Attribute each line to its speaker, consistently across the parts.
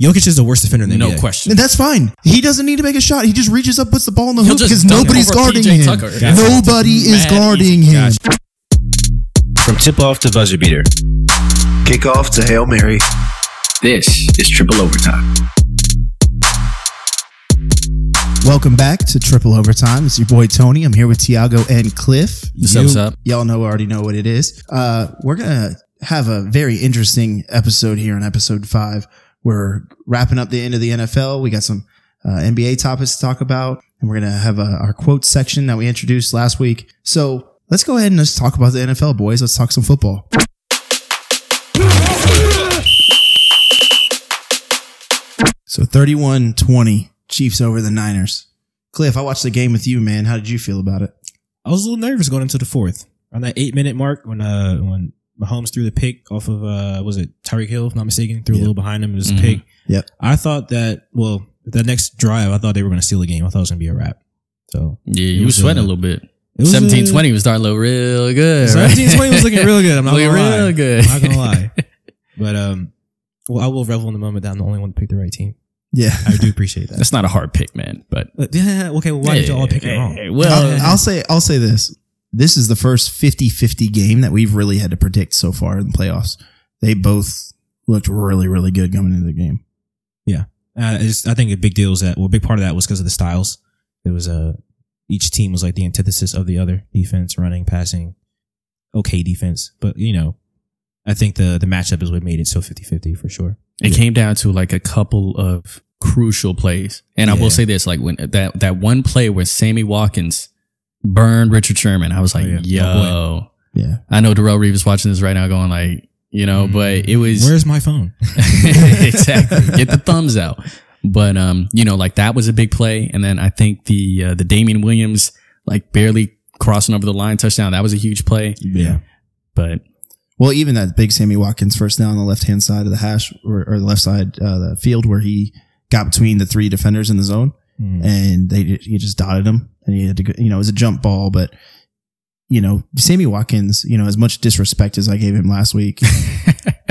Speaker 1: Jokic is the worst defender in the
Speaker 2: No
Speaker 1: NBA.
Speaker 2: question.
Speaker 3: And that's fine. He doesn't need to make a shot. He just reaches up, puts the ball in the
Speaker 2: He'll
Speaker 3: hoop
Speaker 2: just
Speaker 3: because
Speaker 2: dunk
Speaker 3: nobody's
Speaker 2: over
Speaker 3: guarding
Speaker 2: PJ
Speaker 3: him.
Speaker 2: Tucker.
Speaker 1: Gotcha.
Speaker 3: Nobody is
Speaker 2: Mad
Speaker 3: guarding
Speaker 2: easy.
Speaker 3: him.
Speaker 4: From tip off to buzzer beater,
Speaker 5: Kickoff to Hail Mary.
Speaker 4: this is triple overtime.
Speaker 3: Welcome back to Triple Overtime. It's your boy Tony. I'm here with Tiago and Cliff.
Speaker 2: What's up, what's up?
Speaker 3: Y'all know already know what it is. Uh, we're gonna have a very interesting episode here in episode five. We're wrapping up the end of the NFL. We got some uh, NBA topics to talk about, and we're gonna have uh our quote section that we introduced last week. So let's go ahead and let's talk about the NFL, boys. Let's talk some football. So 31-20 Chiefs over the Niners. Cliff, I watched the game with you, man. How did you feel about it?
Speaker 1: I was a little nervous going into the fourth on that eight minute mark when uh when Mahomes threw the pick off of uh was it Tyreek Hill if not mistaken threw a
Speaker 3: Yeah.
Speaker 1: little behind him and it was
Speaker 2: Mhm.
Speaker 1: a pick.
Speaker 3: Yep.
Speaker 1: I thought that well the next drive I thought they were going to steal the game. I thought it was going to be a wrap. So
Speaker 2: Yeah,
Speaker 1: It
Speaker 2: you were
Speaker 1: was,
Speaker 2: sweating
Speaker 1: uh,
Speaker 2: a little bit.
Speaker 1: it was, uh,
Speaker 2: Seventeen twenty was starting to look real good. right?
Speaker 1: 1720 was looking real good. I'm not
Speaker 2: Looking
Speaker 1: gonna lie.
Speaker 2: real good.
Speaker 1: I'm not gonna lie. But um, well I will revel in the moment that I'm the only one to pick the right team.
Speaker 3: Yeah.
Speaker 1: I do appreciate that.
Speaker 2: That's not a hard pick, man. But
Speaker 1: But, yeah, okay, well why did you all pick it wrong?
Speaker 2: Hey, Well,
Speaker 3: I'll, I'll say I'll say this. This is the first 50-50 game that we've really had to predict so far in the playoffs. They both looked really, really good coming into the game.
Speaker 1: Uh, it's, I think a big deal is that, well, a big part of that was because of the styles. It was uh, each team was like the antithesis of the other defense, running, passing, okay defense. But, you know, I think the, the matchup is what made it so 50 50 for sure.
Speaker 2: it came down to like a couple of crucial plays, and I
Speaker 1: Yeah.
Speaker 2: will say this: like when that that one play where Sammy Watkins burned Richard Sherman, I was like,
Speaker 1: Oh, yeah.
Speaker 2: yo.
Speaker 1: Oh,
Speaker 3: Yeah.
Speaker 2: I know Darrell Reeves is watching this right now, going like,
Speaker 1: Mm-hmm.
Speaker 2: you know, but it was
Speaker 1: Where's my phone?
Speaker 2: exactly get the thumbs out. But um, you know, like that was a big play, and then I think the uh, the Damian Williams like barely crossing over the line touchdown that was a huge play.
Speaker 1: Yeah.
Speaker 2: But
Speaker 3: Well, even that big Sammy Watkins first down on the left hand side of the hash or, or the left side uh, the field where he got between the three defenders in the zone
Speaker 1: Mm.
Speaker 3: and they ju- he just dotted him and he had to go, you know it was a jump ball but you know Sammy Watkins you know as much disrespect as I gave him last week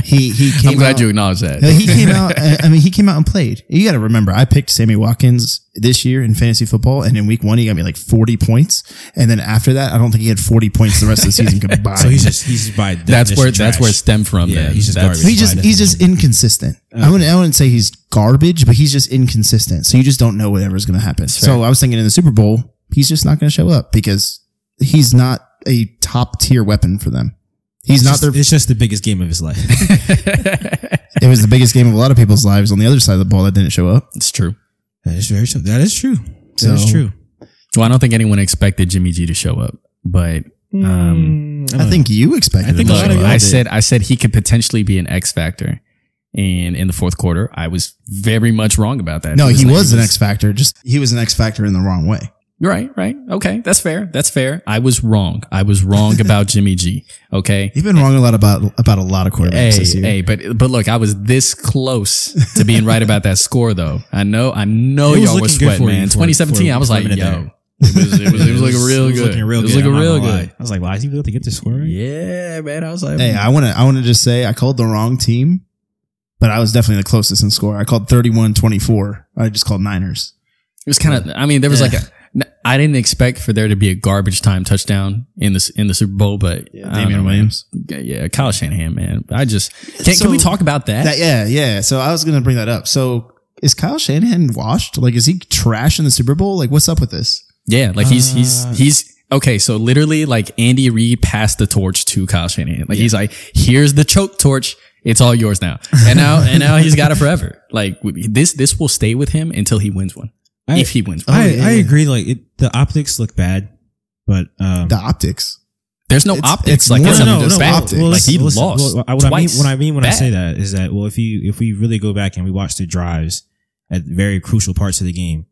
Speaker 3: he he came
Speaker 2: I'm glad
Speaker 3: out-
Speaker 2: you acknowledge that.
Speaker 3: No, he came out. I I mean, he came out and played. You got to remember, I picked Sammy Watkins this year in fantasy football, and in week one he got me like forty points, and then after that, I don't think he had forty points the rest of the season combined.
Speaker 1: So he's just, he's just by
Speaker 2: that's
Speaker 1: definition
Speaker 2: where that's
Speaker 1: trash.
Speaker 2: where it stemmed from.
Speaker 1: Yeah,
Speaker 2: then.
Speaker 1: he's just
Speaker 2: That's-
Speaker 1: garbage.
Speaker 3: he just he's just inconsistent. I wouldn't I wouldn't say he's garbage, but he's just inconsistent. So you just don't know whatever's going to happen. So I was thinking in the Super Bowl, he's just not going to show up because he's not a top tier weapon for them. He's
Speaker 1: It's
Speaker 3: not
Speaker 1: just-
Speaker 3: their
Speaker 1: It's just the biggest game of his life.
Speaker 3: it was the biggest game of a lot of people's lives on the other side of the ball that didn't show up.
Speaker 2: It's true.
Speaker 1: that is very true. That is true. That is
Speaker 3: So-
Speaker 1: true.
Speaker 2: Well, I don't think anyone expected Jimmy G to show up, but Um,
Speaker 1: Mm,
Speaker 3: I think you expected.
Speaker 1: I think
Speaker 3: him
Speaker 1: a
Speaker 3: to
Speaker 1: lot
Speaker 2: Look,
Speaker 1: of
Speaker 3: show up.
Speaker 1: y'all
Speaker 2: I
Speaker 1: did.
Speaker 2: said I said he could potentially be an X factor, and in the fourth quarter, I was very much wrong about that.
Speaker 3: No,
Speaker 2: It
Speaker 3: he
Speaker 2: like-
Speaker 3: was an X factor. Just he was an X factor in the wrong way.
Speaker 2: Right, right, okay, that's fair. That's fair. I was wrong. I was wrong about Jimmy G. Okay,
Speaker 3: You've been wrong a lot about about a lot of quarterbacks
Speaker 2: Hey,
Speaker 3: this year.
Speaker 2: hey, but but look, I was this close to being right about that score, though. I know, I know
Speaker 1: It was
Speaker 2: y'all were
Speaker 1: looking good
Speaker 2: sweating,
Speaker 1: for you
Speaker 2: man.
Speaker 1: for-
Speaker 2: 2017,
Speaker 1: for-
Speaker 2: I was
Speaker 1: for a
Speaker 2: like, yo,
Speaker 1: minute there.
Speaker 2: it was, it was, it was looking real
Speaker 1: It was
Speaker 2: good.
Speaker 1: looking real
Speaker 2: it was
Speaker 1: good.
Speaker 2: looking
Speaker 1: I'm not
Speaker 2: real
Speaker 1: gonna lie.
Speaker 2: good.
Speaker 1: I was like, why is he able to get this score right?
Speaker 2: Yeah, man. I was like,
Speaker 3: Hey, I want to I want to just say I called the wrong team, but I was definitely the closest in score. I called 31-24. I just called Niners.
Speaker 2: it was kind of. I mean, there was like a. n- I didn't expect for there to be a garbage time touchdown in this in the Super Bowl, but I don't know, man. yeah, Kyle Shanahan, man. I just can,
Speaker 3: So-
Speaker 2: can we talk about that?
Speaker 3: That yeah, yeah. So I was going to bring that up. So is Kyle Shanahan washed? Like is he trash in the Super Bowl? Like what's up with this?
Speaker 2: Yeah, like he's he's
Speaker 1: Uh,
Speaker 3: Ah.
Speaker 2: he's okay. So literally, like Andy Reid passed the torch to Kyle Shanahan. Like he's like, here's the choke torch. It's all yours now. And now and now he's got it forever. Like w- this this will stay with him until he wins one.
Speaker 1: I-
Speaker 2: if he wins one,
Speaker 1: I,
Speaker 3: yeah,
Speaker 1: I
Speaker 3: yeah.
Speaker 1: agree. Like it, the optics look bad, but um,
Speaker 3: The optics.
Speaker 2: there's no
Speaker 3: it's-
Speaker 2: optics.
Speaker 3: it's
Speaker 2: like
Speaker 3: more
Speaker 2: it's
Speaker 3: than
Speaker 2: a
Speaker 3: just
Speaker 2: bad-
Speaker 3: optics.
Speaker 2: Like he
Speaker 1: listen, listen,
Speaker 2: lost
Speaker 1: well, I- what I
Speaker 2: twice.
Speaker 1: mean, what I mean when I
Speaker 2: Bad.
Speaker 1: say that is that well, if you if we really go back and we watch the drives at very crucial parts of the game,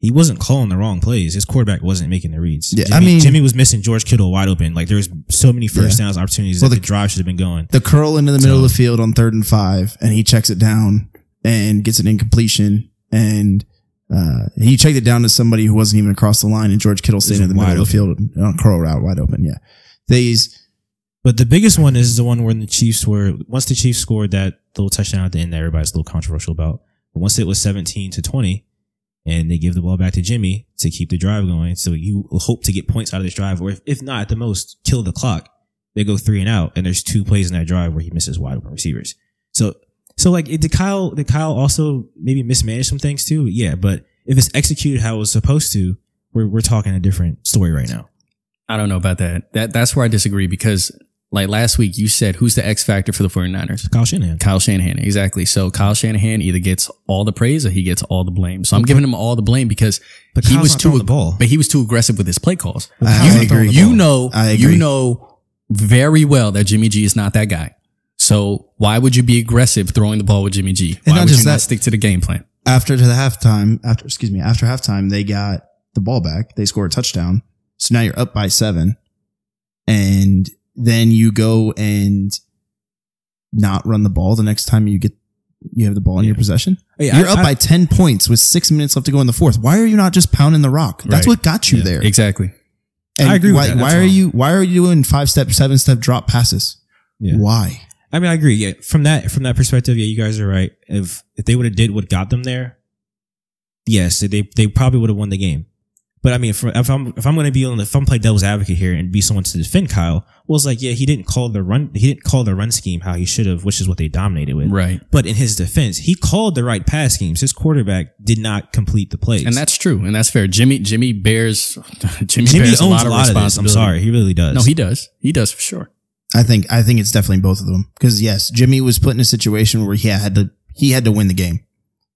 Speaker 1: he wasn't calling the wrong plays. His quarterback wasn't making the reads.
Speaker 3: Yeah,
Speaker 1: Jimmy,
Speaker 3: I mean-
Speaker 1: Jimmy was missing George Kittle wide open. Like there was so many first downs opportunities
Speaker 3: Well,
Speaker 1: that
Speaker 3: the-
Speaker 1: the, drive should have been going.
Speaker 3: The curl into the middle of the field on 3rd and 5 and he checks it down and gets an incompletion and uh, he checked it down to somebody who wasn't even across the line, and George Kittle standing in the middle
Speaker 1: wide
Speaker 3: of the field on a curl route, wide open. Yeah, these
Speaker 1: But the biggest one is the one where the Chiefs were once the Chiefs scored that little touchdown at the end that everybody's a little controversial about. But once it was 17 to 20, and they give the ball back to Jimmy to keep the drive going, so you hope to get points out of this drive, or if, if not, at the most, kill the clock. They go three and out, and there's two plays in that drive where he misses wide open receivers. So, so like, did Kyle, did Kyle also maybe mismanage some things too? Yeah, but if it's executed how it was supposed to, we're, we're talking a different story right now.
Speaker 2: I don't know about that. That that's where I disagree because like last week you said who's the X factor for the 49ers?
Speaker 1: Kyle Shanahan.
Speaker 2: Kyle Shanahan. Exactly. So Kyle Shanahan either gets all the praise or he gets all the blame. So I'm giving him all the blame because
Speaker 1: But
Speaker 2: he
Speaker 1: Kyle's
Speaker 2: was
Speaker 1: not
Speaker 2: too
Speaker 1: throwing the ball.
Speaker 2: but he was too aggressive with his play calls.
Speaker 3: I
Speaker 2: you,
Speaker 3: agree.
Speaker 2: you know
Speaker 3: I agree.
Speaker 2: you know very well that Jimmy G is not that guy. So why would you be aggressive throwing the ball with Jimmy G? Why
Speaker 3: not
Speaker 2: would
Speaker 3: just
Speaker 2: you
Speaker 3: that-
Speaker 2: not stick to the game plan?
Speaker 3: after the halftime, after excuse me, after halftime, they got the ball back. They scored a touchdown. So now you're up by seven. And then you go and not run the ball the next time you get you have the ball in your possession.
Speaker 1: Yeah,
Speaker 3: you're
Speaker 1: I-
Speaker 3: up
Speaker 1: I-
Speaker 3: by ten points with six minutes left to go in the fourth. Why are you not just pounding the rock? That's
Speaker 2: Right.
Speaker 3: what got you there.
Speaker 2: Exactly.
Speaker 3: And
Speaker 1: I agree with
Speaker 3: Why,
Speaker 1: that.
Speaker 3: why
Speaker 1: That's
Speaker 3: are
Speaker 1: wrong.
Speaker 3: you why are you doing five step, seven step drop passes?
Speaker 1: Yeah.
Speaker 3: Why?
Speaker 1: I mean, I agree. Yeah, from that from that perspective, yeah, you guys are right. If if they would have did what got them there, yes, they they probably would have won the game. But I mean, if, if I'm if I'm going to be on the if I'm play devil's advocate here and be someone to defend Kyle, well, it's like yeah, he didn't call the run he didn't call the run scheme how he should have, which is what they dominated with.
Speaker 2: Right.
Speaker 1: But in his defense, he called the right pass schemes. His quarterback did not complete the plays,
Speaker 2: And that's true. And that's fair. Jimmy Jimmy bears Jimmy,
Speaker 1: Jimmy
Speaker 2: bears
Speaker 1: owns
Speaker 2: a lot of
Speaker 1: this. I'm
Speaker 2: responsibility.
Speaker 1: sorry, he really does.
Speaker 2: No, he does. He does for sure.
Speaker 3: I think I think it's definitely both of them. Because yes, Jimmy was put in a situation where he had to he had to win the game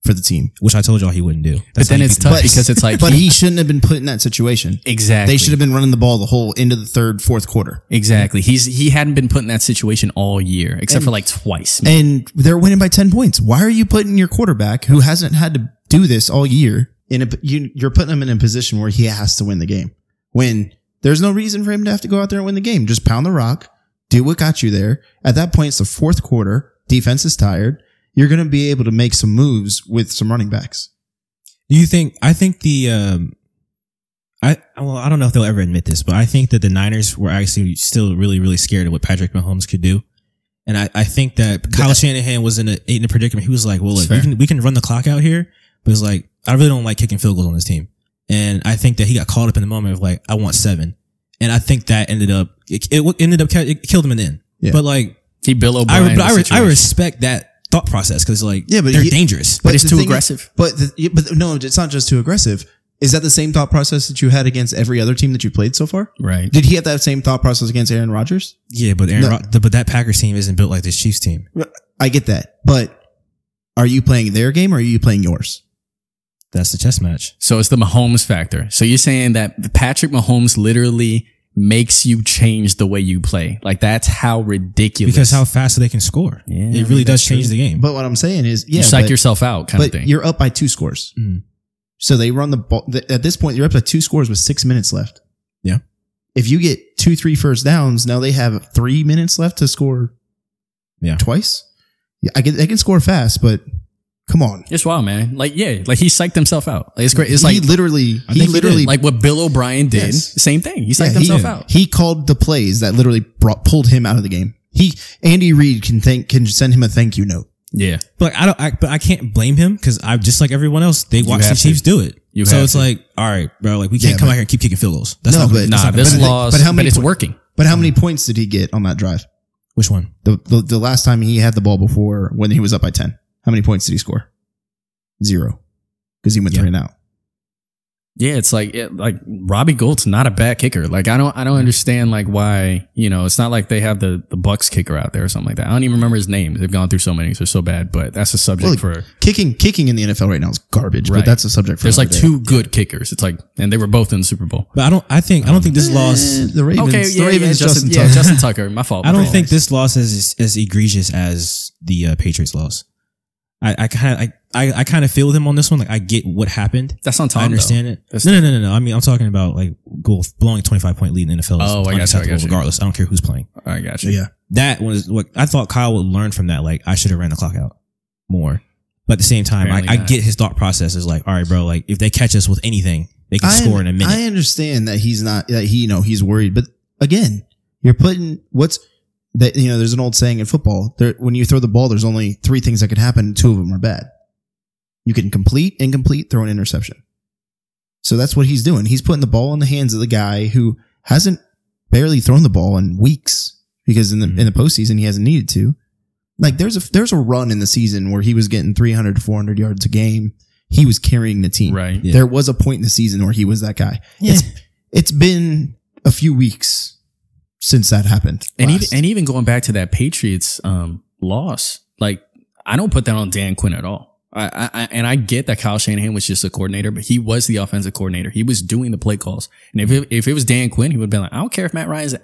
Speaker 3: for the team.
Speaker 1: which I told y'all he wouldn't do.
Speaker 2: But
Speaker 1: That's
Speaker 2: then
Speaker 1: how you
Speaker 2: it's
Speaker 1: can-
Speaker 2: tough because it's like
Speaker 3: But he shouldn't have been put in that situation.
Speaker 2: exactly
Speaker 3: They should have been running the ball the whole into the third, fourth quarter.
Speaker 2: exactly. He's he hadn't been put in that situation all year except for like twice.
Speaker 3: And they're winning by 10 points. Why are you putting your quarterback who hasn't had to do this all year in a, you, you're putting him in a position where he has to win the game when there's no reason for him to have to go out there and win the game. Just pound the rock, do what got you there. At that point, it's the fourth quarter. Defense is tired. You're going to be able to make some moves with some running backs.
Speaker 1: Do you think? I think the. Um, I well, I don't know if they'll ever admit this, but I think that the Niners were actually still really, really scared of what Patrick Mahomes could do, and I, I think that Kyle Shanahan was in a in a predicament. He was like, "Well,
Speaker 2: It's
Speaker 1: look, we
Speaker 2: fair.
Speaker 1: can we can run the clock out here," but it's like I really don't like kicking field goals on this team, and I think that he got caught up in the moment of like, "I want seven. and I think that ended up it, it ended up it killed him in the end.
Speaker 3: Yeah.
Speaker 1: But like
Speaker 2: He Bill O'Brien.
Speaker 1: I, but I, re- I
Speaker 2: situation.
Speaker 1: respect that thought process because like
Speaker 3: Yeah, but
Speaker 1: they're
Speaker 3: he-
Speaker 1: dangerous.
Speaker 2: But it's
Speaker 3: the
Speaker 2: too
Speaker 3: thing is-
Speaker 2: aggressive.
Speaker 3: but the, yeah, but no, it's not just too aggressive. Is that the same thought process that you had against every other team that you played so far?
Speaker 2: right.
Speaker 3: Did he have that same thought process against Aaron Rodgers?
Speaker 1: Yeah, but Aaron,
Speaker 3: No.
Speaker 1: Rod- but that Packers team isn't built like this Chiefs team.
Speaker 3: I get that, but are you playing their game or are you playing yours?
Speaker 1: That's the chess match.
Speaker 2: So it's the Mahomes factor. So you're saying that Patrick Mahomes literally makes you change the way you play. Like that's how ridiculous.
Speaker 1: Because how fast they can score.
Speaker 2: Yeah,
Speaker 1: it really does change the game.
Speaker 3: But what I'm saying is, yeah,
Speaker 2: you psych
Speaker 3: but,
Speaker 2: yourself out kind
Speaker 3: but
Speaker 2: of thing.
Speaker 3: you're up by two scores.
Speaker 1: Mm.
Speaker 3: So they run the ball. th- At this point, you're up by two scores with six minutes left.
Speaker 1: Yeah.
Speaker 3: If you get two, three first downs, now they have three minutes left to score.
Speaker 1: Yeah.
Speaker 3: Twice. Yeah, I can, they can score fast, but come on.
Speaker 2: it's wild, man. Like yeah, like he psyched himself out. Like, it's great. It's
Speaker 3: he
Speaker 2: like
Speaker 3: literally,
Speaker 1: I
Speaker 3: he
Speaker 1: think he did.
Speaker 3: literally
Speaker 2: like what Bill O'Brien did.
Speaker 3: Yes.
Speaker 2: Same thing. He
Speaker 3: Yeah,
Speaker 2: psyched
Speaker 3: he-
Speaker 2: himself out.
Speaker 3: He called the plays that literally brought, pulled him out of the game. He Andy Reid can thank can send him a thank you note.
Speaker 2: Yeah.
Speaker 1: But I don't. I, but I can't blame him because I'm just like everyone else. They watch the
Speaker 2: have to.
Speaker 1: Chiefs do it.
Speaker 2: You
Speaker 1: so
Speaker 2: have
Speaker 1: it's
Speaker 2: to.
Speaker 1: like, all right, bro. Like we can't
Speaker 3: Yeah,
Speaker 1: come
Speaker 3: but-
Speaker 1: out here and keep kicking field goals. That's
Speaker 3: No,
Speaker 1: not.
Speaker 3: but-
Speaker 1: that's
Speaker 2: Nah,
Speaker 1: not
Speaker 2: this
Speaker 1: gonna
Speaker 3: but-
Speaker 1: happen.
Speaker 2: loss,
Speaker 3: but
Speaker 2: but,
Speaker 3: how many
Speaker 2: it's
Speaker 3: point-
Speaker 2: working.
Speaker 3: But how
Speaker 2: Hmm.
Speaker 3: many points did he get on that drive?
Speaker 1: Which one?
Speaker 3: The, the the last time he had the ball before when he was up by ten. How many points did he score? Zero, because he went
Speaker 1: Yeah.
Speaker 3: three and out.
Speaker 2: Yeah, it's like it, like Robbie Gold's not a bad kicker. Like I don't I don't understand like why you know it's not like they have the the Bucks kicker out there or something like that. I don't even remember his name. They've gone through so many, so they're so bad. But that's a subject
Speaker 3: Look,
Speaker 2: for.
Speaker 3: Kicking kicking in the NFL right now is garbage. But
Speaker 2: Right.
Speaker 3: that's a subject for
Speaker 2: There's like
Speaker 3: another day.
Speaker 2: two good kickers. It's like and they were both in the Super Bowl.
Speaker 1: But I don't. I think. I don't think this
Speaker 2: Uh,
Speaker 3: Eh,
Speaker 1: loss.
Speaker 3: The Ravens. the Ravens. Justin,
Speaker 2: yeah,
Speaker 3: Tucker.
Speaker 2: Justin Tucker. My fault.
Speaker 1: I
Speaker 2: my
Speaker 1: don't
Speaker 2: fault.
Speaker 1: think this loss is as egregious as the uh, Patriots loss. I, I kind of. I, I, I kind of feel with him on this one. Like I get what happened.
Speaker 2: that's on Tom.
Speaker 1: I understand it.
Speaker 2: That's
Speaker 1: no, no, no, no, no. I mean, I'm talking about like goal blowing 25 point lead in the NFL. Is
Speaker 2: Oh, I got you, I
Speaker 1: unacceptable
Speaker 2: got you.
Speaker 1: Regardless, I don't care who's playing.
Speaker 2: Though. I got you.
Speaker 3: Yeah.
Speaker 1: That was what I thought Kyle would learn from that. Like, I should have ran the clock out more. But at the same time, I,
Speaker 2: Apparently
Speaker 1: I
Speaker 2: not.
Speaker 1: get his thought process is like, all right, bro, like if they catch us with anything, they can score in a minute.
Speaker 3: I understand that he's not that he you know he's worried, but again, you're putting what's that you know. There's an old saying in football: there, when you throw the ball, there's only three things that could happen. Two of them are bad. You can complete, incomplete, throw an interception. So that's what he's doing. He's putting the ball in the hands of the guy who hasn't barely thrown the ball in weeks because in
Speaker 1: Mm-hmm.
Speaker 3: the in the postseason he hasn't needed to. Like there's a there's a run in the season where he was getting 300 to 400 yards a game. He was carrying the team.
Speaker 2: Right.
Speaker 1: Yeah.
Speaker 3: There was a point in the season where he was that guy. It's it's been a few weeks since that happened.
Speaker 2: And even,
Speaker 3: last.
Speaker 2: and even going back to that Patriots um, loss, like I don't put that on Dan Quinn at all. I, I I- and I get that Kyle Shanahan was just a coordinator, but he was the offensive coordinator. He was doing the play calls. And if it, if it was Dan Quinn, he would have been like, I don't care if Matt Ryan's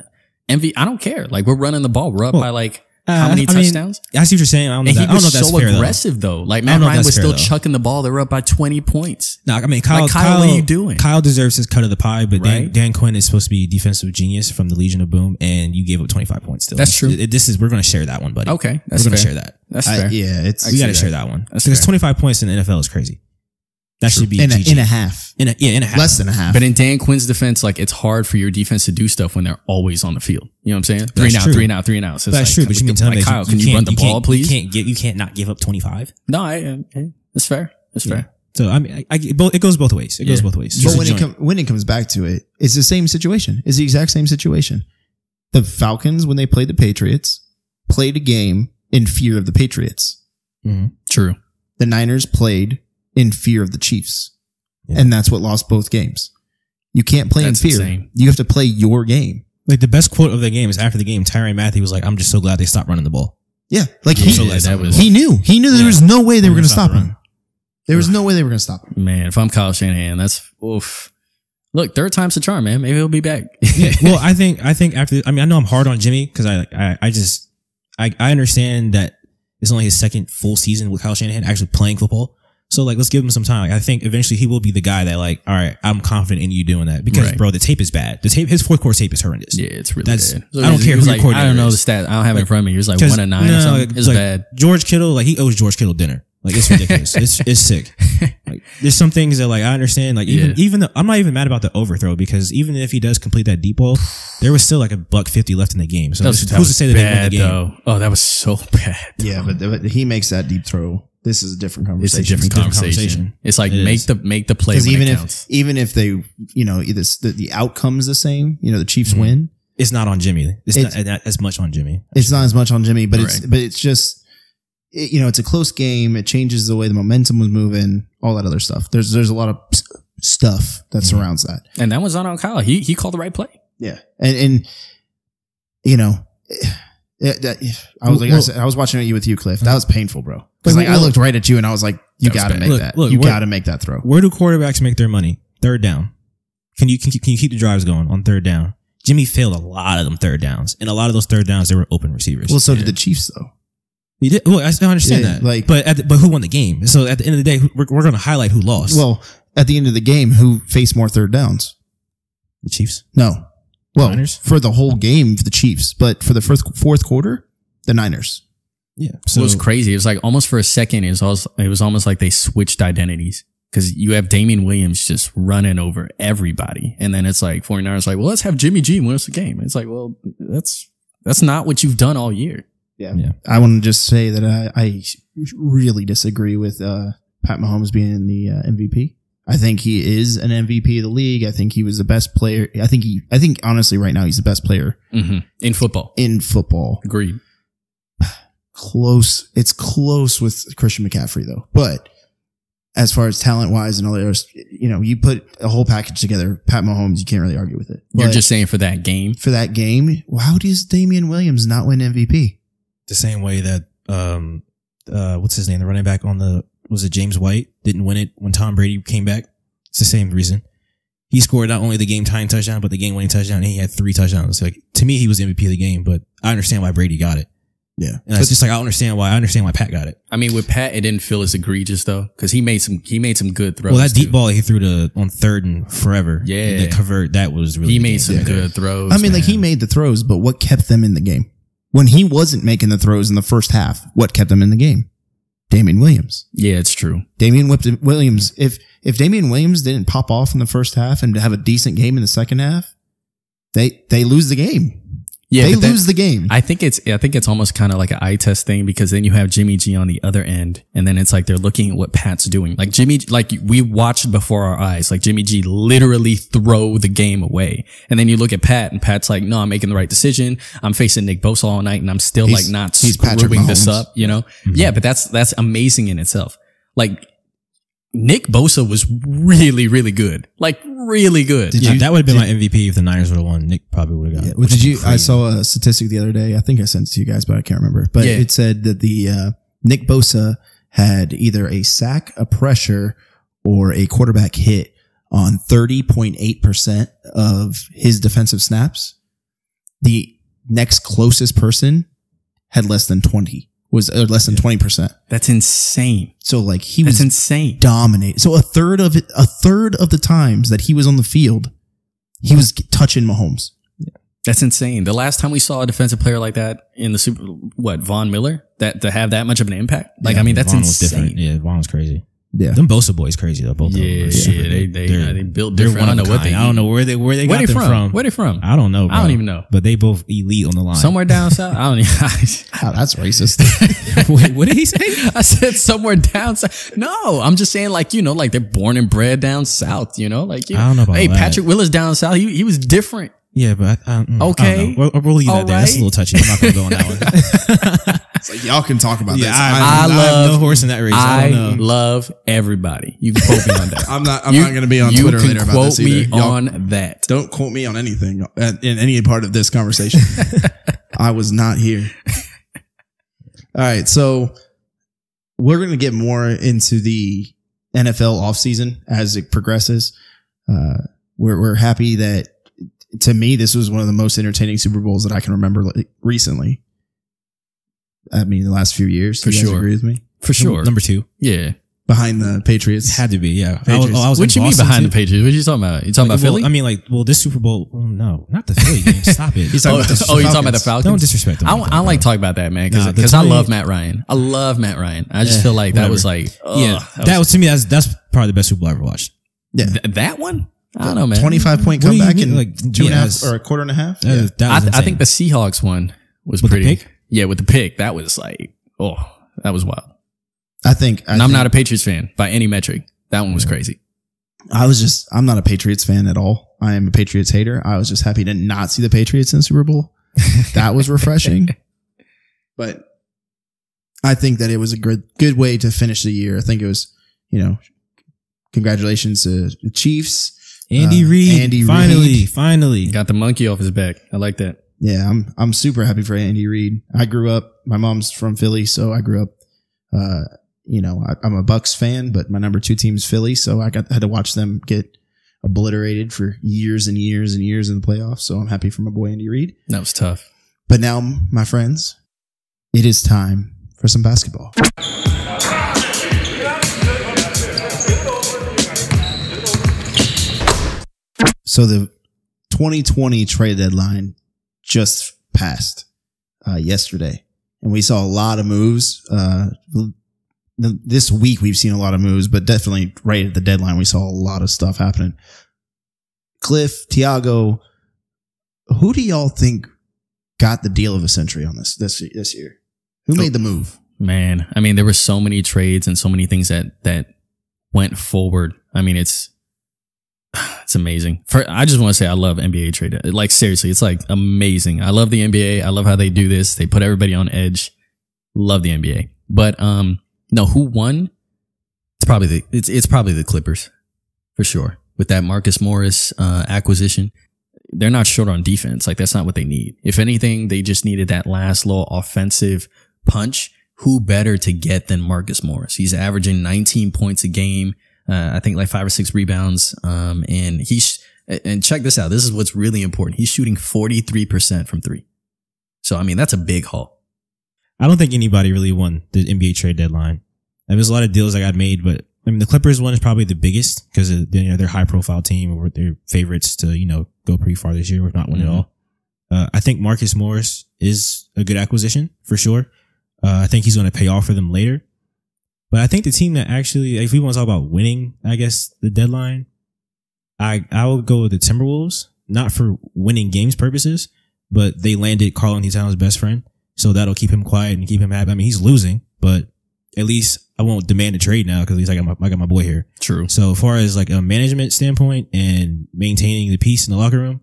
Speaker 2: MV. I don't care. Like we're running the ball. We're up
Speaker 1: Well,
Speaker 2: by like
Speaker 1: Uh,
Speaker 2: how many
Speaker 1: I mean,
Speaker 2: touchdowns?
Speaker 1: I see what you're saying. I don't know.
Speaker 2: and he
Speaker 1: That, I don't know if
Speaker 2: was
Speaker 1: that's
Speaker 2: so
Speaker 1: fair
Speaker 2: aggressive though. Like
Speaker 1: I
Speaker 2: Matt
Speaker 1: don't know if
Speaker 2: Ryan
Speaker 1: that's
Speaker 2: was
Speaker 1: fair,
Speaker 2: still
Speaker 1: though.
Speaker 2: chucking the ball. They were up by twenty points.
Speaker 1: though. No, I mean Kyle,
Speaker 2: Like, Kyle, what are you doing?
Speaker 1: Kyle deserves his cut of the pie, but Dan,
Speaker 2: Right?
Speaker 1: Dan Quinn is supposed to be defensive genius from the Legion of Boom, and you gave up 25 points. Still,
Speaker 2: That's true.
Speaker 1: It- it- this is we're going to share that one, buddy.
Speaker 2: Okay,
Speaker 1: we're
Speaker 2: that's
Speaker 1: going to
Speaker 2: fair.
Speaker 1: share that.
Speaker 2: That's
Speaker 3: I-
Speaker 2: fair.
Speaker 3: yeah, it's
Speaker 1: we got to
Speaker 2: see
Speaker 1: share that one
Speaker 2: That's
Speaker 1: because
Speaker 2: fair.
Speaker 1: 25 points in the NFL is crazy. That should be
Speaker 3: in a,
Speaker 1: GG.
Speaker 3: in a half,
Speaker 1: In a- yeah, in a half.
Speaker 3: less than a half.
Speaker 2: But in Dan Quinn's defense, like it's hard for your defense to do stuff when they're always on the field. You know what I'm saying? Three
Speaker 1: That's
Speaker 2: and out,
Speaker 1: true.
Speaker 2: three and out, three and out. So it's
Speaker 1: that's
Speaker 2: like,
Speaker 1: true, but you
Speaker 2: like,
Speaker 1: can tell me
Speaker 2: like,
Speaker 1: that
Speaker 2: Kyle, can you
Speaker 1: can't-
Speaker 2: run the ball,
Speaker 1: can't-
Speaker 2: please?
Speaker 1: You can't get, you can't not give up 25.
Speaker 2: No, I, I- I- that's fair. That's fair.
Speaker 1: So I mean, I, I, it both- it goes both ways. It goes
Speaker 2: Yeah.
Speaker 1: both ways.
Speaker 3: But
Speaker 1: Just
Speaker 3: when
Speaker 1: a
Speaker 3: it,
Speaker 1: joint.
Speaker 3: com- when it comes back to it, it's the same situation. It's the exact same situation. The Falcons, when they played the Patriots, played a game in fear of the Patriots.
Speaker 1: Mhm.
Speaker 2: True.
Speaker 3: The Niners played in fear of the Chiefs.
Speaker 1: Yeah.
Speaker 3: And that's what lost both games. You can't play
Speaker 2: That's
Speaker 3: in fear.
Speaker 2: insane.
Speaker 3: You have to play your game.
Speaker 1: like the best quote of the game is after the game, Tyron Matthew was like, "I'm just so glad they stopped running the ball."
Speaker 3: Yeah. Like
Speaker 1: so
Speaker 3: he,
Speaker 1: glad
Speaker 2: that
Speaker 1: they
Speaker 2: was-
Speaker 3: he knew. He knew there was no way they were
Speaker 1: We're gonna
Speaker 3: going to
Speaker 1: stop
Speaker 3: stop
Speaker 1: the run.
Speaker 3: him. There was no way they were going to stop him.
Speaker 2: Man, if I'm Kyle Shanahan, that's oof. Look, third time's a charm, man. Maybe he'll be back.
Speaker 1: well, I think I think after I mean I know I'm hard on Jimmy because I, I I just I I understand that it's only his second full season with Kyle Shanahan actually playing football. So like let's give him some time. I think eventually he will be the guy that like all right I'm confident in you doing that because
Speaker 2: Right.
Speaker 1: bro the tape is bad. The tape his fourth quarter tape is horrendous.
Speaker 2: yeah, it's really
Speaker 1: That's-
Speaker 2: bad.
Speaker 1: I don't
Speaker 2: he
Speaker 1: care
Speaker 2: was
Speaker 1: who your
Speaker 2: like, I
Speaker 1: coordinator
Speaker 2: don't know the
Speaker 1: is.
Speaker 2: stat. I don't have it in front of me. He was like
Speaker 1: 'Cause-
Speaker 2: one and nine or something. It's
Speaker 1: like,
Speaker 2: bad.
Speaker 1: George Kittle, like he owes George Kittle dinner. Like it's ridiculous. it's it's sick. Like there's some things that like I understand. Like even
Speaker 2: Yeah.
Speaker 1: even the, I'm not even mad about the overthrow because even if he does complete that deep ball, there was still like a buck fifty left in the game. So
Speaker 2: That was,
Speaker 1: who's
Speaker 2: that
Speaker 1: to
Speaker 2: was
Speaker 1: say that they won the
Speaker 2: bad,
Speaker 1: game?
Speaker 2: though. Oh, that was so bad.
Speaker 3: Yeah, but, but he makes that deep throw. This is a different
Speaker 1: It's
Speaker 3: conversation.
Speaker 1: a different
Speaker 2: Conversation.
Speaker 1: conversation.
Speaker 2: It's like
Speaker 1: It
Speaker 2: make
Speaker 1: is.
Speaker 2: the make the play.
Speaker 3: Because
Speaker 2: When
Speaker 3: even
Speaker 2: it
Speaker 3: if
Speaker 2: counts.
Speaker 3: even if they you know either s- the, the outcome is the same, you know the Chiefs
Speaker 1: Mhm.
Speaker 3: win.
Speaker 1: It's not on Jimmy. It's,
Speaker 3: It's-
Speaker 1: not, not as much on Jimmy.
Speaker 3: It's not as much on Jimmy, but it's
Speaker 2: Right.
Speaker 3: but it's just it, you know it's a close game. It changes the way the momentum was moving, all that other stuff. There's there's a lot of s- stuff that surrounds that.
Speaker 2: and that was not on Kyle. He he called the right play.
Speaker 3: Yeah, and and you know. eh, that- I was like, I,
Speaker 1: Well-
Speaker 3: said, I was watching it with you, Cliff. That was painful, bro. Because
Speaker 1: Like,
Speaker 3: like, I
Speaker 1: well-
Speaker 3: looked right at you, and I was like, "You
Speaker 2: That was
Speaker 3: got to
Speaker 2: bad.
Speaker 3: make
Speaker 1: Look,
Speaker 3: that.
Speaker 1: look,
Speaker 3: you
Speaker 1: we're-
Speaker 3: got to make that throw."
Speaker 1: Where do quarterbacks make their money? Third down. Can you can, you- can you keep the drives going on third down? Jimmy failed a lot of them third downs, and a lot of those third downs they were open receivers.
Speaker 3: Well, so did the Chiefs, though.
Speaker 1: He did. Well, I still understand
Speaker 3: Yeah,
Speaker 1: that.
Speaker 3: like-
Speaker 1: Like, but at the, but who won the game? So at the end of the day, who- we're, we're going to highlight who lost.
Speaker 3: Well, at the end of the game, who faced more third downs?
Speaker 1: the Chiefs.
Speaker 3: No. Well,
Speaker 1: Niners?
Speaker 3: for the whole game, the Chiefs, but for the first fourth quarter, the Niners.
Speaker 1: Yeah. So
Speaker 2: it was crazy. It was like almost for a second. It was almost, it was almost like they switched identities because you have Damian Williams just running over everybody, and then it's like 49ers like, well, let's have Jimmy G win us the game. It's like, well, that's that's not what you've done all year.
Speaker 3: I want to just say that I, I really disagree with uh, Pat Mahomes being the uh, MVP. I think he is an MVP of the league. I think he was the best player. I think he. I think honestly, right now he's the best player
Speaker 2: In football,
Speaker 3: in football.
Speaker 2: Mm-hmm. agreed.
Speaker 3: Close. It's close with Christian McCaffrey though, but. As far as talent wise and all the others, you know, you put a whole package together. Pat Mahomes, you can't really argue with it.
Speaker 2: You're
Speaker 3: But-
Speaker 2: just saying for that game.
Speaker 3: for that game. well, How does Damian Williams not win MVP?
Speaker 1: the same way that um uh what's his name the running back on the was it James White didn't win it when Tom Brady came back. It's the same reason. He scored not only the game tying touchdown but the game winning touchdown, and he had three touchdowns. Like to me, he was MVP of the game, but I understand why Brady got it.
Speaker 3: Yeah.
Speaker 1: And it's just like I understand why I understand why Pat got it.
Speaker 2: I mean, with Pat, it didn't feel as egregious though because he made some he made some good throws.
Speaker 1: well, that deep
Speaker 2: too.
Speaker 1: ball he threw to on third and forever.
Speaker 2: Yeah.
Speaker 1: the convert that was really
Speaker 2: he
Speaker 1: the
Speaker 2: made
Speaker 1: game.
Speaker 2: some
Speaker 1: Yeah.
Speaker 2: good throws.
Speaker 3: I mean, like he
Speaker 2: man.
Speaker 3: made the throws, but what kept them in the game? When he wasn't making the throws in the first half, what kept them in the game? Damian Williams.
Speaker 2: Yeah, it's true.
Speaker 3: Damian whipped Williams. If if Damian Williams didn't pop off in the first half and have a decent game in the second half, they they lose the game.
Speaker 2: Yeah,
Speaker 3: they
Speaker 2: but that-
Speaker 3: lose the game.
Speaker 2: I think it's I think it's almost kind of like an eye test thing because then you have Jimmy G on the other end, and then it's like they're looking at what Pat's doing. Like Jimmy, like we watched before our eyes, like Jimmy G literally throw the game away, and then you look at Pat, and Pat's like, "No, I'm making the right decision. I'm facing Nick Bosa all night, and I'm still
Speaker 3: He's-
Speaker 2: like not
Speaker 3: he's Patrick
Speaker 2: screwing this
Speaker 3: Mahomes. Mm-hmm.
Speaker 2: up." You know? Yeah, but that's that's amazing in itself. Like Nick Bosa was really really good, like really good.
Speaker 3: Did
Speaker 1: Yeah,
Speaker 3: you-
Speaker 1: that would have been my MVP if the Niners would have won. Nick probably would have got.
Speaker 3: Yeah,
Speaker 1: it,
Speaker 3: well,
Speaker 1: which
Speaker 3: did
Speaker 1: is
Speaker 3: you? I
Speaker 1: crazy.
Speaker 3: saw a statistic the other day. I think I sent it to you guys, but I can't remember. But
Speaker 2: Yeah.
Speaker 3: it said that the uh, Nick Bosa had either a sack, a pressure, or a quarterback hit on thirty point eight percent of his defensive snaps. The next closest person had less than twenty. Was or less than twenty percent.
Speaker 2: That's insane.
Speaker 3: So like he
Speaker 2: That's
Speaker 3: was
Speaker 2: insane.
Speaker 3: dominate. So a third of it, a third of the times that he was on the field, he was touching Mahomes.
Speaker 2: That's insane. The last time we saw a defensive player like that in the Super, what Von Miller, that to have that much of an impact. Like I mean, that's
Speaker 1: Vaughn was
Speaker 2: insane.
Speaker 1: different. Yeah, Vaughn was crazy.
Speaker 3: Yeah.
Speaker 1: Them Bosa boys crazy though. Both
Speaker 2: Yeah,
Speaker 1: of them. are
Speaker 2: yeah, they- they-
Speaker 1: they're-
Speaker 2: they built
Speaker 1: they're
Speaker 2: different. I
Speaker 1: one
Speaker 2: don't
Speaker 1: of
Speaker 2: know what
Speaker 1: kind.
Speaker 2: they
Speaker 1: I don't know where they where they
Speaker 2: Where
Speaker 1: got
Speaker 2: they
Speaker 1: them
Speaker 2: from?
Speaker 1: from.
Speaker 2: Where they from?
Speaker 1: I don't know.
Speaker 2: I don't
Speaker 1: bro.
Speaker 2: even know.
Speaker 1: But they both elite on the line.
Speaker 2: Somewhere down south. I don't. Even,
Speaker 3: Oh, that's racist.
Speaker 1: Wait, what did he say?
Speaker 2: I said somewhere down south. No, I'm just saying like you know like they're born and bred down south. You know like you,
Speaker 1: I don't know about
Speaker 2: Hey,
Speaker 1: that.
Speaker 2: Patrick Willis down south. He he was different.
Speaker 1: Yeah, but I, I, mm, I don't
Speaker 2: Okay.
Speaker 1: know. We'll, we'll leave that
Speaker 2: All
Speaker 1: there. That's a
Speaker 2: right.
Speaker 1: little touchy. I'm not gonna go on that one.
Speaker 3: It's like y'all can talk about
Speaker 1: yeah,
Speaker 3: this.
Speaker 1: I, I,
Speaker 2: I
Speaker 1: have no
Speaker 2: love-
Speaker 1: horse in that race. I,
Speaker 2: I
Speaker 1: don't know.
Speaker 2: love everybody. You can quote me on that.
Speaker 3: I'm not. I'm
Speaker 2: You-
Speaker 3: not going to be on
Speaker 2: you
Speaker 3: Twitter
Speaker 2: can
Speaker 3: later about
Speaker 2: quote
Speaker 3: this
Speaker 2: me
Speaker 3: either. Y'all
Speaker 2: on that.
Speaker 3: don't quote me on anything uh, in any part of this conversation. I was not here. All right, so we're going to get more into the NFL offseason as it progresses. Uh, we're we're happy that to me this was one of the most entertaining Super Bowls that I can remember like, recently. I mean, the last few years.
Speaker 2: For
Speaker 3: you guys
Speaker 2: sure.
Speaker 3: agree with me?
Speaker 2: For sure.
Speaker 1: Number two
Speaker 2: yeah.
Speaker 3: Behind the Patriots,
Speaker 1: had to be. Yeah, I was,
Speaker 3: Patriots.
Speaker 1: oh, I was
Speaker 2: What
Speaker 1: in
Speaker 2: you mean
Speaker 1: Boston,
Speaker 2: behind the
Speaker 1: too.
Speaker 2: pages? What you talking about? You talking about
Speaker 1: Well,
Speaker 2: Philly?
Speaker 1: I mean, like, well, this Super Bowl. oh, no, not the Philly game. Stop it.
Speaker 3: He's talking about the
Speaker 2: oh, you're talking about the
Speaker 3: Falcons.
Speaker 2: Falcons?
Speaker 1: Don't disrespect them.
Speaker 2: I,
Speaker 1: like
Speaker 2: I
Speaker 1: that,
Speaker 2: like
Speaker 1: bro.
Speaker 2: talking about that, man,
Speaker 1: Nah, the
Speaker 2: because I
Speaker 1: 20
Speaker 2: love Matt Ryan. I love Matt Ryan. I just
Speaker 1: Eh,
Speaker 2: feel like that
Speaker 1: whatever.
Speaker 2: was like, ugh,
Speaker 1: Yeah, that, was to me. That's that's probably the best Super Bowl I ever watched.
Speaker 2: th- that one. I don't know, man.
Speaker 3: twenty-five point
Speaker 1: What do you
Speaker 3: comeback
Speaker 1: mean,
Speaker 3: in
Speaker 1: like,
Speaker 3: two and a
Speaker 1: yeah,
Speaker 3: half
Speaker 1: that's-
Speaker 3: or a quarter and a half.
Speaker 1: That, was- that
Speaker 2: I,
Speaker 1: was
Speaker 2: th- I
Speaker 1: insane.
Speaker 2: think the Seahawks one was
Speaker 1: With the
Speaker 2: pretty.
Speaker 1: pick?
Speaker 2: Yeah, with the pick, that was like, oh, that was wild.
Speaker 3: I think I
Speaker 2: and I'm
Speaker 3: think-
Speaker 2: not a Patriots fan by any metric. That one was crazy.
Speaker 3: I was just I'm not a Patriots fan at all. I am a Patriots hater. I was just happy to not see the Patriots in the Super Bowl. That was refreshing. but I think that it was a good good way to finish the year. I think it was, you know, congratulations to the Chiefs.
Speaker 1: Andy
Speaker 3: uh,
Speaker 1: Reid.
Speaker 3: Andy
Speaker 1: finally,
Speaker 3: Reid.
Speaker 1: finally.
Speaker 2: Got the monkey off his back. I like that.
Speaker 3: Yeah, I'm I'm super happy for Andy Reid. I grew up. My mom's from Philly, so I grew up. Uh, you know, I, I'm a Bucks fan, but my number two team's Philly, so I got had to watch them get obliterated for years and years and years in the playoffs. So I'm happy for my boy Andy Reid.
Speaker 2: That was tough.
Speaker 3: But now, my friends, it is time for some basketball. So the 2020 trade deadline just passed uh, yesterday, and we saw a lot of moves. Uh, th- this week we've seen a lot of moves, but definitely right at the deadline we saw a lot of stuff happening. Cliff, Tiago, who do y'all think got the deal of a century on this this this year? Who made the move?
Speaker 2: Man, I mean, there were so many trades and so many things that that went forward. I mean, it's it's amazing. For I just want to say I love NBA trade. Like seriously, it's like amazing. I love the NBA. I love how they do this. They put everybody on edge. Love the NBA. But um no, who won? It's probably the it's it's probably the Clippers for sure. With that Marcus Morris uh, acquisition, they're not short on defense. Like that's not what they need. If anything, they just needed that last little offensive punch. Who better to get than Marcus Morris? He's averaging 19 points a game. Uh, I think like five or six rebounds. Um, and he's and check this out. This is what's really important. He's shooting 43 percent from three. So I mean, that's a big haul.
Speaker 1: I don't think anybody really won the NBA trade deadline. There was a lot of deals that got made, but I mean, the Clippers one is probably the biggest because you know, they're high profile team or they're favorites to you know go pretty far this year, if not win
Speaker 2: Mhm.
Speaker 1: at all. Uh, I think Marcus Morris is a good acquisition for sure. Uh, I think he's going to pay off for them later. But I think the team that actually, if we want to talk about winning, I guess the deadline, I I would go with the Timberwolves, not for winning games purposes, but they landed Carl Anthony Towns' best friend, so that'll keep him quiet and keep him happy. I mean, he's losing, but at least I won't demand a trade now because at least I got my I got my boy here.
Speaker 2: True.
Speaker 1: So as far as like a management standpoint and maintaining the peace in the locker room,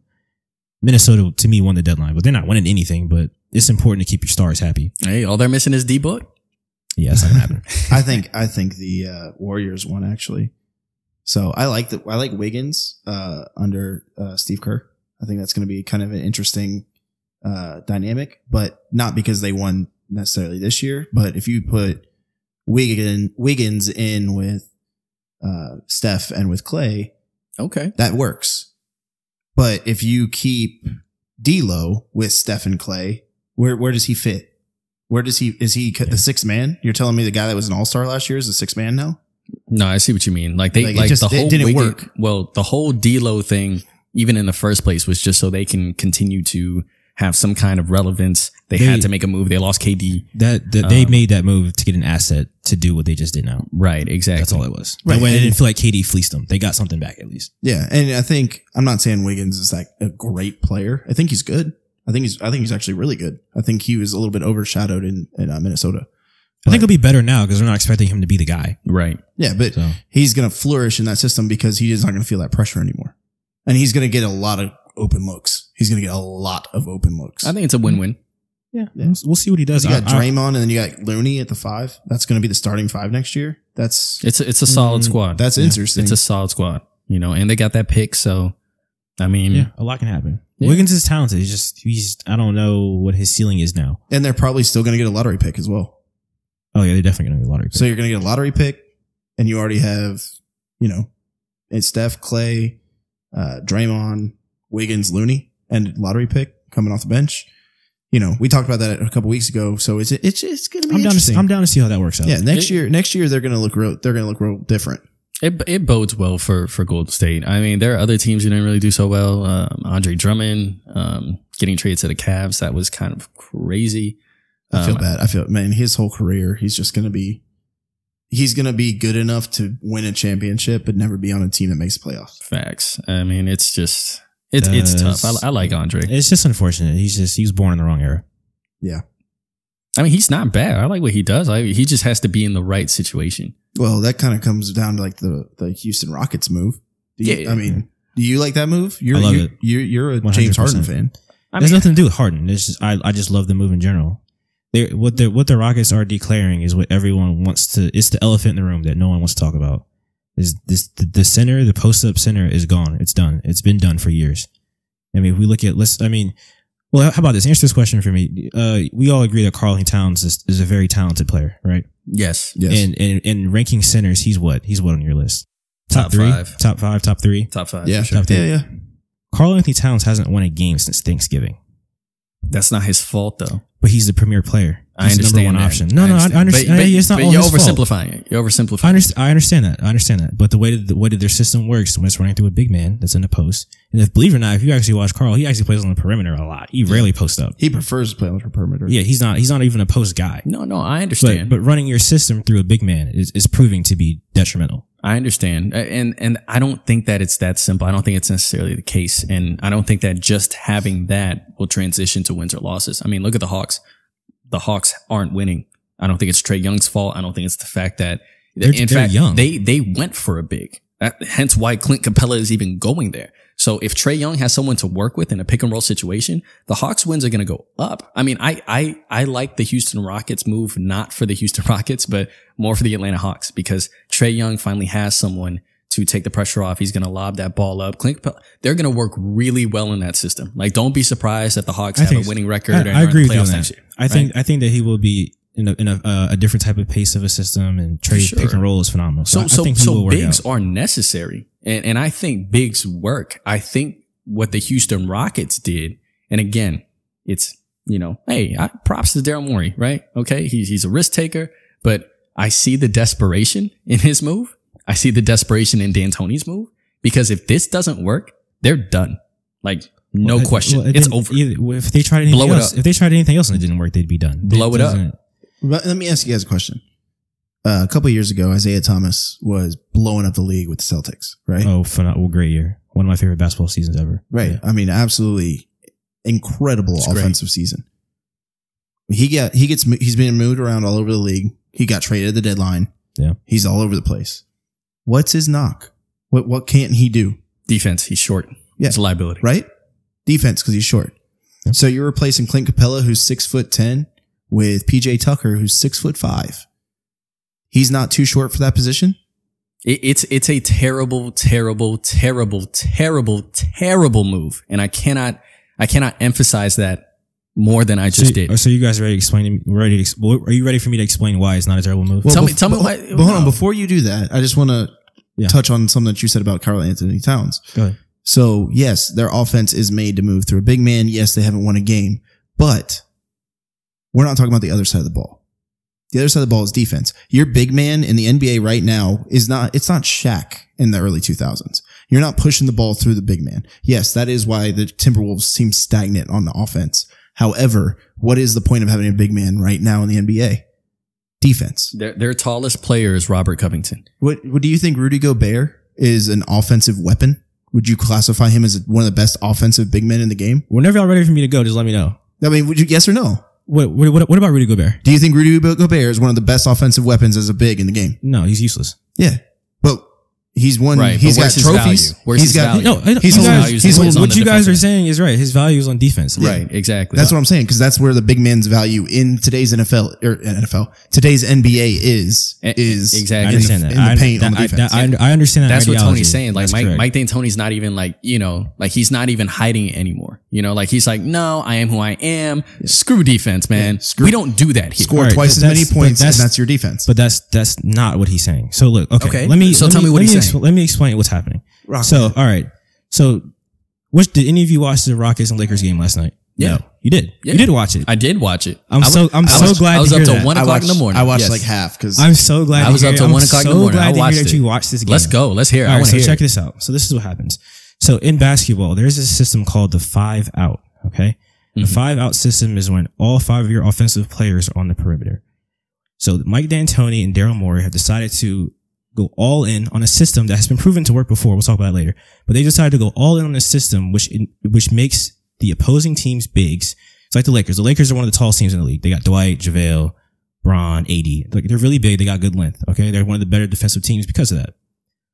Speaker 1: Minnesota to me won the deadline, but they're not winning anything. But it's important to keep your stars happy.
Speaker 2: Hey, all they're missing is D Book.
Speaker 1: Yeah, that's not gonna happen.
Speaker 3: I think I think the uh, Warriors won actually. So I like the I like Wiggins uh, under uh, Steve Kerr. I think that's going to be kind of an interesting uh, dynamic, but not because they won necessarily this year. But if you put Wiggins Wiggins in with uh, Steph and with Clay,
Speaker 2: Okay.
Speaker 3: that works. But if you keep D'Lo with Steph and Clay, where where does he fit? Where does he is he the sixth man? You're telling me the guy that was an all star last year is the sixth man now?
Speaker 2: No, I see what you mean. Like they
Speaker 3: Like,
Speaker 2: like,
Speaker 3: it just-
Speaker 2: the
Speaker 3: it
Speaker 2: whole
Speaker 3: didn't
Speaker 2: Wiggin-
Speaker 3: work.
Speaker 2: Well, the whole D'Lo thing, even in the first place, was just so they can continue to have some kind of relevance. They,
Speaker 1: They-
Speaker 2: had to make a move. They lost KD.
Speaker 1: That, that they
Speaker 2: Um,
Speaker 1: made that move to get an asset to do what they just did now.
Speaker 2: Right. Exactly.
Speaker 1: That's all it was.
Speaker 3: Right,
Speaker 1: Right. When it
Speaker 3: and-
Speaker 1: didn't feel like KD fleeced them. They got something back at least.
Speaker 3: Yeah, and I think I'm not saying Wiggins is like a great player. I think he's good. I think he's I think he's actually really good. I think he was a little bit overshadowed in, in uh, Minnesota.
Speaker 1: I think it'll be better now because they're not expecting him to be the guy.
Speaker 2: Right.
Speaker 3: Yeah, but
Speaker 1: So
Speaker 3: he's going to flourish in that system because he is not going to feel that pressure anymore, and he's going to get a lot of open looks. He's going to get a lot of open looks.
Speaker 2: I think it's a win-win.
Speaker 1: yeah,
Speaker 3: Yeah.
Speaker 1: We'll, we'll see what he does.
Speaker 3: You got
Speaker 1: I- I-
Speaker 3: Draymond, and then you got Looney at the five. That's going to be the starting five next year. That's
Speaker 2: It's a, it's a solid
Speaker 1: Mm,
Speaker 2: squad.
Speaker 3: that's
Speaker 2: Yeah.
Speaker 3: interesting.
Speaker 2: It's a solid squad. You know, and they got that pick. So, I mean,
Speaker 3: Mm.
Speaker 1: yeah, a lot can happen.
Speaker 2: Yeah.
Speaker 1: Wiggins is talented. He's just he's I don't know what his ceiling is now.
Speaker 3: and they're probably still going to get a lottery pick as well.
Speaker 1: Oh yeah, they're definitely gonna be a lottery pick.
Speaker 3: So you're going to get a lottery pick, and you already have, you know, it's Steph, Clay, uh, Draymond, Wiggins, Looney, and lottery pick coming off the bench. You know, we talked about that a couple weeks ago. So it's it's it's going to be
Speaker 1: I'm down. To,
Speaker 3: interesting.
Speaker 1: see- I'm down to see how that works out.
Speaker 3: yeah, next
Speaker 2: It-
Speaker 3: year next year they're going to look real. They're going to look real different.
Speaker 2: It, it bodes well for for Golden State. I mean, there are other teams who didn't really do so well. Um, Andre Drummond um, getting traded to the Cavs that was kind of crazy.
Speaker 3: I feel
Speaker 2: Um,
Speaker 3: bad. I feel man, his whole career, he's just gonna be he's gonna be good enough to win a championship but never be on a team that makes the playoffs.
Speaker 2: Facts. I mean, it's just it's it's
Speaker 1: Does-
Speaker 2: tough. I, I like Andre.
Speaker 1: It's just unfortunate. He's just he was born in the wrong era.
Speaker 2: I mean, he's not bad. I like what he does. I, he just has to be in the right situation.
Speaker 3: Well, that kind of comes down to like the the Houston Rockets move. Do you-
Speaker 2: Yeah.
Speaker 3: I mean, do you like that move? You're
Speaker 1: I love
Speaker 3: you,
Speaker 1: it.
Speaker 3: You're, you're a
Speaker 1: 100%.
Speaker 3: James Harden fan.
Speaker 2: I
Speaker 1: There's
Speaker 2: mean,
Speaker 1: nothing to do with Harden. It's just I, I just love the move in general. They what the what the Rockets are declaring is what everyone wants to. It's the elephant in the room that no one wants to talk about. Is this the, the center, the post up center is gone. It's done. It's been done for years. I mean, if we look at let's. I mean, well, how about this? Answer this question for me. Uh, we all agree that Carl Anthony Towns is, is a very talented player, right?
Speaker 2: yes,
Speaker 3: Yes.
Speaker 1: And and and ranking centers, he's what? He's what on your list?
Speaker 2: Top
Speaker 1: three,
Speaker 2: five.
Speaker 1: top five, top three.
Speaker 2: top five.
Speaker 3: yeah,
Speaker 2: for sure.
Speaker 1: Top three.
Speaker 3: yeah, yeah.
Speaker 1: Carl Anthony Towns hasn't won a game since Thanksgiving.
Speaker 2: That's not his fault though.
Speaker 1: but he's the premier player.
Speaker 2: I
Speaker 1: He's the
Speaker 2: understand
Speaker 1: number one
Speaker 2: that.
Speaker 1: option. No, no, I I understand.
Speaker 2: But, but-
Speaker 1: it's not
Speaker 2: but
Speaker 1: all
Speaker 2: you're
Speaker 1: his fault.
Speaker 2: oversimplifying it. You're oversimplifying.
Speaker 1: I understand, I understand that. I understand that. But the way that the way that their system works when it's running through a big man that's in the post, and if believe it or not, if you actually watch Carl, he actually plays on the perimeter a lot. He rarely posts up.
Speaker 3: He prefers to play on the perimeter.
Speaker 1: Yeah, he's not. He's not even a post guy.
Speaker 2: No, no, I
Speaker 1: But,
Speaker 2: understand.
Speaker 1: but running your system through a big man is, is proving to be detrimental.
Speaker 2: I understand. A- And and I don't think that it's that simple. I don't think it's necessarily the case. And I don't think that just having that will transition to wins or losses. I mean, look at the Hawks. The Hawks aren't winning. I don't think it's Trey Young's fault. I don't think it's the fact that
Speaker 1: They're-
Speaker 2: in
Speaker 1: they're
Speaker 2: fact
Speaker 1: young.
Speaker 2: they they went for a big. That, hence why Clint Capella is even going there. So if Trey Young has someone to work with in a pick and roll situation, the Hawks wins are going to go up. I mean, I, I, I like the Houston Rockets move, not for the Houston Rockets, but more for the Atlanta Hawks because Trey Young finally has someone to take the pressure off. He's going to lob that ball up. Clint, Capella- they're going to work really well in that system. Like, don't be surprised that the Hawks
Speaker 1: I
Speaker 2: have
Speaker 1: think
Speaker 2: a
Speaker 1: so.
Speaker 2: winning
Speaker 1: I-
Speaker 2: record. and
Speaker 1: I
Speaker 2: are in
Speaker 1: agree
Speaker 2: the
Speaker 1: with you on
Speaker 2: playoffs
Speaker 1: that.
Speaker 2: next year.
Speaker 1: I think I think that he will be in a, in a, uh, a different type of pace of a system and trade
Speaker 2: Sure.
Speaker 1: pick and roll is phenomenal. So,
Speaker 2: So,
Speaker 1: I- I
Speaker 2: so,
Speaker 1: think he will
Speaker 2: so
Speaker 1: work
Speaker 2: bigs
Speaker 1: out.
Speaker 2: are necessary. And, and I think bigs work. I think what the Houston Rockets did, and again, it's, you know, hey, I, props to Daryl Morey, right? Okay. He's, he's a risk taker, but I see the desperation in his move. I see the desperation in D'Antoni's move because if this doesn't work, they're done. Like, no
Speaker 1: Well, it-
Speaker 2: question.
Speaker 1: well, it
Speaker 2: it's
Speaker 1: didn't-
Speaker 2: over.
Speaker 1: either- if they tried anything
Speaker 2: Blow it
Speaker 1: else,
Speaker 2: up.
Speaker 1: if they tried anything else and it didn't work, they'd be done.
Speaker 2: Blow it up.
Speaker 1: doesn't-
Speaker 3: But let me ask you guys a question. Uh, a couple years ago, Isaiah Thomas was blowing up the league with the Celtics, right?
Speaker 1: Oh, phenomenal! Great year. One of my favorite basketball seasons ever.
Speaker 3: Right.
Speaker 1: Yeah.
Speaker 3: I mean, absolutely incredible
Speaker 2: It's great.
Speaker 3: offensive season. He got he gets mo- he's being moved around all over the league. He got traded at the deadline.
Speaker 1: Yeah.
Speaker 3: he's all over the place. What's his knock? What what can't he do?
Speaker 2: Defense, he's short.
Speaker 3: Yeah.
Speaker 2: It's a liability.
Speaker 3: Right, defense because he's short.
Speaker 1: Yeah.
Speaker 3: So you're replacing Clint Capella, who's six foot ten, with PJ Tucker, who's six foot five. He's not too short for that position.
Speaker 2: It, it's it's a terrible, terrible, terrible, terrible, terrible move, and I cannot I cannot emphasize that more than I just
Speaker 1: so,
Speaker 2: did.
Speaker 1: So you guys ready to explain to me? Ready to, ex- well, are you ready for me to explain why it's not a terrible move?
Speaker 2: Tell
Speaker 3: bef-
Speaker 2: me- tell me
Speaker 3: but-
Speaker 2: why-
Speaker 3: But hold
Speaker 2: no.
Speaker 3: on, before you do that, I just want to
Speaker 1: Yeah.
Speaker 3: touch on something that you said about Carl Anthony Towns.
Speaker 1: Go ahead.
Speaker 3: So yes, their offense is made to move through a big man. Yes, they haven't won a game, but we're not talking about the other side of the ball. The other side of the ball is defense. Your big man in the NBA right now is not, it's not Shaq in the early 2000s. You're not pushing the ball through the big man. Yes, that is why the Timberwolves seem stagnant on the offense. However, what is the point of having a big man right now in the NBA? Defense.
Speaker 2: Their, their tallest player is Robert Covington.
Speaker 3: What What do you think Rudy Gobert is an offensive weapon? Would you classify him as one of the best offensive big men in the game?
Speaker 1: Whenever y'all ready for me to go, just let me know.
Speaker 3: I mean, would you yes or no?
Speaker 1: What what what, what about Rudy Gobert?
Speaker 3: Do you think Rudy Gobert is one of the best offensive weapons as a big in the game?
Speaker 1: No, he's useless.
Speaker 3: Yeah, but he's won.
Speaker 2: Right, but
Speaker 3: He's got
Speaker 2: where's his
Speaker 3: trophies.
Speaker 2: value? Where's
Speaker 3: He's
Speaker 2: his
Speaker 3: got.
Speaker 2: value?
Speaker 1: No, I don't-
Speaker 3: He's
Speaker 1: you
Speaker 3: on-
Speaker 1: guys-
Speaker 2: he's
Speaker 1: he's
Speaker 2: on-
Speaker 1: on-
Speaker 2: he's on
Speaker 1: what
Speaker 2: the
Speaker 1: you guys
Speaker 2: defensive
Speaker 1: are
Speaker 2: end.
Speaker 1: saying is right. His value is on defense.
Speaker 2: Right, exactly.
Speaker 3: That's what I'm saying because that's where the big man's value in today's NFL or NFL today's NBA is
Speaker 2: Eh,
Speaker 3: is
Speaker 2: exactly.
Speaker 1: I
Speaker 2: In the-
Speaker 1: understand
Speaker 3: in
Speaker 1: that.
Speaker 3: the
Speaker 1: I,
Speaker 3: paint
Speaker 1: that-
Speaker 3: on the
Speaker 1: I-
Speaker 3: defense.
Speaker 1: that- I under- I understand that.
Speaker 2: That's what
Speaker 1: ideology.
Speaker 2: Tony's saying. Like
Speaker 1: That's
Speaker 2: Mike,
Speaker 1: correct.
Speaker 2: Mike D'Antoni's not even like you know, like he's not even hiding it anymore. You know, like he's like, no, I am who I am. Screw defense, man. we don't do that here.
Speaker 3: score
Speaker 1: Alright,
Speaker 3: twice
Speaker 1: but
Speaker 3: as many
Speaker 1: that's- but
Speaker 3: points,
Speaker 1: that's-
Speaker 3: and that's your defense.
Speaker 1: But that's that's not what he's saying. So look, okay.
Speaker 2: Okay,
Speaker 1: Let me
Speaker 2: so
Speaker 1: let
Speaker 2: tell me what
Speaker 1: let
Speaker 2: he's
Speaker 1: ex-
Speaker 2: saying.
Speaker 1: Let me explain what's happening.
Speaker 3: Rockets.
Speaker 1: So all right. So, which did any of you watch the Rockets and Lakers game last night?
Speaker 2: Yeah.
Speaker 1: No, you did.
Speaker 2: Yeah.
Speaker 1: You did watch it.
Speaker 2: I did watch it.
Speaker 1: I'm
Speaker 2: I wa-
Speaker 1: so- I'm
Speaker 2: I
Speaker 1: so
Speaker 2: was-
Speaker 1: glad
Speaker 2: I was
Speaker 1: to
Speaker 2: up
Speaker 1: hear
Speaker 2: till
Speaker 1: that.
Speaker 2: one
Speaker 3: I
Speaker 2: o'clock
Speaker 3: watched,
Speaker 2: in the morning.
Speaker 3: I watched
Speaker 2: Yes.
Speaker 3: like half because
Speaker 1: I'm so glad.
Speaker 2: I
Speaker 1: to
Speaker 2: was
Speaker 1: hear
Speaker 2: up
Speaker 1: it.
Speaker 2: till
Speaker 1: I'm
Speaker 2: one o'clock in
Speaker 1: So
Speaker 2: the morning. I
Speaker 1: glad to
Speaker 2: watched
Speaker 1: hear that
Speaker 2: it.
Speaker 1: you watched this game.
Speaker 2: Let's go. Let's hear. It. I
Speaker 1: All right,
Speaker 2: want
Speaker 1: so
Speaker 2: to hear.
Speaker 1: check
Speaker 2: it.
Speaker 1: this out. So this is what happens. So in basketball, there's a system called the five out. Okay, the
Speaker 2: Mhm.
Speaker 1: five out system is when all five of your offensive players are on the perimeter. So Mike D'Antoni and Daryl Morey have decided to go all in on a system that has been proven to work before. We'll talk about that later. But they decided to go all in on a system which in, which makes the opposing team's bigs. It's like the Lakers. The Lakers are one of the tallest teams in the league. They got Dwight, JaVale, Braun, AD. Like they're really big. They got good length. Okay, they're one of the better defensive teams because of that.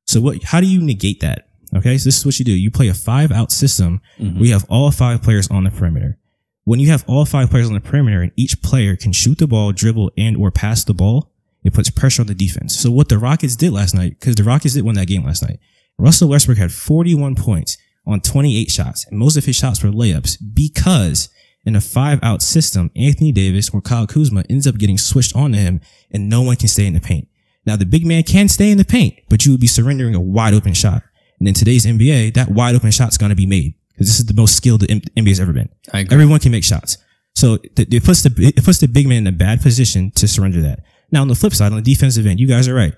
Speaker 1: So what? How do you negate that? Okay, so this is what you do. You play a five out system.
Speaker 2: Mhm.
Speaker 1: We have all five players on the perimeter. When you have all five players on the perimeter and each player can shoot the ball, dribble, and or pass the ball, it puts pressure on the defense. So what the Rockets did last night, because the Rockets did win that game last night, Russell Westbrook had 41 points on 28 shots, and most of his shots were layups because in a five out system, Anthony Davis or Kyle Kuzma ends up getting switched onto him and no one can stay in the paint. Now the big man can stay in the paint, but you would be surrendering a wide open shot. And in today's NBA, that wide open shot's going to be made because this is the most skilled the M- NBA's ever been.
Speaker 2: I agree.
Speaker 1: Everyone can make shots. So th- it puts the it puts the big man in a bad position to surrender that. Now on the flip side, on the defensive end, you guys are right.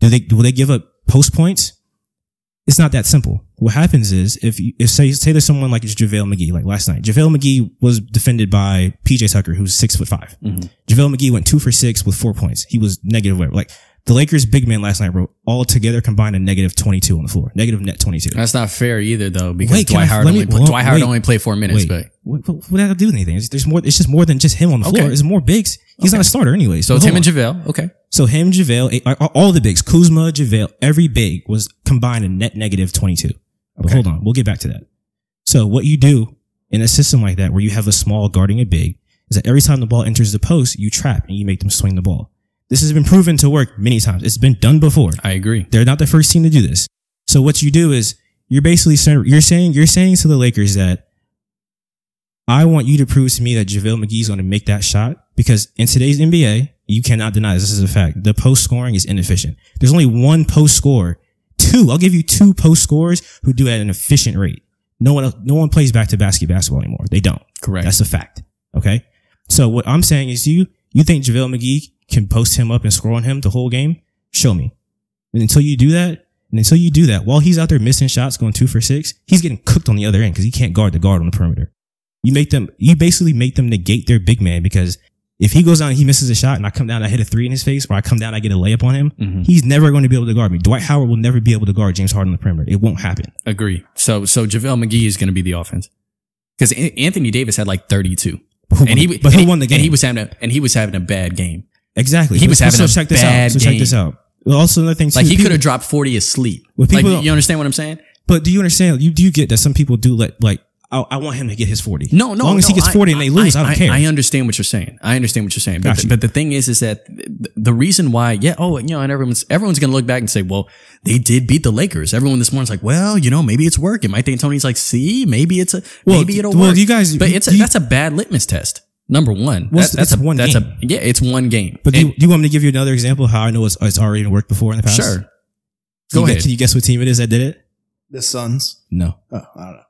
Speaker 1: Do they will they give up post points? It's not that simple. What happens is if you, if say say there's someone like JaVale McGee, like last night, JaVale McGee was defended by PJ Tucker, who's six foot 5 JaVale McGee went two for six with four points. He was negative whatever. Like the Lakers big man last night were all together combined a negative 22 on the floor, negative net 22.
Speaker 2: That's not fair either, though, because
Speaker 1: Wait, can
Speaker 2: Dwight
Speaker 1: I-
Speaker 2: Howard
Speaker 1: let me-
Speaker 2: only pla-
Speaker 1: well,
Speaker 2: Dwight Howard
Speaker 1: wait.
Speaker 2: only played four minutes,
Speaker 1: Wait,
Speaker 2: but
Speaker 1: what, what, what that do with anything? It's, there's more. It's just more than just him on the
Speaker 2: Okay.
Speaker 1: floor. There's more bigs. He's
Speaker 2: Okay.
Speaker 1: not a starter anyway.
Speaker 2: so
Speaker 1: So
Speaker 2: it's him
Speaker 1: hold
Speaker 2: and
Speaker 1: on.
Speaker 2: JaVale. Okay,
Speaker 1: so him, Javale, a- a- all the bigs, Kuzma, Javale, every big was combined a net negative twenty two. But
Speaker 2: Okay.
Speaker 1: hold on, we'll get back to that. So what you do in a system like that, where you have a small guarding a big, is that every time the ball enters the post, you trap and you make them swing the ball. This has been proven to work many times. It's been done before.
Speaker 2: I agree.
Speaker 1: They're not the first team to do this. So what you do is you're basically saying you're saying you're saying to the Lakers that I want you to prove to me that JaVale McGee is going to make that shot because in today's NBA, you cannot deny this, this is a fact. The post scoring is inefficient. There's only one post scorer. Two, I'll give you two post scorers who do it at an efficient rate. No one else, no one plays back to basket basketball anymore. They don't.
Speaker 2: Correct.
Speaker 1: That's a fact. Okay. So what I'm saying is you, you think JaVale McGee can post him up and score on him the whole game? Show me. And until you do that, and until you do that, while he's out there missing shots, going two for six, he's getting cooked on the other end because he can't guard the guard on the perimeter. You make them, you basically make them negate their big man because if he goes down and he misses a shot and I come down, and I hit a three in his face or I come down, and I get a layup on him,
Speaker 2: Mhm.
Speaker 1: he's never going to be able to guard me. Dwight Howard will never be able to guard James Harden on the perimeter. It won't happen.
Speaker 2: Agree. So so JaVale McGee is going to be the offense. because Anthony Davis had like 32,
Speaker 1: But who
Speaker 2: and
Speaker 1: won-
Speaker 2: he
Speaker 1: but
Speaker 2: and
Speaker 1: who
Speaker 2: he-
Speaker 1: won the game?
Speaker 2: And he was having a and he was having a bad game.
Speaker 1: exactly.
Speaker 2: he was
Speaker 1: So-
Speaker 2: having
Speaker 1: so
Speaker 2: a
Speaker 1: check this
Speaker 2: bad
Speaker 1: out. So check this
Speaker 2: game.
Speaker 1: out. Well, also another thing too,
Speaker 2: Like he
Speaker 1: people-
Speaker 2: could have dropped 40 asleep.
Speaker 1: Well, people
Speaker 2: like
Speaker 1: don't-
Speaker 2: you understand what I'm saying?
Speaker 1: But do you understand? You do get that some people do let like I, I want him to get his forty.
Speaker 2: No, no.
Speaker 1: As long as he
Speaker 2: no,
Speaker 1: gets
Speaker 2: I-
Speaker 1: forty and they lose, I, don't care.
Speaker 2: I understand what you're saying. I understand what you're saying. But,
Speaker 1: Gotcha.
Speaker 2: the, but the thing is, is that th- the reason why, yeah, oh, you know, and everyone's everyone's gonna look back and say, well, they did beat the Lakers. Everyone this morning's like, well, you know, maybe it's working. Mike D'Antoni's like, see, maybe it's a,
Speaker 1: Well,
Speaker 2: maybe it'll
Speaker 1: well,
Speaker 2: work.
Speaker 1: you guys-
Speaker 2: but it's a,
Speaker 1: do you-
Speaker 2: that's a bad litmus test. Number one,
Speaker 1: Well,
Speaker 2: That- that's
Speaker 1: it's
Speaker 2: a
Speaker 1: one
Speaker 2: That's
Speaker 1: game.
Speaker 2: a yeah, it's one game.
Speaker 1: but do you,
Speaker 2: And-
Speaker 1: do you want me to give you another example of how I know it's, it's already worked before in the past?
Speaker 2: sure,
Speaker 1: Can
Speaker 2: go
Speaker 1: you, gu-
Speaker 2: ahead.
Speaker 1: Can you guess what team it is that did it?
Speaker 3: The Suns.
Speaker 1: No.
Speaker 3: Oh, I don't know.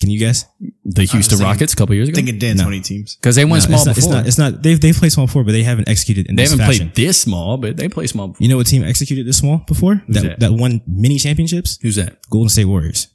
Speaker 1: Can you guess?
Speaker 2: the Houston
Speaker 3: thinking-
Speaker 2: Rockets a couple years
Speaker 3: I'm
Speaker 2: ago
Speaker 3: thinking Dan
Speaker 1: No.
Speaker 3: 20 teams.
Speaker 2: because they went
Speaker 1: No,
Speaker 2: small
Speaker 1: it's not,
Speaker 2: before.
Speaker 1: It's not. It's not they've they've played small before, but they haven't executed in
Speaker 2: they
Speaker 1: this
Speaker 2: haven't
Speaker 1: fashion.
Speaker 2: played this small, but they play small. Before.
Speaker 1: you know what team executed this small before that,
Speaker 2: that?
Speaker 1: that won many championships?
Speaker 2: Who's that?
Speaker 1: Golden State Warriors.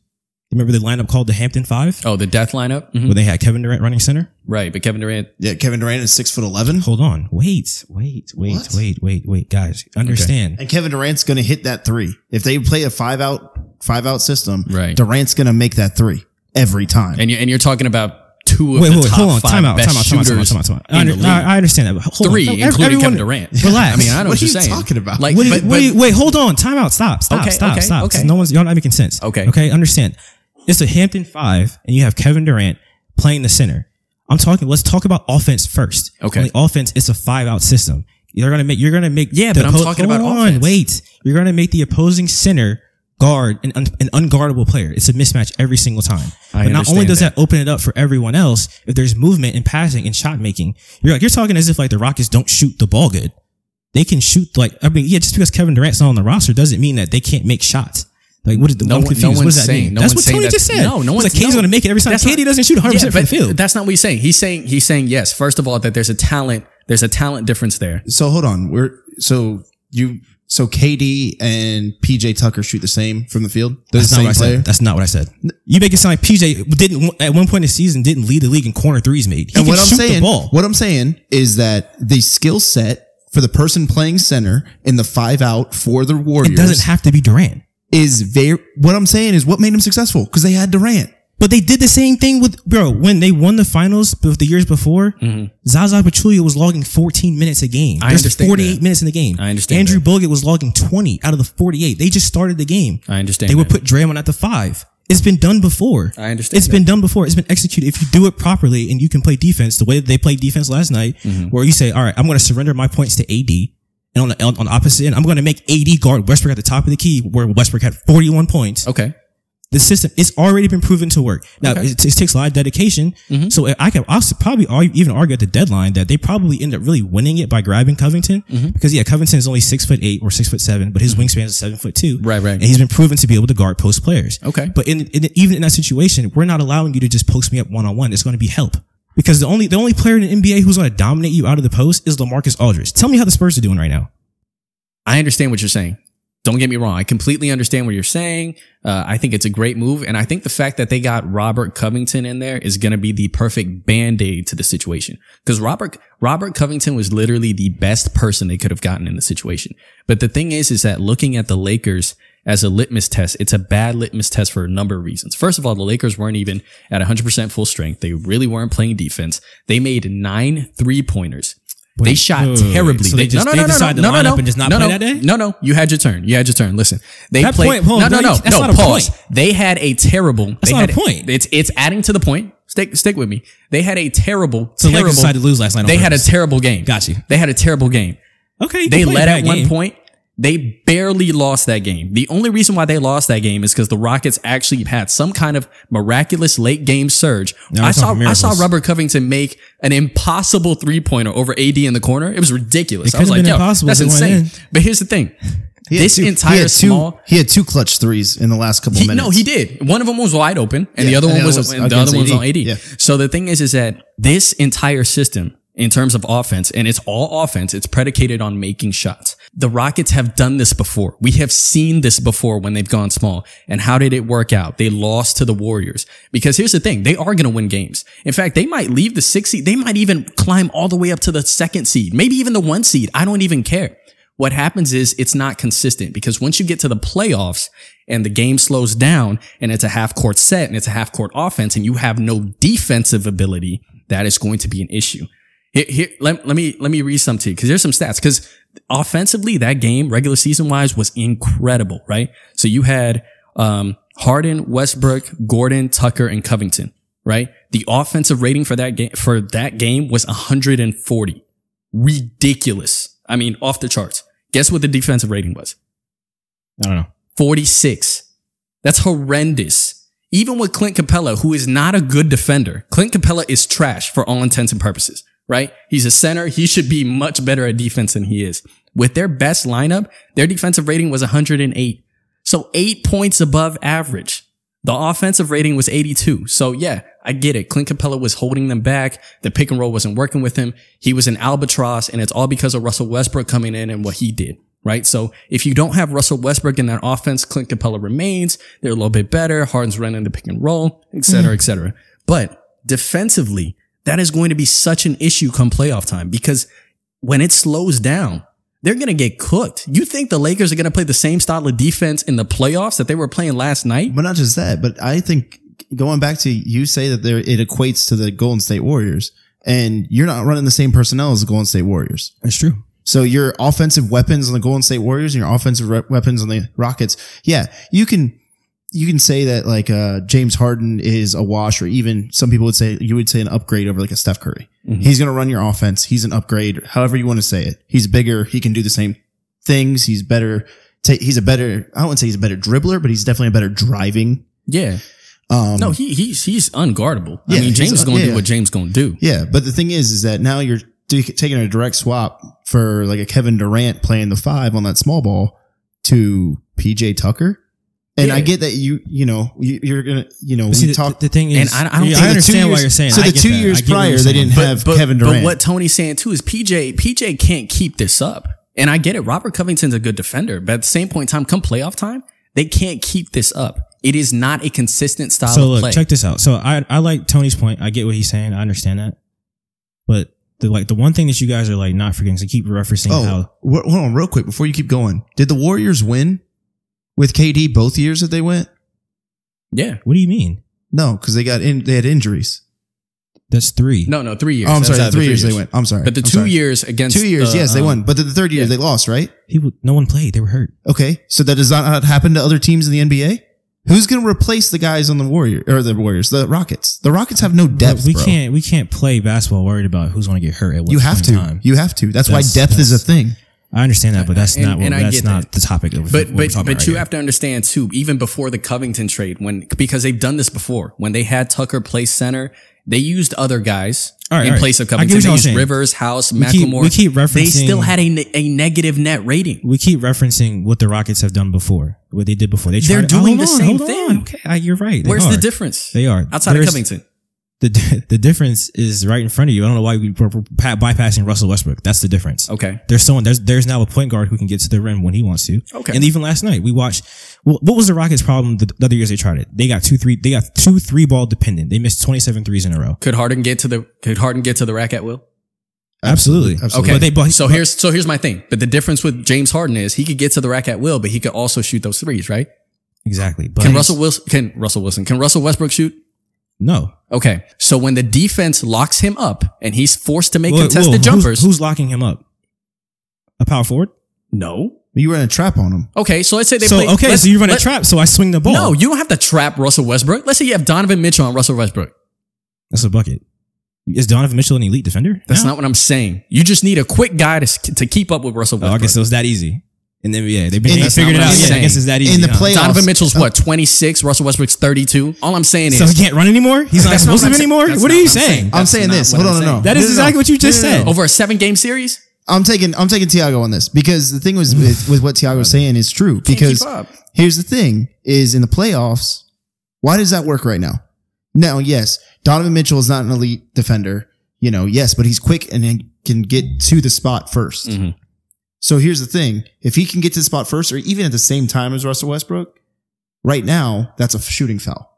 Speaker 1: Remember the lineup called the Hampton Five,
Speaker 2: Oh, the death lineup. Mhm.
Speaker 1: where they had Kevin Durant running center.
Speaker 2: Right, but Kevin Durant
Speaker 3: Yeah, Kevin Durant is six foot eleven,
Speaker 1: Hold on, wait, wait, wait,
Speaker 3: What?
Speaker 1: wait, wait, wait, guys, understand?
Speaker 3: and Kevin Durant's going to hit that three. If they play a five out five out system,
Speaker 2: Right.
Speaker 3: Durant's going to make that three every time.
Speaker 2: And you're, and you're talking about two of
Speaker 1: Wait,
Speaker 2: the
Speaker 1: wait,
Speaker 2: top
Speaker 1: hold on,
Speaker 2: five
Speaker 1: time out,
Speaker 2: best
Speaker 1: time out, time out, time out,
Speaker 2: shooters
Speaker 1: time out, time out.
Speaker 2: in
Speaker 1: I, under,
Speaker 2: the league.
Speaker 1: I, I understand that. But hold
Speaker 2: Three,
Speaker 1: on. Ev-
Speaker 2: including
Speaker 1: everyone-
Speaker 2: Kevin Durant.
Speaker 1: Relax.
Speaker 2: I mean, I know
Speaker 3: What
Speaker 2: what,
Speaker 3: are
Speaker 2: you're
Speaker 3: you
Speaker 2: saying.
Speaker 3: talking about?
Speaker 2: Like,
Speaker 1: Wait,
Speaker 2: but,
Speaker 1: wait, wait, hold on. Time out. Stop, stop,
Speaker 2: Okay,
Speaker 1: stop,
Speaker 2: okay,
Speaker 1: stop.
Speaker 2: okay.
Speaker 1: No one's, y'all not making sense.
Speaker 2: Okay.
Speaker 1: Okay. Understand. It's a Hampton five and you have Kevin Durant playing the center. I'm talking, let's talk about offense first.
Speaker 2: Okay.
Speaker 1: On the offense, it's a five out system. You're going to make, you're going to make,
Speaker 2: Yeah,
Speaker 1: the
Speaker 2: but I'm talking
Speaker 1: hold
Speaker 2: about
Speaker 1: on,
Speaker 2: offense.
Speaker 1: Wait, you're going to make the opposing center guard an, un, an unguardable player. It's a mismatch every single time.
Speaker 2: I
Speaker 1: but not only
Speaker 2: understand
Speaker 1: does that open it up for everyone else, if there's movement and passing and shot making, you're like, you're talking as if like the Rockets don't shoot the ball good they can shoot like I mean, yeah, just because Kevin Durant's not on the roster doesn't mean that they can't make shots. Like what is the
Speaker 2: No
Speaker 1: I'm
Speaker 2: one- no
Speaker 1: confused. what
Speaker 2: one's
Speaker 1: does that
Speaker 2: saying-
Speaker 1: mean?
Speaker 2: no
Speaker 1: that's
Speaker 2: one's
Speaker 1: what
Speaker 2: saying
Speaker 1: Tony
Speaker 2: that-
Speaker 1: just said.
Speaker 2: No, no
Speaker 1: He's
Speaker 2: one's-
Speaker 1: like, Katie's
Speaker 2: no.
Speaker 1: gonna make it every time.
Speaker 2: That's
Speaker 1: Katie
Speaker 2: not-
Speaker 1: doesn't shoot 100 percent from
Speaker 2: but
Speaker 1: the field.
Speaker 2: That's not what he's saying. He's saying he's saying yes. First of all, that there's a talent. There's a talent difference there.
Speaker 3: so hold on, we're so you so KD and PJ Tucker shoot the same from the field. They're
Speaker 1: That's not
Speaker 3: the same
Speaker 1: what I
Speaker 3: player.
Speaker 1: said. That's not what I said. You make it sound like PJ didn't at one point in the season didn't lead the league in corner threes made. He
Speaker 3: and
Speaker 1: can
Speaker 3: what I'm
Speaker 1: shoot
Speaker 3: saying,
Speaker 1: the ball.
Speaker 3: what I'm saying is that the skill set for the person playing center in the five out for the Warriors
Speaker 1: it doesn't have to be Durant.
Speaker 3: is very. What I'm saying is what made them successful because they had Durant.
Speaker 1: But they did the same thing with bro when they won the finals b- the years before. Zaza Pachulia was logging 14 minutes a game.
Speaker 2: Mm-hmm. I
Speaker 1: There's
Speaker 2: understand
Speaker 1: 48
Speaker 2: that.
Speaker 1: minutes in the game.
Speaker 2: I understand
Speaker 1: Andrew Bogut was logging 20 out of the 48. They just started the game.
Speaker 2: I understand
Speaker 1: They would
Speaker 2: that.
Speaker 1: put Draymond at the five. It's been done before.
Speaker 2: I understand
Speaker 1: It's been done before. It's been executed. If you do it properly and you can play defense the way that they played defense last night,
Speaker 2: Mm-hmm.
Speaker 1: where you say, "All right, I'm going to surrender my points to AD." And on the, on the opposite end, I'm going to make AD guard Westbrook at the top of the key where Westbrook had 41 points
Speaker 2: Okay.
Speaker 1: the system it's already been proven to work now it, it takes a lot of dedication
Speaker 2: Mm-hmm.
Speaker 1: so i can I'll s- probably ar- even argue at the deadline that they probably end up really winning it by grabbing covington
Speaker 2: Mm-hmm.
Speaker 1: because yeah covington is only six foot eight or six foot seven but his wingspan is seven foot two
Speaker 2: Right, right.
Speaker 1: and he's been proven to be able to guard post players
Speaker 2: Okay.
Speaker 1: but in, in even in that situation we're not allowing you to just post me up one-on-one it's going to be help because the only the only player in the nba who's going to dominate you out of the post is lamarcus aldridge tell me how the spurs are doing right now
Speaker 2: I understand what you're saying. Don't get me wrong. I completely understand what you're saying. Uh, I think it's a great move. And I think the fact that they got Robert Covington in there is going to be the perfect band aid to the situation. Cause Robert, Robert Covington was literally the best person they could have gotten in the situation. But the thing is, is that looking at the Lakers as a litmus test, it's a bad litmus test for a number of reasons. First of all, the Lakers weren't even at 100% full strength. They really weren't playing defense. They made nine three pointers. They
Speaker 1: Wait,
Speaker 2: shot
Speaker 1: wait, wait, wait.
Speaker 2: terribly.
Speaker 1: So they just- they decided to line up and just not
Speaker 2: no,
Speaker 1: play
Speaker 2: no,
Speaker 1: that day?
Speaker 2: No, no, you had your turn. You had your turn. Listen, they
Speaker 1: That
Speaker 2: played.
Speaker 1: point- hold
Speaker 2: no,
Speaker 1: on,
Speaker 2: no, no,
Speaker 1: that's
Speaker 2: no.
Speaker 1: not a
Speaker 2: pause.
Speaker 1: point.
Speaker 2: They had a terrible. they
Speaker 1: not
Speaker 2: had
Speaker 1: a point.
Speaker 2: It's it's adding to the point. Stick stick with me. They had a terrible.
Speaker 1: so the
Speaker 2: terrible.
Speaker 1: lakers decided to lose last night on
Speaker 2: They had a
Speaker 1: purpose.
Speaker 2: terrible game.
Speaker 1: Got you.
Speaker 2: They had a terrible game.
Speaker 1: okay
Speaker 2: They
Speaker 1: played a
Speaker 2: led
Speaker 1: bad
Speaker 2: at one
Speaker 1: game.
Speaker 2: point. They barely lost that game. The only reason why they lost that game is because the Rockets actually had some kind of miraculous late game surge.
Speaker 1: Now we're
Speaker 2: I saw
Speaker 1: talking
Speaker 2: I saw
Speaker 1: miracles.
Speaker 2: Robert Covington make an impossible three pointer over AD in the corner. It was ridiculous.
Speaker 1: It
Speaker 2: I
Speaker 1: could've
Speaker 2: was like,
Speaker 1: been
Speaker 2: Yo,
Speaker 1: impossible
Speaker 2: that's
Speaker 1: if it went
Speaker 2: insane.
Speaker 1: in.
Speaker 2: But here's the thing:
Speaker 3: He had
Speaker 2: this
Speaker 3: two- he
Speaker 2: entire
Speaker 3: had two-
Speaker 2: small.
Speaker 3: He had two clutch threes in the last couple
Speaker 2: He,
Speaker 3: minutes.
Speaker 2: no, he did. One of them was wide open, and the
Speaker 3: Yeah,
Speaker 2: other
Speaker 3: and
Speaker 2: one
Speaker 3: the
Speaker 2: was,
Speaker 3: other was
Speaker 2: and the other
Speaker 3: against
Speaker 2: one was
Speaker 3: AD.
Speaker 2: on AD.
Speaker 3: Yeah.
Speaker 2: So the thing is, is that this entire system, in terms of offense, and it's all offense, it's predicated on making shots. The Rockets have done this before. We have seen this before when they've gone small. And how did it work out? They lost to the Warriors because here's the thing: they are going to win games. In fact, they might leave the six seed. They might even climb all the way up to the second seed, maybe even the one seed. I don't even care. What happens is it's not consistent because once you get to the playoffs and the game slows down and it's a half court set and it's a half court offense and you have no defensive ability, that is going to be an issue. Here, here let, let me let me read some to you because there's some stats. Because offensively, that game regular season wise was incredible, right? So you had um, Harden, Westbrook, Gordon, Tucker, and Covington, right? The offensive rating for that game for that game was 140, ridiculous. I mean, off the charts. Guess what the defensive rating was?
Speaker 1: I don't know.
Speaker 2: 46. That's horrendous. Even with Clint Capella, who is not a good defender, Clint Capella is trash for all intents and purposes, right? He's a center. He should be much better at defense than he is. With their best lineup, their defensive rating was 108. So eight points above average. The offensive rating was 82. So yeah, I get it. Clint Capella was holding them back. The pick and roll wasn't working with him. He was an albatross and it's all because of Russell Westbrook coming in and what he did. Right. So if you don't have Russell Westbrook in that offense, Clint Capella remains. They're a little bit better. Harden's running the pick and roll, et cetera, et cetera. But defensively, that is going to be such an issue come playoff time because when it slows down, they're going to get cooked. You think the Lakers are going to play the same style of defense in the playoffs that they were playing last night?
Speaker 3: But not just that, but I think going back to you say that there it equates to the Golden State Warriors, and you're not running the same personnel as the Golden State Warriors.
Speaker 1: That's true.
Speaker 3: So your offensive weapons on the Golden State Warriors and your offensive re- weapons on the Rockets, yeah, you can you can say that like uh, James Harden is a wash, or even some people would say you would say an upgrade over like a Steph Curry. He's going to run your offense. He's an upgrade, however you want to say it. He's bigger. He can do the same things. He's better. ta- he's a better. I wouldn't say he's a better dribbler, but he's definitely a better driving.
Speaker 2: Yeah.
Speaker 3: Um,
Speaker 2: No, he he's he's unguardable. I
Speaker 3: Yeah,
Speaker 2: mean,
Speaker 3: he's
Speaker 2: James is
Speaker 3: un-
Speaker 2: going to
Speaker 3: yeah.
Speaker 2: do what James going to do.
Speaker 3: Yeah, but the thing is, is that now you're t- taking a direct swap for like a Kevin Durant playing the five on that small ball to PJ Tucker, and I
Speaker 2: Yeah.
Speaker 3: get that you you know you, you're gonna you know
Speaker 1: But see,
Speaker 3: we
Speaker 1: the,
Speaker 3: talk.
Speaker 1: the thing is,
Speaker 2: And I- I don't
Speaker 1: yeah,
Speaker 2: think the two
Speaker 1: understand why
Speaker 3: years-
Speaker 1: you're saying.
Speaker 3: so
Speaker 1: I
Speaker 3: the
Speaker 1: get
Speaker 3: two
Speaker 1: that.
Speaker 3: years
Speaker 1: I get what
Speaker 3: prior,
Speaker 1: you're
Speaker 3: they
Speaker 1: saying.
Speaker 3: didn't have- Kevin
Speaker 2: But
Speaker 3: Durant.
Speaker 2: what Tony's saying too is PJ PJ can't keep this up. And I get it. Robert Covington's a good defender, but at the same point in time, come playoff time, they can't keep this up. It is not a consistent style
Speaker 1: So
Speaker 2: of
Speaker 1: look,
Speaker 2: play.
Speaker 1: check this out. So I I like Tony's point. I get what he's saying. I understand that. But the like the one thing that you guys are like not forgetting is to keep referencing
Speaker 3: oh,
Speaker 1: how
Speaker 3: wh- hold on, real quick before you keep going. Did the Warriors win with KD both years that they went?
Speaker 2: yeah.
Speaker 1: what do you mean?
Speaker 3: No, because they got in. They had injuries.
Speaker 1: That's three.
Speaker 2: No, no, three years.
Speaker 3: Oh, I'm
Speaker 2: That's
Speaker 3: sorry,
Speaker 2: out
Speaker 3: the
Speaker 2: of the
Speaker 3: three years they went. I'm sorry,
Speaker 2: But the
Speaker 3: I'm
Speaker 2: two
Speaker 3: sorry.
Speaker 2: years against
Speaker 3: two years,
Speaker 2: the,
Speaker 3: yes, they
Speaker 2: um,
Speaker 3: won. But the, the third year
Speaker 2: yeah.
Speaker 3: they lost, right?
Speaker 1: He w- no one played. They were hurt.
Speaker 3: Okay, so that does not happen to other teams in the NBA. Who's going to replace the guys on the Warrior or the Warriors, the Rockets? The Rockets have no depth.
Speaker 1: we
Speaker 3: bro.
Speaker 1: can't we can't play basketball worried about who's going to get hurt at what
Speaker 3: You have
Speaker 1: point
Speaker 3: to.
Speaker 1: in time.
Speaker 3: You have to. That's,
Speaker 1: That's-
Speaker 3: why depth is a
Speaker 1: that's-
Speaker 3: thing.
Speaker 1: I understand that, but that's
Speaker 2: And-
Speaker 1: not what,
Speaker 2: and I
Speaker 1: that's
Speaker 2: get
Speaker 1: not
Speaker 2: that.
Speaker 1: the topic of
Speaker 2: But
Speaker 1: what we're
Speaker 2: but
Speaker 1: talking
Speaker 2: but
Speaker 1: about
Speaker 2: you
Speaker 1: right
Speaker 2: have to understand too, even before the Covington trade, when because they've done this before, when they had Tucker play center, they used other guys
Speaker 1: All right,
Speaker 2: in
Speaker 1: all right.
Speaker 2: place
Speaker 1: I
Speaker 2: of
Speaker 1: get what
Speaker 2: Covington. They
Speaker 1: y'all
Speaker 2: used
Speaker 1: saying.
Speaker 2: Rivers, House,
Speaker 1: We keep-
Speaker 2: Macklemore.
Speaker 1: we keep
Speaker 2: They still
Speaker 1: referencing-
Speaker 2: had a, ne- a negative net rating.
Speaker 1: here. we keep referencing what the Rockets have done before, what they did before. They
Speaker 2: They're
Speaker 1: tried to-
Speaker 2: doing
Speaker 1: hold
Speaker 2: the
Speaker 1: on,
Speaker 2: same
Speaker 1: hold
Speaker 2: thing.
Speaker 1: on. Okay, I, you're right. They
Speaker 2: Where's
Speaker 1: are.
Speaker 2: the difference?
Speaker 1: They are
Speaker 2: outside
Speaker 1: There's-
Speaker 2: of Covington.
Speaker 1: The the difference is right in front of you. I don't know why we we're, we're pa- bypassing Russell Westbrook. That's the difference.
Speaker 2: Okay.
Speaker 1: There's someone there's there's now a point guard who can get to the rim when he wants to.
Speaker 2: Okay.
Speaker 1: And even last night we watched. Well, what was the Rockets' problem the, the other years they tried it? They got two three. They got two three ball dependent. They missed 27 threes in a row.
Speaker 2: Could Harden get to the could Harden get to the rack at will?
Speaker 1: Absolutely.
Speaker 3: Absolutely.
Speaker 1: But they but,
Speaker 2: so
Speaker 1: but-
Speaker 2: here's so here's my thing. But the difference with James Harden is he could get to the rack at will, but he could also shoot those threes, right?
Speaker 1: exactly. But
Speaker 2: Can Russell Wilson can Russell Wilson can Russell Westbrook shoot?
Speaker 1: No.
Speaker 2: Okay. So when the defense locks him up and he's forced to make
Speaker 1: Well,
Speaker 2: contested
Speaker 1: well, who's-
Speaker 2: jumpers.
Speaker 1: Who's, locking him up? A power forward.
Speaker 2: no.
Speaker 3: You were in a trap on them.
Speaker 2: Okay. So let's say they
Speaker 1: so
Speaker 2: play.
Speaker 1: okay,
Speaker 2: let's-
Speaker 1: so you run a
Speaker 2: let-
Speaker 1: trap. So I swing the ball.
Speaker 2: No, you don't have to trap Russell Westbrook. Let's say you have Donovan Mitchell on Russell Westbrook.
Speaker 1: that's a bucket. Is Donovan Mitchell an elite defender?
Speaker 2: That's
Speaker 1: No.
Speaker 2: not what I'm saying. You just need a quick guy to, s- to keep up with Russell
Speaker 1: Oh, I
Speaker 2: Westbrook.
Speaker 1: guess it was that easy in the NBA. They've been
Speaker 3: In
Speaker 1: they
Speaker 3: the-
Speaker 1: figured it out. Yeah,
Speaker 2: that's what I'm
Speaker 1: I
Speaker 2: saying.
Speaker 1: guess it's that easy.
Speaker 3: In the
Speaker 1: huh?
Speaker 3: play-
Speaker 2: Donovan
Speaker 3: playoffs.
Speaker 2: Mitchell's what, 26? Russell Westbrook's 32? All I'm saying is.
Speaker 1: so he can't run anymore. He's not
Speaker 2: That's not
Speaker 1: explosive
Speaker 2: what I'm saying.
Speaker 1: anymore.
Speaker 2: That's
Speaker 1: What
Speaker 2: not
Speaker 1: are you
Speaker 2: what I'm
Speaker 1: saying?
Speaker 2: saying.
Speaker 3: I'm
Speaker 2: That's
Speaker 3: saying
Speaker 2: not
Speaker 3: this.
Speaker 2: what
Speaker 3: Hold
Speaker 2: I'm
Speaker 3: on, no,
Speaker 2: saying.
Speaker 3: no.
Speaker 1: That is
Speaker 3: No, no, no.
Speaker 1: exactly what you just
Speaker 3: No, no, no.
Speaker 1: said.
Speaker 2: over a seven game series?
Speaker 3: I'm taking I'm taking Tiago on this because the thing was with, with what Tiago was saying is true. Because
Speaker 2: keep up.
Speaker 3: here's the thing: is in the playoffs, why does that work right now? Now, yes, Donovan Mitchell is not an elite defender. You know, yes, but he's quick and he can get to the spot 1st
Speaker 2: Mhm.
Speaker 3: So here's the thing: if he can get to the spot first, or even at the same time as Russell Westbrook, right now that's a shooting foul.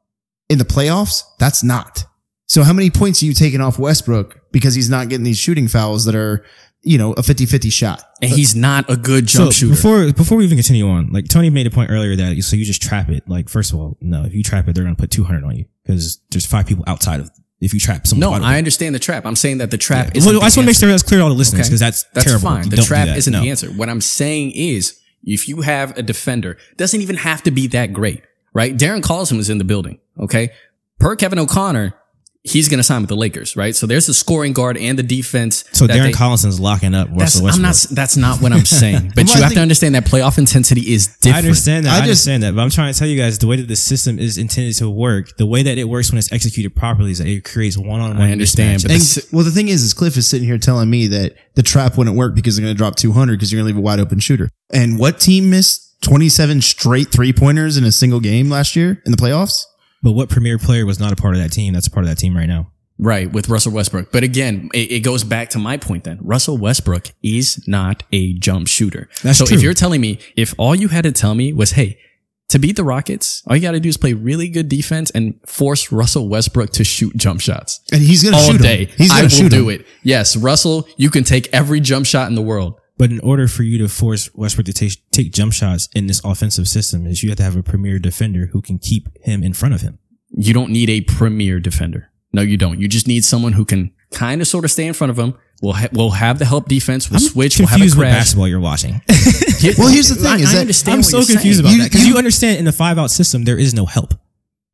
Speaker 3: In the playoffs, that's not. So how many points are you taking off Westbrook because he's not getting these shooting fouls that are you know, a 50-50 shot.
Speaker 2: and he's not a good jump
Speaker 1: so
Speaker 2: shooter.
Speaker 1: Before before we even continue on, like Tony made a point earlier that so you just trap it. Like first of all, no, if you trap it, they're gonna put two hundred on you because there's five people outside of. If you trap someone,
Speaker 2: no, I understand the trap. I'm saying that the trap is.
Speaker 1: well, I just want to make sure that's clear to all the listeners because that's
Speaker 2: that's
Speaker 1: terrible.
Speaker 2: fine.
Speaker 1: You
Speaker 2: The
Speaker 1: don't do
Speaker 2: trap
Speaker 1: that.
Speaker 2: isn't
Speaker 1: No.
Speaker 2: the answer. What I'm saying is, if you have a defender, doesn't even have to be that great, right? Darren Collison was in the building. Okay, per Kevin O'Connor, he's going to sign with the Lakers, right? So there's the scoring guard and the defense.
Speaker 1: So
Speaker 2: that
Speaker 1: Darren
Speaker 2: they-
Speaker 1: Collinson's locking up
Speaker 2: That's,
Speaker 1: Russell
Speaker 2: I'm
Speaker 1: Westbrook.
Speaker 2: not. That's not what I'm saying. But
Speaker 3: Well,
Speaker 2: you
Speaker 3: I
Speaker 2: have
Speaker 3: think-
Speaker 2: to understand that playoff intensity is different.
Speaker 1: I understand that. I,
Speaker 3: I just-
Speaker 1: understand that. But I'm trying to tell you guys the way that the system is intended to work, the way that it works when it's executed properly is that it creates one on one.
Speaker 2: I understand, but
Speaker 3: And,
Speaker 2: this-
Speaker 3: well, the thing is, is Cliff is sitting here telling me that the trap wouldn't work because they're going to drop 200 because you're going to leave a wide open shooter. And what team missed 27 straight three pointers in a single game last year in the playoffs?
Speaker 1: but what premier player was not a part of that team? That's a part of that team right now.
Speaker 2: Right, with Russell Westbrook. But again, it, it goes back to my point then. Russell Westbrook is not a jump shooter.
Speaker 1: That's
Speaker 2: so
Speaker 1: true.
Speaker 2: if you're telling me, if all you had to tell me was, hey, to beat the Rockets, all you got to do is play really good defense and force Russell Westbrook to shoot jump shots
Speaker 3: And he's going to
Speaker 2: all
Speaker 3: shoot 'em.
Speaker 2: day.
Speaker 3: He's
Speaker 2: I
Speaker 3: going
Speaker 2: will
Speaker 3: to shoot
Speaker 2: do
Speaker 3: him.
Speaker 2: it. Yes, Russell, you can take every jump shot in the world.
Speaker 1: But in order for you to force Westbrook to take, take jump shots in this offensive system, is you have to have a premier defender who can keep him in front of him.
Speaker 2: You don't need a premier defender. No, you don't. You just need someone who can kind of sort of stay in front of him. We'll, ha- we'll have the help defense. We'll switch. We'll have a
Speaker 1: Confused with
Speaker 2: crash.
Speaker 1: basketball you're watching.
Speaker 3: Well, here's the thing
Speaker 2: I,
Speaker 3: is
Speaker 2: I
Speaker 3: that-
Speaker 2: understand
Speaker 1: I'm
Speaker 2: what
Speaker 1: so
Speaker 2: you're saying.
Speaker 1: confused about
Speaker 3: You-
Speaker 1: that because
Speaker 3: you-
Speaker 1: you understand in the five out system there is no help.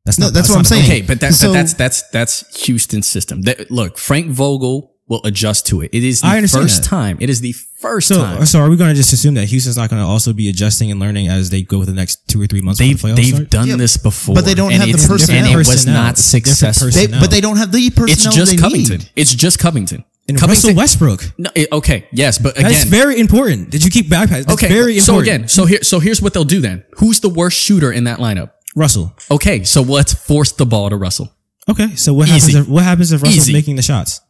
Speaker 1: That's
Speaker 3: No,
Speaker 1: not.
Speaker 3: that's what I'm
Speaker 1: not a-
Speaker 3: saying.
Speaker 2: Okay, but, that,
Speaker 3: So-
Speaker 2: but that's that's that's Houston's system. That, look, Frank Vogel will adjust to it. It is the
Speaker 1: I understand
Speaker 2: first
Speaker 1: that.
Speaker 2: time. It is the first
Speaker 1: So, uh,
Speaker 2: time.
Speaker 1: so are we going to just assume that Houston's not going to also be adjusting and learning as they go with the next two or three months? when
Speaker 2: They've
Speaker 1: the playoffs
Speaker 2: they've
Speaker 1: start?
Speaker 2: done
Speaker 3: Yeah,
Speaker 2: this before,
Speaker 3: but they don't
Speaker 2: and
Speaker 3: have the
Speaker 2: it's-
Speaker 3: personnel.
Speaker 2: And it was
Speaker 1: Personnel.
Speaker 2: not
Speaker 1: It's different
Speaker 2: successful.
Speaker 1: personnel.
Speaker 3: They,
Speaker 1: No.
Speaker 3: But they don't have the
Speaker 2: It's
Speaker 3: personnel
Speaker 2: just
Speaker 3: they
Speaker 2: Covington.
Speaker 3: need.
Speaker 2: It's just Covington.
Speaker 1: And
Speaker 2: Covington.
Speaker 1: Russell Westbrook.
Speaker 2: No, it- okay, yes, but again,
Speaker 1: That's very important. Did you keep backpass? That's
Speaker 2: okay.
Speaker 1: very important.
Speaker 2: so again, so here, so here's what they'll do then. Who's the worst shooter in that lineup?
Speaker 1: Russell.
Speaker 2: Okay, so let's force the ball to Russell.
Speaker 1: Okay, so what
Speaker 2: Easy.
Speaker 1: happens? If, what happens if Russell's
Speaker 2: Easy.
Speaker 1: making the shots?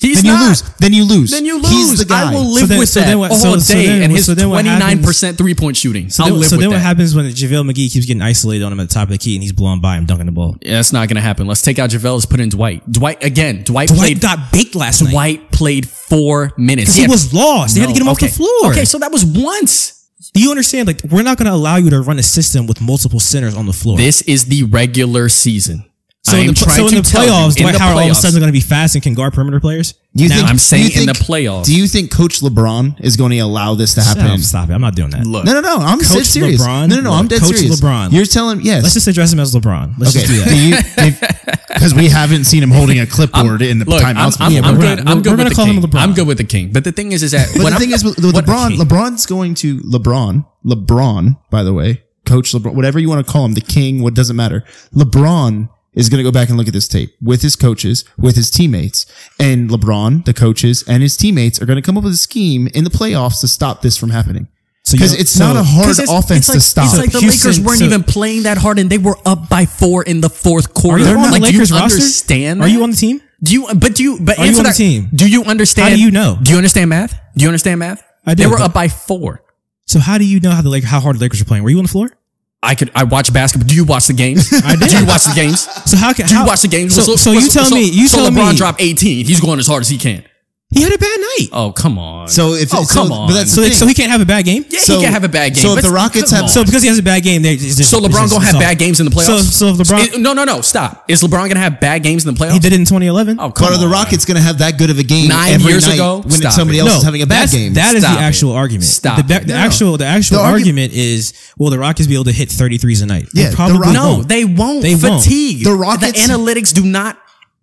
Speaker 2: He's
Speaker 3: Then you
Speaker 2: not.
Speaker 3: lose. Then you lose.
Speaker 2: Then you lose.
Speaker 3: He's the guy.
Speaker 2: I will live
Speaker 1: So then-
Speaker 2: with
Speaker 1: so
Speaker 2: that
Speaker 1: then what-
Speaker 2: all
Speaker 1: so-
Speaker 2: day
Speaker 1: so then-
Speaker 2: and his
Speaker 1: so then what
Speaker 2: twenty
Speaker 1: happens-
Speaker 2: nine percent three point shooting.
Speaker 1: So
Speaker 2: I'll
Speaker 1: then,
Speaker 2: live
Speaker 1: so
Speaker 2: with
Speaker 1: then what
Speaker 2: that.
Speaker 1: happens when JaVale McGee keeps getting isolated on him at the top of the key and he's blown by him dunking the ball?
Speaker 2: Yeah, that's not going to happen. Let's take out Javale. Let's put in Dwight. Dwight again. Dwight,
Speaker 1: Dwight
Speaker 2: played.
Speaker 1: got baked last night.
Speaker 2: Dwight played four minutes.
Speaker 1: He
Speaker 2: had-
Speaker 1: was lost. They had to get him
Speaker 2: No,
Speaker 1: off the
Speaker 2: okay.
Speaker 1: floor.
Speaker 2: Okay, so that was once.
Speaker 1: Do you understand? Like, we're not going to allow you to run a system with multiple centers on the floor.
Speaker 2: This is the regular season.
Speaker 1: so
Speaker 2: I
Speaker 1: in
Speaker 2: am
Speaker 1: the, pl-
Speaker 2: trying
Speaker 1: so in
Speaker 2: to
Speaker 1: the
Speaker 2: tell you,
Speaker 1: playoffs,
Speaker 2: in
Speaker 1: Dwight
Speaker 2: the
Speaker 1: Howard all of a
Speaker 2: playoffs,
Speaker 1: sudden is going to be fast and can guard perimeter players.
Speaker 3: Do you
Speaker 1: Now-
Speaker 3: think,
Speaker 2: I'm saying
Speaker 3: do you
Speaker 2: in the
Speaker 3: think-
Speaker 2: playoffs.
Speaker 3: Do you think Coach LeBron is going to allow this to
Speaker 1: Shut up,
Speaker 3: happen?
Speaker 1: stop it. I'm not doing that.
Speaker 2: Look,
Speaker 3: No, no, no. I'm
Speaker 1: Coach
Speaker 3: dead serious.
Speaker 1: LeBron?
Speaker 3: no, no, no. I'm
Speaker 1: Look,
Speaker 3: dead
Speaker 1: Coach
Speaker 3: serious.
Speaker 1: LeBron.
Speaker 3: You're telling yes.
Speaker 1: Let's just address him as LeBron. Let's just do that.
Speaker 3: Because we haven't seen him holding a clipboard in the
Speaker 2: look, I'm,
Speaker 3: timeouts.
Speaker 2: I'm,
Speaker 1: Yeah, but
Speaker 2: I'm
Speaker 1: we're
Speaker 2: good.
Speaker 1: not-
Speaker 2: I'm
Speaker 1: we're
Speaker 2: good
Speaker 1: gonna
Speaker 2: with the
Speaker 1: call him
Speaker 2: king.
Speaker 1: LeBron.
Speaker 2: I'm good with the king. But the thing is, is that
Speaker 3: but
Speaker 2: when
Speaker 3: the
Speaker 2: I'm-
Speaker 3: thing is, with, with
Speaker 2: what-
Speaker 3: LeBron, LeBron's going to LeBron, LeBron. By the way, Coach LeBron, whatever you want to call him, the king, what doesn't matter. LeBron is going to go back and look at this tape with his coaches, with his teammates, and LeBron, the coaches, and his teammates are going to come up with a scheme in the playoffs to stop this from happening.
Speaker 1: So you
Speaker 3: Because
Speaker 1: don't-
Speaker 3: it's
Speaker 1: so-
Speaker 3: not a hard
Speaker 2: 'Cause it's-
Speaker 3: offense
Speaker 2: it's like,
Speaker 3: to stop.
Speaker 2: It's like the
Speaker 1: Houston-
Speaker 2: Lakers weren't
Speaker 1: so-
Speaker 2: even playing that hard, and they were up by four in the fourth
Speaker 1: Are
Speaker 2: quarter.
Speaker 1: you on
Speaker 2: like,
Speaker 1: the Lakers
Speaker 2: do you
Speaker 1: roster?
Speaker 2: understand?
Speaker 1: Are you
Speaker 2: that?
Speaker 1: on the team?
Speaker 2: Do you? But do you? But
Speaker 1: Are you
Speaker 2: answer
Speaker 1: on the
Speaker 2: that.
Speaker 1: team?
Speaker 2: Do you understand?
Speaker 1: How do you know?
Speaker 2: Do you understand math? Do you understand math?
Speaker 1: I do,
Speaker 2: They were
Speaker 1: but-
Speaker 2: up by four.
Speaker 1: So how do you know how the Lakers, how hard the Lakers are playing? Were you on the floor?
Speaker 2: I could. I watch basketball. Do you watch the games? I
Speaker 1: did.
Speaker 2: Do you watch the games?
Speaker 1: So how can
Speaker 2: Do you
Speaker 1: how-
Speaker 2: watch the games?
Speaker 1: So, so you tell me, you
Speaker 2: so
Speaker 1: tell
Speaker 2: LeBron
Speaker 1: me,
Speaker 2: dropped 18. He's going as hard as he can.
Speaker 1: he had a bad night.
Speaker 2: Oh come on.
Speaker 3: So if
Speaker 2: oh
Speaker 3: so-
Speaker 2: come on.
Speaker 3: but that's
Speaker 1: so,
Speaker 3: the
Speaker 1: like,
Speaker 3: thing.
Speaker 1: so he can't have a bad game.
Speaker 2: yeah, he can have a bad game.
Speaker 3: so if
Speaker 2: but
Speaker 3: the Rockets
Speaker 2: come
Speaker 3: have-
Speaker 2: on.
Speaker 1: So because he has a bad game, they it's just,
Speaker 2: So
Speaker 1: it's
Speaker 2: LeBron
Speaker 1: just-
Speaker 2: gonna
Speaker 1: it's
Speaker 2: have
Speaker 1: all-
Speaker 2: bad games in the
Speaker 1: So
Speaker 2: playoffs.
Speaker 1: so if LeBron,
Speaker 2: It- no, no, no. Stop. Is LeBron gonna have bad games in the playoffs?
Speaker 1: he did it in 2011.
Speaker 2: Oh, come
Speaker 3: But are
Speaker 2: on.
Speaker 3: the Rockets going to have that good of a game
Speaker 2: Nine
Speaker 3: every
Speaker 2: years
Speaker 3: night
Speaker 2: ago?
Speaker 3: when
Speaker 2: Stop
Speaker 3: it's somebody
Speaker 2: it.
Speaker 3: else is having a bad
Speaker 1: that's-
Speaker 3: game?
Speaker 1: That is
Speaker 2: Stop
Speaker 1: the
Speaker 2: it.
Speaker 1: actual argument.
Speaker 2: Stop
Speaker 1: The, ba-
Speaker 2: it.
Speaker 1: the actual the actual
Speaker 3: The argu-
Speaker 1: argument is will the Rockets be able to hit 33s a night? They
Speaker 3: Yeah, the
Speaker 1: probably
Speaker 3: Rock-
Speaker 2: No,
Speaker 1: won't.
Speaker 2: they won't.
Speaker 1: They won't.
Speaker 2: fatigue.
Speaker 3: The Rockets-
Speaker 2: The analytics do not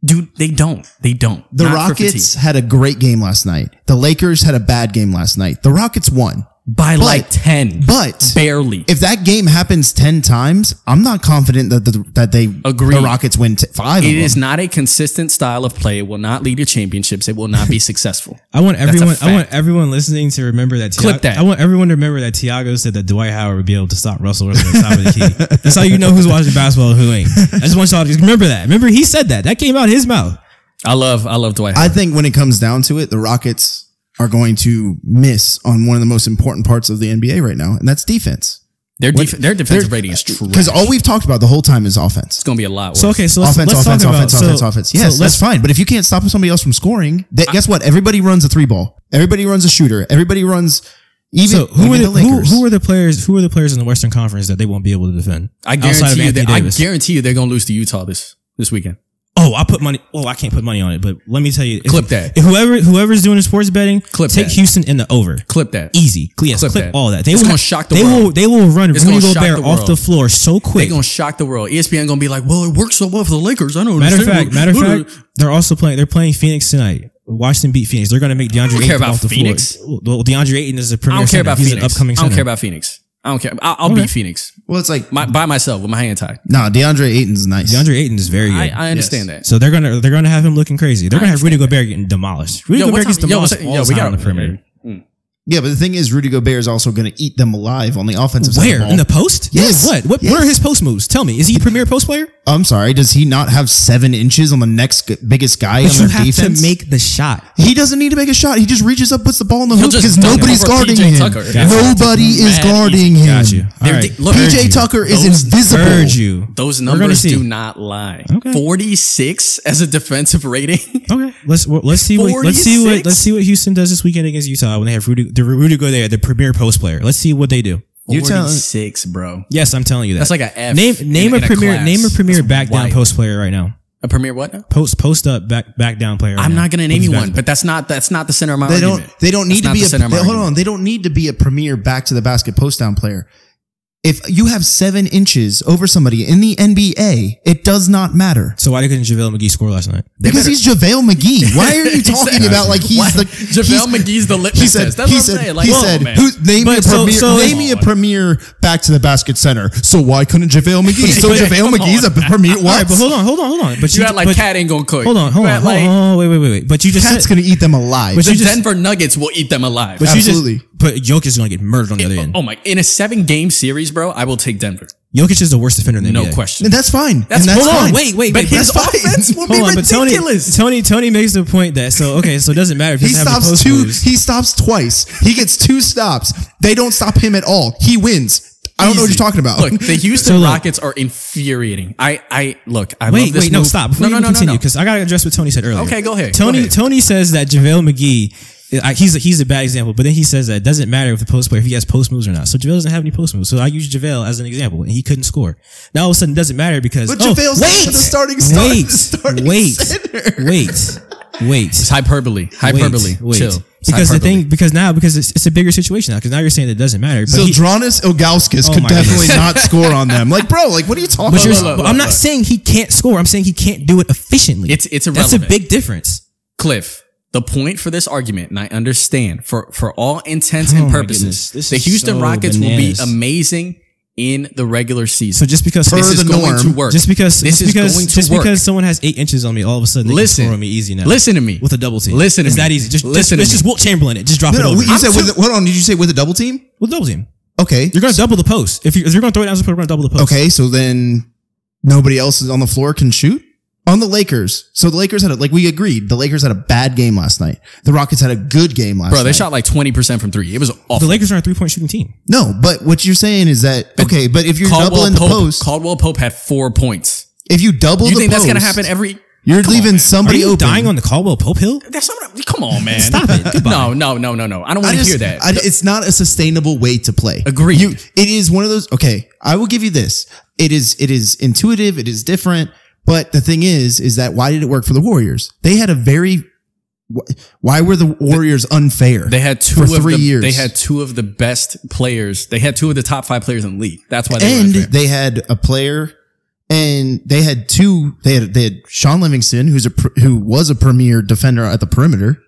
Speaker 2: do. They don't. They don't.
Speaker 3: The
Speaker 2: Not for
Speaker 3: Rockets
Speaker 2: fatigue.
Speaker 3: had a great game last night. The Lakers had a bad game last night. The Rockets won.
Speaker 2: by like
Speaker 3: but-
Speaker 2: ten,
Speaker 3: but-
Speaker 2: barely.
Speaker 3: If that game happens 10 times, I'm not confident that the, that they
Speaker 2: Agreed.
Speaker 3: the Rockets win t- 5
Speaker 2: it
Speaker 3: of
Speaker 2: is
Speaker 3: them.
Speaker 2: not a consistent style of play. It will not lead to championships. It will not be successful.
Speaker 1: I want everyone. I
Speaker 2: fact.
Speaker 1: want everyone listening to remember that. Tiago,
Speaker 2: Clip that.
Speaker 1: I want everyone to remember that Tiago said that Dwight Howard would be able to stop Russell Wilson at the top of the key. That's how you know who's watching basketball and who ain't. I just want y'all to just remember that. Remember he said that. That came out of his mouth.
Speaker 2: I love. I love Dwight.
Speaker 3: I
Speaker 2: Howard.
Speaker 3: think when it comes down to it, the Rockets are going to miss on one of the most important parts of the NBA right now, and that's defense.
Speaker 2: Their
Speaker 3: What-
Speaker 2: def- their defensive
Speaker 3: they're-
Speaker 2: rating is true.
Speaker 3: Because all we've talked about the whole time is offense.
Speaker 2: it's going to be a lot worse.
Speaker 1: So okay, so let's,
Speaker 3: offense,
Speaker 1: let's
Speaker 3: offense,
Speaker 1: talk
Speaker 3: offense,
Speaker 1: about
Speaker 3: offense,
Speaker 1: so,
Speaker 3: offense.
Speaker 1: so
Speaker 3: Yes,
Speaker 1: let's
Speaker 3: that's fine. But if you can't stop somebody else from scoring, that, guess what? Everybody runs a three ball. Everybody runs a shooter. Everybody runs even.
Speaker 1: so who
Speaker 3: even
Speaker 1: are the, who,
Speaker 3: Lakers.
Speaker 1: who are the players who are the players in the Western Conference that they won't be able to defend?
Speaker 2: I
Speaker 1: outside of
Speaker 2: guarantee you.
Speaker 1: Anthony
Speaker 2: That, I
Speaker 1: Davis?
Speaker 2: guarantee you they're going to lose to Utah this this weekend.
Speaker 1: Oh, I put money. Well, I can't put money on it, but let me tell you, if-
Speaker 2: Clip that.
Speaker 1: if whoever whoever's doing the sports betting,
Speaker 2: Clip
Speaker 1: take
Speaker 2: that.
Speaker 1: Houston in the over.
Speaker 2: Clip that.
Speaker 1: Easy, yes, clip,
Speaker 2: Clip that.
Speaker 1: all that. They
Speaker 2: It's
Speaker 1: will
Speaker 2: gonna shock the
Speaker 1: They
Speaker 2: world.
Speaker 1: will. They will run
Speaker 2: It's
Speaker 1: Rudy
Speaker 2: gonna shock
Speaker 1: Gobert
Speaker 2: the
Speaker 1: off
Speaker 2: world.
Speaker 1: the floor so
Speaker 2: They're
Speaker 1: quick.
Speaker 2: going to shock the world. E ESPN going to be like, well, it worked so well for the Lakers. I don't
Speaker 1: Matter of
Speaker 2: understand.
Speaker 1: fact, matter of
Speaker 2: Who-
Speaker 1: fact, they're also playing. They're playing Phoenix tonight. Washington beat Phoenix. They're going to make DeAndre
Speaker 2: don't
Speaker 1: Ayton
Speaker 2: care
Speaker 1: come
Speaker 2: about
Speaker 1: off the
Speaker 2: Phoenix.
Speaker 1: floor. Well, DeAndre Ayton is a
Speaker 2: I
Speaker 1: premier
Speaker 2: don't care
Speaker 1: center.
Speaker 2: about
Speaker 1: He's
Speaker 2: Phoenix.
Speaker 1: an upcoming
Speaker 2: I don't
Speaker 1: center.
Speaker 2: care about Phoenix. I don't care. I'll, I'll beat Phoenix
Speaker 3: Well, it's like
Speaker 2: my, by myself with my hand tied.
Speaker 3: nah. DeAndre Ayton's nice.
Speaker 1: DeAndre Ayton is very good.
Speaker 2: I, I understand that.
Speaker 1: so they're gonna they're gonna have him looking crazy. They're gonna have Rudy Gobert getting demolished. Rudy
Speaker 2: Yo, what
Speaker 1: Gobert gets
Speaker 2: time- yo, what's-
Speaker 1: demolished
Speaker 2: yo,
Speaker 1: all the
Speaker 2: we
Speaker 1: time
Speaker 2: got
Speaker 1: on the perimeter.
Speaker 3: yeah, but the thing is, Rudy Gobert is also going to eat them alive on the offensive side. of
Speaker 1: Where
Speaker 3: the ball.
Speaker 1: in the post?
Speaker 3: Yes.
Speaker 1: What? What?
Speaker 3: Yes.
Speaker 1: Where are his post moves? Tell me. Is he a premier post player?
Speaker 3: I'm sorry. Does he not have seven inches on the next g- biggest guy on
Speaker 1: But you
Speaker 3: their
Speaker 1: have
Speaker 3: defense?
Speaker 1: to make the shot.
Speaker 3: he doesn't need to make a shot. He just reaches up, puts the ball in the
Speaker 2: He'll
Speaker 3: hoop
Speaker 2: just
Speaker 3: because
Speaker 2: dunk
Speaker 3: nobody's
Speaker 2: over
Speaker 3: guarding
Speaker 2: PJ
Speaker 3: him.
Speaker 2: Tucker. That's
Speaker 3: Nobody is
Speaker 2: mad easy.
Speaker 3: guarding him.
Speaker 1: Got you. All
Speaker 2: They're
Speaker 1: right.
Speaker 2: di- look-
Speaker 1: Heard
Speaker 3: PJ
Speaker 1: you.
Speaker 3: Tucker is
Speaker 2: Those
Speaker 3: invisible.
Speaker 1: Heard you.
Speaker 2: Those
Speaker 1: We're gonna
Speaker 2: numbers
Speaker 1: see.
Speaker 2: do not lie.
Speaker 1: Okay.
Speaker 2: 46 as a defensive rating.
Speaker 1: Okay, let's well, let's see what let's see what
Speaker 2: 46?
Speaker 1: let's see what Houston does this weekend against Utah when they have Rudy the Rudy go there, the premier post player. Let's see what they do.
Speaker 3: You're telling-
Speaker 2: 46, bro.
Speaker 1: Yes, I'm telling you that.
Speaker 2: That's like a F
Speaker 1: name
Speaker 2: in-
Speaker 1: name
Speaker 2: in
Speaker 1: a
Speaker 2: a
Speaker 1: premier
Speaker 2: class.
Speaker 1: name a premier
Speaker 2: That's
Speaker 1: back down
Speaker 2: wild.
Speaker 1: post player right now.
Speaker 2: A premier what? now?
Speaker 1: Post post up back back down player. right
Speaker 2: I'm
Speaker 1: now.
Speaker 2: not going to
Speaker 1: Who's
Speaker 2: name you
Speaker 1: back-
Speaker 2: one, but that's not that's not the center of my
Speaker 3: They
Speaker 2: argument.
Speaker 3: don't. They don't
Speaker 2: That's
Speaker 3: need
Speaker 2: not the
Speaker 3: to be
Speaker 2: center
Speaker 3: a.
Speaker 2: of my
Speaker 3: They, hold
Speaker 2: argument.
Speaker 3: on. They don't need to be a premier back to the basket post down player. If you have seven inches over somebody in the NBA, it does not matter
Speaker 1: So why couldn't JaVale McGee score last night?
Speaker 3: because he's JaVale McGee. Why are you talking about like he's
Speaker 2: Why-
Speaker 3: the
Speaker 2: JaVale McGee's the litmus
Speaker 3: He said.
Speaker 2: test. That's
Speaker 3: he
Speaker 2: what I'm
Speaker 3: said.
Speaker 2: saying. Like,
Speaker 3: he
Speaker 2: come on,
Speaker 3: said.
Speaker 2: man.
Speaker 3: Who, name me a
Speaker 1: But so-
Speaker 3: premier.
Speaker 1: so-
Speaker 3: name me a premier back to the basket center. So why couldn't JaVale McGee? So
Speaker 1: But-
Speaker 3: JaVale McGee's a premier.
Speaker 1: All
Speaker 3: Why?
Speaker 1: right, but hold on, hold on, hold on. But
Speaker 2: You act like
Speaker 1: but-
Speaker 2: Cat ain't gonna cook.
Speaker 1: Hold on, hold
Speaker 2: You
Speaker 1: on,
Speaker 2: act
Speaker 1: hold on,
Speaker 2: like-
Speaker 1: hold on, wait, wait, wait, wait. But you just
Speaker 3: Cat's
Speaker 1: said,
Speaker 3: gonna eat them alive.
Speaker 1: But
Speaker 2: The
Speaker 1: you just-
Speaker 2: Denver Nuggets will eat them alive.
Speaker 1: but you just-
Speaker 3: Absolutely.
Speaker 1: but Jokic is gonna get murdered on the other end.
Speaker 2: oh my! In a seven-game series, bro, I will take Denver.
Speaker 1: Jokic is the worst defender in the
Speaker 2: No
Speaker 1: NBA.
Speaker 2: question.
Speaker 3: And that's fine.
Speaker 2: That's-
Speaker 3: and that's
Speaker 2: hold on,
Speaker 3: fine.
Speaker 2: wait, wait, but his
Speaker 3: that's fine.
Speaker 2: offense will be
Speaker 1: Hold on, but Tony,
Speaker 2: ridiculous.
Speaker 1: Tony, Tony makes the point that so okay, so it doesn't matter if he
Speaker 3: He
Speaker 1: doesn't have the post
Speaker 3: stops two.
Speaker 1: moves.
Speaker 3: He stops twice. He gets two stops. They don't stop him at all. He wins. I don't know what you're talking about.
Speaker 2: Look, the Houston
Speaker 1: So, look.
Speaker 2: Rockets are infuriating. I, I look. I love
Speaker 1: Wait,
Speaker 2: this
Speaker 1: wait, no,
Speaker 2: move.
Speaker 1: stop. Before you even continue, because I gotta address what Tony said earlier.
Speaker 2: Okay, go ahead, go
Speaker 1: Tony
Speaker 2: ahead.
Speaker 1: Tony says that JaVale McGee uh, I, he's a, he's a bad example, but then he says that it doesn't matter if the post player if he has post moves or not. So JaVale doesn't have any post moves. So I use JaVale as an example, and he couldn't score. Now all of a sudden it doesn't matter because
Speaker 3: But
Speaker 1: oh,
Speaker 3: JaVale's not
Speaker 1: wait,
Speaker 3: the starting star-
Speaker 1: wait,
Speaker 3: the starting
Speaker 1: wait,
Speaker 3: center.
Speaker 1: wait, wait.
Speaker 2: It's hyperbole. Hyperbole.
Speaker 1: Wait, wait.
Speaker 2: Chill. It's
Speaker 1: Because the
Speaker 2: hyperbole.
Speaker 1: thing, because now, because it's, it's a bigger situation now. Because now you're saying it doesn't matter. But he-
Speaker 3: Zildronis Ogauskas
Speaker 1: Oh
Speaker 3: could
Speaker 1: my goodness.
Speaker 3: definitely not score on them. Like, bro, like, what are you talking
Speaker 1: But, you're,
Speaker 3: about?
Speaker 1: but I'm not saying he can't score. I'm saying he can't do it efficiently.
Speaker 2: It's- it's
Speaker 1: that's a
Speaker 2: irrelevant.
Speaker 1: big difference.
Speaker 2: Cliff, the point for this argument, and I understand for for all intents
Speaker 1: Oh
Speaker 2: and
Speaker 1: my
Speaker 2: purposes,
Speaker 1: goodness, this
Speaker 2: the
Speaker 1: is
Speaker 2: Houston
Speaker 1: so
Speaker 2: Rockets
Speaker 1: bananas.
Speaker 2: will be amazing in the regular
Speaker 1: So
Speaker 2: season.
Speaker 1: just because
Speaker 3: Per
Speaker 2: this is
Speaker 3: the
Speaker 2: going
Speaker 3: norm,
Speaker 2: to work.
Speaker 1: just because
Speaker 2: this
Speaker 1: just
Speaker 2: is
Speaker 1: because
Speaker 2: going to
Speaker 1: just
Speaker 2: work.
Speaker 1: because someone has eight inches on me, all of a sudden they
Speaker 2: listen
Speaker 1: can score on me easy now.
Speaker 2: Listen to me
Speaker 1: with a double team.
Speaker 2: Listen to
Speaker 1: it's
Speaker 2: me.
Speaker 1: that easy. Just
Speaker 2: listen.
Speaker 1: just, It's just
Speaker 2: to me.
Speaker 1: Wilt Chamberlain. It just drop
Speaker 3: No,
Speaker 1: it
Speaker 3: no,
Speaker 1: over.
Speaker 3: you
Speaker 1: I'm
Speaker 3: said
Speaker 1: too-
Speaker 3: with, hold on. Did you say with a double team?
Speaker 1: with double team.
Speaker 3: Okay.
Speaker 1: You're gonna double the post. If, you, if you're gonna throw it down, just put it on double the post.
Speaker 3: Okay, so then nobody else is on the floor can shoot on the Lakers. So the Lakers had a, like we agreed. The Lakers had a bad game last night. The Rockets had a good game last
Speaker 2: bro.
Speaker 3: night.
Speaker 2: They shot like twenty percent from three. It was
Speaker 1: The
Speaker 2: awful.
Speaker 1: Lakers are a three point shooting team.
Speaker 3: No, but what you're saying is that okay. But if you're doubling the
Speaker 2: Pope,
Speaker 3: post,
Speaker 2: Caldwell Pope had four points.
Speaker 3: if you double
Speaker 2: You
Speaker 3: the
Speaker 2: think
Speaker 3: post,
Speaker 2: that's gonna happen every?
Speaker 3: you're
Speaker 2: Come on,
Speaker 3: leaving
Speaker 2: man.
Speaker 1: Are
Speaker 3: somebody
Speaker 1: you
Speaker 3: open.
Speaker 1: dying on the Caldwell Pope Hill?
Speaker 2: That's not. Come on, man.
Speaker 1: Stop it. Goodbye.
Speaker 2: No, no, no, no, no. I don't
Speaker 3: I
Speaker 2: want to
Speaker 3: just,
Speaker 2: hear that.
Speaker 3: I- it's not a sustainable way to play.
Speaker 2: Agreed.
Speaker 3: You, it is one of those. Okay, I will give you this. It is. It is intuitive. It is different. But the thing is, is that why did it work for the Warriors? They had a very. wh- Why were the Warriors unfair?
Speaker 2: They had two
Speaker 3: for
Speaker 2: of
Speaker 3: three
Speaker 2: the,
Speaker 3: years.
Speaker 2: They had two of the best players. They had two of the top five players in the league. That's why they
Speaker 3: and
Speaker 2: were unfair.
Speaker 3: they had a player, and they had two. They had they had Sean Livingston, who's a pr- who was a premier defender at the perimeter,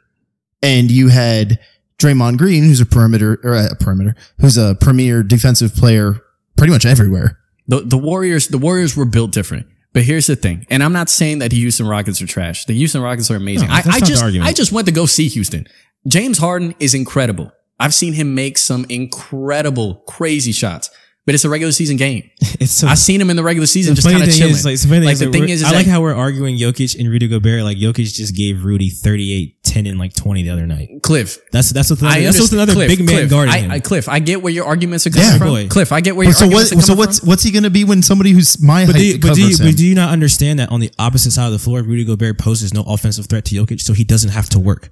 Speaker 3: and you had Draymond Green, who's a perimeter or a perimeter, who's a premier defensive player, pretty much everywhere.
Speaker 2: the, the Warriors. The Warriors were built different. But here's the thing, and I'm not saying that the Houston Rockets are trash. The Houston Rockets are amazing.
Speaker 1: No,
Speaker 2: I,
Speaker 1: that's
Speaker 2: I
Speaker 1: not the
Speaker 2: just
Speaker 1: argument.
Speaker 2: I just went to go see Houston. James Harden is incredible. I've seen him make some incredible, crazy shots. but it's a regular season game.
Speaker 1: It's so
Speaker 2: I seen him in the regular season,
Speaker 1: the
Speaker 2: just
Speaker 1: funny
Speaker 2: kind of
Speaker 1: thing
Speaker 2: chilling.
Speaker 1: is, like, the, funny thing
Speaker 2: Like,
Speaker 1: is,
Speaker 2: the
Speaker 1: like,
Speaker 2: thing
Speaker 1: we're-
Speaker 2: is, is
Speaker 1: I like
Speaker 2: that-
Speaker 1: how we're arguing Jokic and Rudy Gobert. Like Jokic just gave Rudy 38, 10, and like twenty the other night.
Speaker 2: Cliff,
Speaker 1: That's that's what's
Speaker 2: I
Speaker 1: another, that's what's
Speaker 2: understand-
Speaker 1: another
Speaker 2: Cliff,
Speaker 1: big man
Speaker 2: Cliff,
Speaker 1: guarding
Speaker 2: I,
Speaker 1: him.
Speaker 2: I, Cliff, I get where your arguments are coming
Speaker 1: Yeah,
Speaker 2: from.
Speaker 1: boy.
Speaker 2: Cliff, I get where
Speaker 3: But
Speaker 2: your
Speaker 3: so what?
Speaker 2: arguments are
Speaker 3: So
Speaker 2: coming
Speaker 3: what's
Speaker 2: from.
Speaker 3: what's he going to be when somebody who's my
Speaker 1: but
Speaker 3: height
Speaker 1: do, you, but, do you,
Speaker 3: covers him?
Speaker 1: but do you not understand that on the opposite side of the floor, Rudy Gobert poses no offensive threat to Jokic, so he doesn't have to work.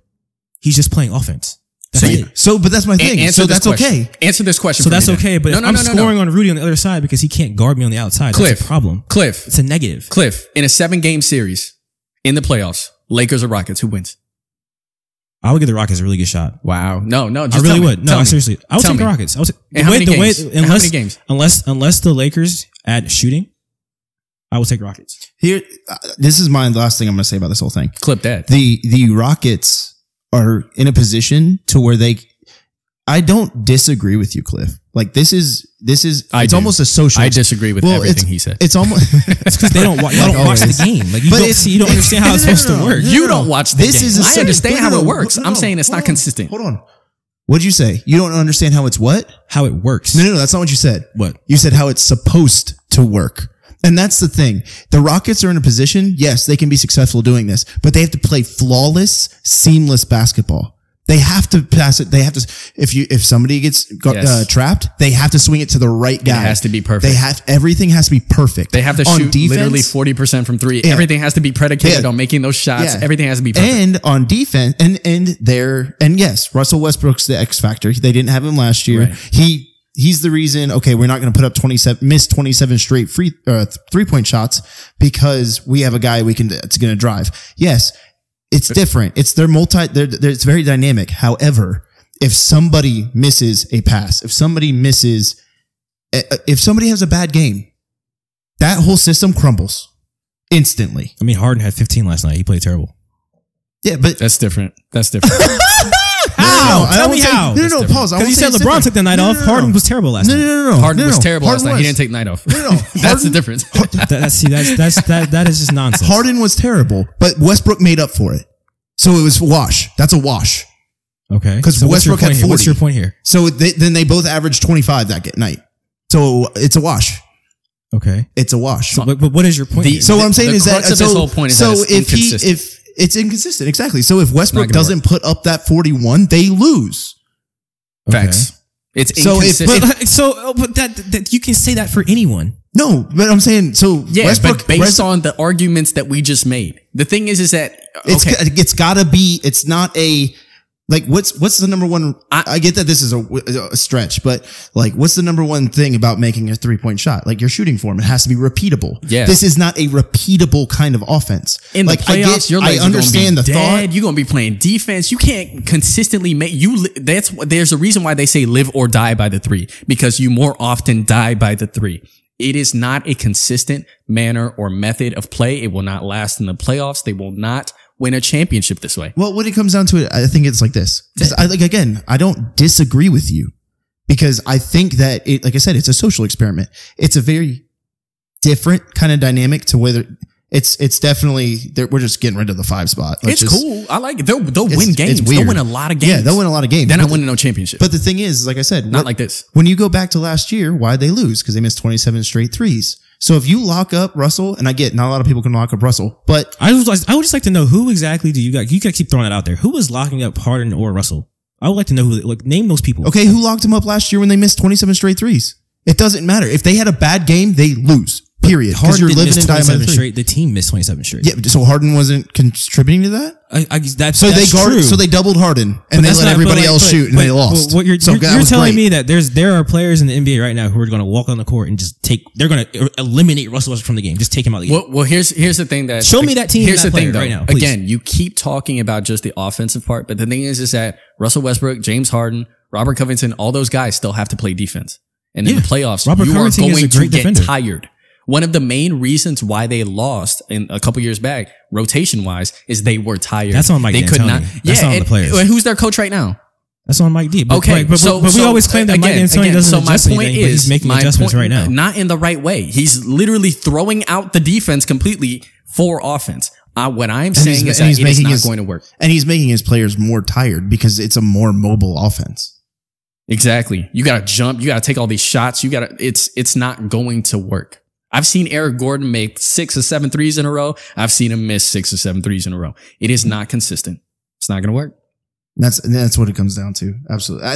Speaker 1: He's just playing offense. That's
Speaker 2: So
Speaker 1: it.
Speaker 2: you-
Speaker 3: so, but that's my
Speaker 2: An-
Speaker 3: thing.
Speaker 2: answer
Speaker 3: So
Speaker 2: this
Speaker 3: that's
Speaker 2: question.
Speaker 3: okay.
Speaker 2: Answer this question.
Speaker 1: So
Speaker 2: for me
Speaker 1: that's
Speaker 2: then.
Speaker 1: okay, but
Speaker 2: no,
Speaker 1: if
Speaker 2: no,
Speaker 1: I'm
Speaker 2: no, no,
Speaker 1: scoring
Speaker 2: no.
Speaker 1: on Rudy on the other side because he can't guard me on the outside.
Speaker 2: Cliff,
Speaker 1: That's a problem.
Speaker 2: Cliff,
Speaker 1: It's a negative.
Speaker 2: Cliff, in a seven-game series in the playoffs, Lakers or Rockets, who wins?
Speaker 1: I would give the Rockets a really good shot.
Speaker 2: Wow. No, no.
Speaker 1: I
Speaker 2: Just
Speaker 1: really
Speaker 2: tell me.
Speaker 1: would. No,
Speaker 2: Tell me.
Speaker 1: seriously, I would
Speaker 2: Tell
Speaker 1: take the
Speaker 2: me.
Speaker 1: Rockets. I would. Take,
Speaker 2: And how many games? And how
Speaker 1: unless,
Speaker 2: many games?
Speaker 1: Unless unless the Lakers add shooting, I will take Rockets.
Speaker 3: Here, uh, this is my last thing I'm going to say about this whole thing.
Speaker 2: Clip that.
Speaker 3: the the Rockets are in a position to where they. I don't disagree with you, Cliff. Like this is this is
Speaker 2: I
Speaker 3: it's
Speaker 2: do.
Speaker 3: almost a social.
Speaker 2: I disagree with
Speaker 3: Well,
Speaker 2: everything
Speaker 3: it's-
Speaker 2: he said.
Speaker 3: It's almost
Speaker 1: It's because they don't, wa- y'all don't watch the
Speaker 3: always.
Speaker 1: game. Like you
Speaker 3: But
Speaker 1: don't
Speaker 3: it's-
Speaker 1: see, you don't understand how it's supposed to work.
Speaker 2: You don't watch the
Speaker 3: this
Speaker 2: game.
Speaker 3: is. a
Speaker 2: I
Speaker 3: certain-
Speaker 2: understand
Speaker 3: no,
Speaker 2: how
Speaker 3: no,
Speaker 2: it
Speaker 3: no,
Speaker 2: works.
Speaker 3: no,
Speaker 2: I'm
Speaker 3: no,
Speaker 2: saying it's
Speaker 3: hold
Speaker 2: not
Speaker 3: on,
Speaker 2: consistent.
Speaker 3: Hold on. What'd you say? You don't understand how it's what?
Speaker 1: How it works?
Speaker 3: No, no, no. That's not what you said.
Speaker 1: What?
Speaker 3: You said how it's supposed to work. And that's the thing. The Rockets are in a position, yes, they can be successful doing this, but they have to play flawless, seamless basketball. They have to pass it. They have to, if you, if somebody gets got,
Speaker 2: Yes.
Speaker 3: uh, trapped, they have to swing it to the right guy.
Speaker 2: has to be perfect.
Speaker 3: They have, everything has to be perfect.
Speaker 2: They have to
Speaker 3: On
Speaker 2: shoot
Speaker 3: defense-
Speaker 2: literally 40% from three.
Speaker 3: Yeah.
Speaker 2: Everything has to be predicated
Speaker 3: Yeah.
Speaker 2: on making those shots.
Speaker 3: Yeah.
Speaker 2: Everything has to be perfect.
Speaker 3: and on defense and and their and yes, Russell Westbrook's the X factor. They didn't have him last year.
Speaker 2: Right.
Speaker 3: He he's the reason. Okay, we're not going to put up twenty seven, miss twenty seven straight free uh, three point shots because we have a guy we can that's going to drive. Yes, it's different. It's their multi. They're, they're, it's very dynamic. However, if somebody misses a pass, if somebody misses, uh, uh, if somebody has a bad game, that whole system crumbles instantly.
Speaker 1: I mean, Harden had 15 last night. He played terrible.
Speaker 3: Yeah, but
Speaker 2: That's different. That's different.
Speaker 1: How?
Speaker 3: No, no, no, I
Speaker 1: Tell
Speaker 3: won't
Speaker 1: me
Speaker 3: say-
Speaker 1: how.
Speaker 3: No, no,
Speaker 1: That's
Speaker 3: no,
Speaker 1: different.
Speaker 3: pause. I
Speaker 1: Because
Speaker 3: won't
Speaker 1: you
Speaker 3: say
Speaker 1: said
Speaker 3: it's
Speaker 1: LeBron
Speaker 3: different.
Speaker 1: took the night
Speaker 3: No, no,
Speaker 1: off.
Speaker 3: no, no.
Speaker 1: Harden was terrible last
Speaker 3: No, no,
Speaker 1: night.
Speaker 3: no, no, no.
Speaker 2: Harden
Speaker 3: no,
Speaker 2: was
Speaker 3: no.
Speaker 2: terrible last
Speaker 3: Harden
Speaker 2: night. He
Speaker 3: was.
Speaker 2: didn't take night off.
Speaker 3: No, no,
Speaker 2: That's the
Speaker 3: Harden-
Speaker 2: difference.
Speaker 1: That, that's- see, that's that's that that is just nonsense.
Speaker 3: Harden was terrible, but Westbrook made up for it. So it was wash. That's a wash.
Speaker 1: Okay,
Speaker 3: 'Cause
Speaker 1: what's your
Speaker 3: Westbrook had
Speaker 1: point here? What's
Speaker 3: 40.
Speaker 1: your point here?
Speaker 3: So they, then they both averaged 25 that get- night. So it's a wash.
Speaker 1: Okay,
Speaker 3: It's a wash.
Speaker 1: but, but what is your point?
Speaker 2: The-
Speaker 1: here?
Speaker 3: So what I'm
Speaker 2: the-
Speaker 3: saying
Speaker 2: the
Speaker 3: is that
Speaker 2: crux of
Speaker 3: so,
Speaker 2: his whole point is
Speaker 3: so
Speaker 2: that it's
Speaker 3: if he
Speaker 2: inconsistent.
Speaker 3: if it's inconsistent exactly. So if Westbrook
Speaker 2: gonna
Speaker 3: doesn't put up that 41, they lose.
Speaker 1: Okay.
Speaker 2: Facts. It's
Speaker 3: So if-
Speaker 2: inconsistent.
Speaker 1: But like, so, oh, but that that you can say that for anyone.
Speaker 3: No, but I'm saying so
Speaker 2: yeah,
Speaker 3: Westbrook
Speaker 2: but based
Speaker 3: West-
Speaker 2: on the arguments that we just made, the thing is, is that
Speaker 3: It's
Speaker 2: okay,
Speaker 3: it's got to be. It's not a like what's what's the number one. I, I get that this is a, a stretch, but like what's the number one thing about making a three point shot? Like your shooting form, it has to be repeatable.
Speaker 2: Yeah.
Speaker 3: this is not a repeatable kind of offense.
Speaker 2: in
Speaker 3: like
Speaker 2: the playoffs, your legs
Speaker 3: I understand
Speaker 2: are
Speaker 3: the
Speaker 2: gonna be dead.
Speaker 3: thought.
Speaker 2: You're going to be playing defense. You can't consistently make you. li- That's wh- there's a reason why they say live or die by the three because you more often die by the three. It is not a consistent manner or method of play. It will not last in the playoffs. They will not win a championship this way.
Speaker 3: Well, when it comes down to it, I think it's like this. 'Cause I like again, I don't disagree with you because I think that it, like I said, it's a social experiment. It's a very different kind of dynamic to whether it's it's definitely they're- we're just getting rid of the five spot. Let's
Speaker 2: It's
Speaker 3: just-
Speaker 2: cool. I like it. They'll, they'll
Speaker 3: It's-
Speaker 2: win
Speaker 3: it's
Speaker 2: games. They'll
Speaker 3: weird.
Speaker 2: win a lot of games.
Speaker 3: Yeah, they'll win a lot of games.
Speaker 2: They're
Speaker 3: but,
Speaker 2: not winning no championship.
Speaker 3: but the thing is, like I said,
Speaker 2: not
Speaker 3: what-
Speaker 2: like this.
Speaker 3: when you go back to last year, why they lose? Because they missed 27 straight threes. So if you lock up Russell, and I get not a lot of people can lock up Russell, but
Speaker 1: I would, like- I would just like to know who exactly do you got? You got to keep throwing that out there. Who was locking up Harden or Russell? I would like to know who. Like, name those people.
Speaker 3: okay, who locked him up last year when they missed 27 straight threes? It doesn't matter. If they had a bad game, they lose. Period. Because
Speaker 1: Harden
Speaker 3: you're
Speaker 1: didn't
Speaker 3: living
Speaker 1: miss
Speaker 3: and dying by the
Speaker 1: 27
Speaker 3: three.
Speaker 1: straight. The team missed 27 straight.
Speaker 3: Yeah, so Harden wasn't contributing to that.
Speaker 1: I, I, that's,
Speaker 3: So
Speaker 1: that's
Speaker 3: they guard,
Speaker 1: true.
Speaker 3: so they doubled Harden and they
Speaker 1: that's
Speaker 3: let
Speaker 1: not- but
Speaker 3: everybody
Speaker 1: like-
Speaker 3: else
Speaker 1: but-
Speaker 3: shoot and
Speaker 1: but-
Speaker 3: they lost.
Speaker 1: but What you're,
Speaker 3: so
Speaker 1: you're,
Speaker 3: that
Speaker 1: you're
Speaker 3: was
Speaker 1: telling
Speaker 3: great.
Speaker 1: me that there's there are players in the NBA right now who are going to walk on the court and just take. They're going to eliminate Russell Westbrook from the game. Just take him out of the game.
Speaker 2: Well, well, here's here's the thing that
Speaker 1: Show me that team and
Speaker 2: Here's
Speaker 1: that
Speaker 2: the thing
Speaker 1: player
Speaker 2: though.
Speaker 1: right now, please.
Speaker 2: Again, you keep talking about just the offensive part, but the thing is, is that Russell Westbrook, James Harden, Robert Covington, all those guys still have to play defense, and in
Speaker 1: Yeah.
Speaker 2: the playoffs,
Speaker 1: Robert
Speaker 2: you
Speaker 1: Covington
Speaker 2: are
Speaker 1: is
Speaker 2: going
Speaker 1: a great
Speaker 2: to get
Speaker 1: defender.
Speaker 2: tired. One of the main reasons why they lost in a couple years back, rotation wise, is they were tired.
Speaker 1: That's on Mike
Speaker 2: They could
Speaker 1: D'Antoni.
Speaker 2: not.
Speaker 1: That's
Speaker 2: yeah,
Speaker 1: on the
Speaker 2: and-
Speaker 1: players.
Speaker 2: and who's their coach right now?
Speaker 1: That's on Mike D. But,
Speaker 2: okay,
Speaker 1: but, but,
Speaker 2: so,
Speaker 1: but we
Speaker 2: so,
Speaker 1: always claim that Mike
Speaker 2: again,
Speaker 1: D'Antoni
Speaker 2: again,
Speaker 1: doesn't
Speaker 2: so my
Speaker 1: adjust
Speaker 2: point
Speaker 1: anything, but he's
Speaker 2: is-
Speaker 1: making
Speaker 2: my
Speaker 1: adjustments
Speaker 2: point-
Speaker 1: right now.
Speaker 2: Not in the right way. He's literally throwing out the defense completely for offense. Uh, what I'm saying
Speaker 3: he's-
Speaker 2: is
Speaker 3: and
Speaker 2: that
Speaker 3: he's
Speaker 2: it is
Speaker 3: making
Speaker 2: not
Speaker 3: his-
Speaker 2: going to work.
Speaker 3: and he's making his players more tired because it's a more mobile offense.
Speaker 2: Exactly. You got to jump. You got to take all these shots. You got to. It's it's not going to work. I've seen Eric Gordon make six or seven threes in a row. I've seen him miss six or seven threes in a row. It is not consistent. It's not going to work.
Speaker 3: That's that's what it comes down to. Absolutely. I,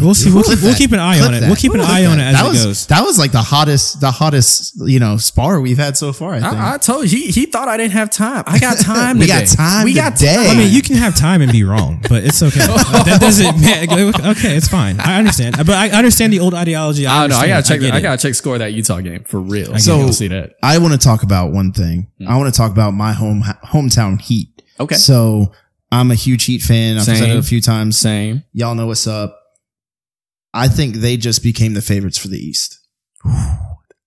Speaker 1: We'll see. We'll,
Speaker 3: Clip
Speaker 1: keep, we'll
Speaker 3: that.
Speaker 1: keep an eye
Speaker 3: Clip
Speaker 1: on it.
Speaker 3: that.
Speaker 1: We'll keep an
Speaker 3: Clip
Speaker 1: eye on it
Speaker 3: that.
Speaker 1: as
Speaker 3: that
Speaker 1: it
Speaker 3: was,
Speaker 1: goes.
Speaker 3: That was like the hottest, the hottest, you know, spar we've had so far. I think.
Speaker 2: I, I told you he, he thought I didn't have time. I got time.
Speaker 3: We
Speaker 2: today.
Speaker 3: got time
Speaker 2: We got
Speaker 3: today.
Speaker 2: time.
Speaker 1: I mean, you can have time and be wrong, but it's okay. that doesn't. ma- Okay, it's fine. I understand, but I understand the old ideology. I,
Speaker 2: I don't know. I gotta check.
Speaker 1: understand.
Speaker 2: I,
Speaker 1: get it.
Speaker 2: gotta check score that Utah game for real.
Speaker 3: So-
Speaker 2: So you'll see that.
Speaker 3: I want to talk about one thing. I want to talk about my home hometown Heat.
Speaker 2: Hmm. Okay.
Speaker 3: So I'm a huge Heat fan. I've
Speaker 2: Same.
Speaker 3: said it a few times.
Speaker 2: Same.
Speaker 3: Y'all know what's up. I think they just became the favorites for the East.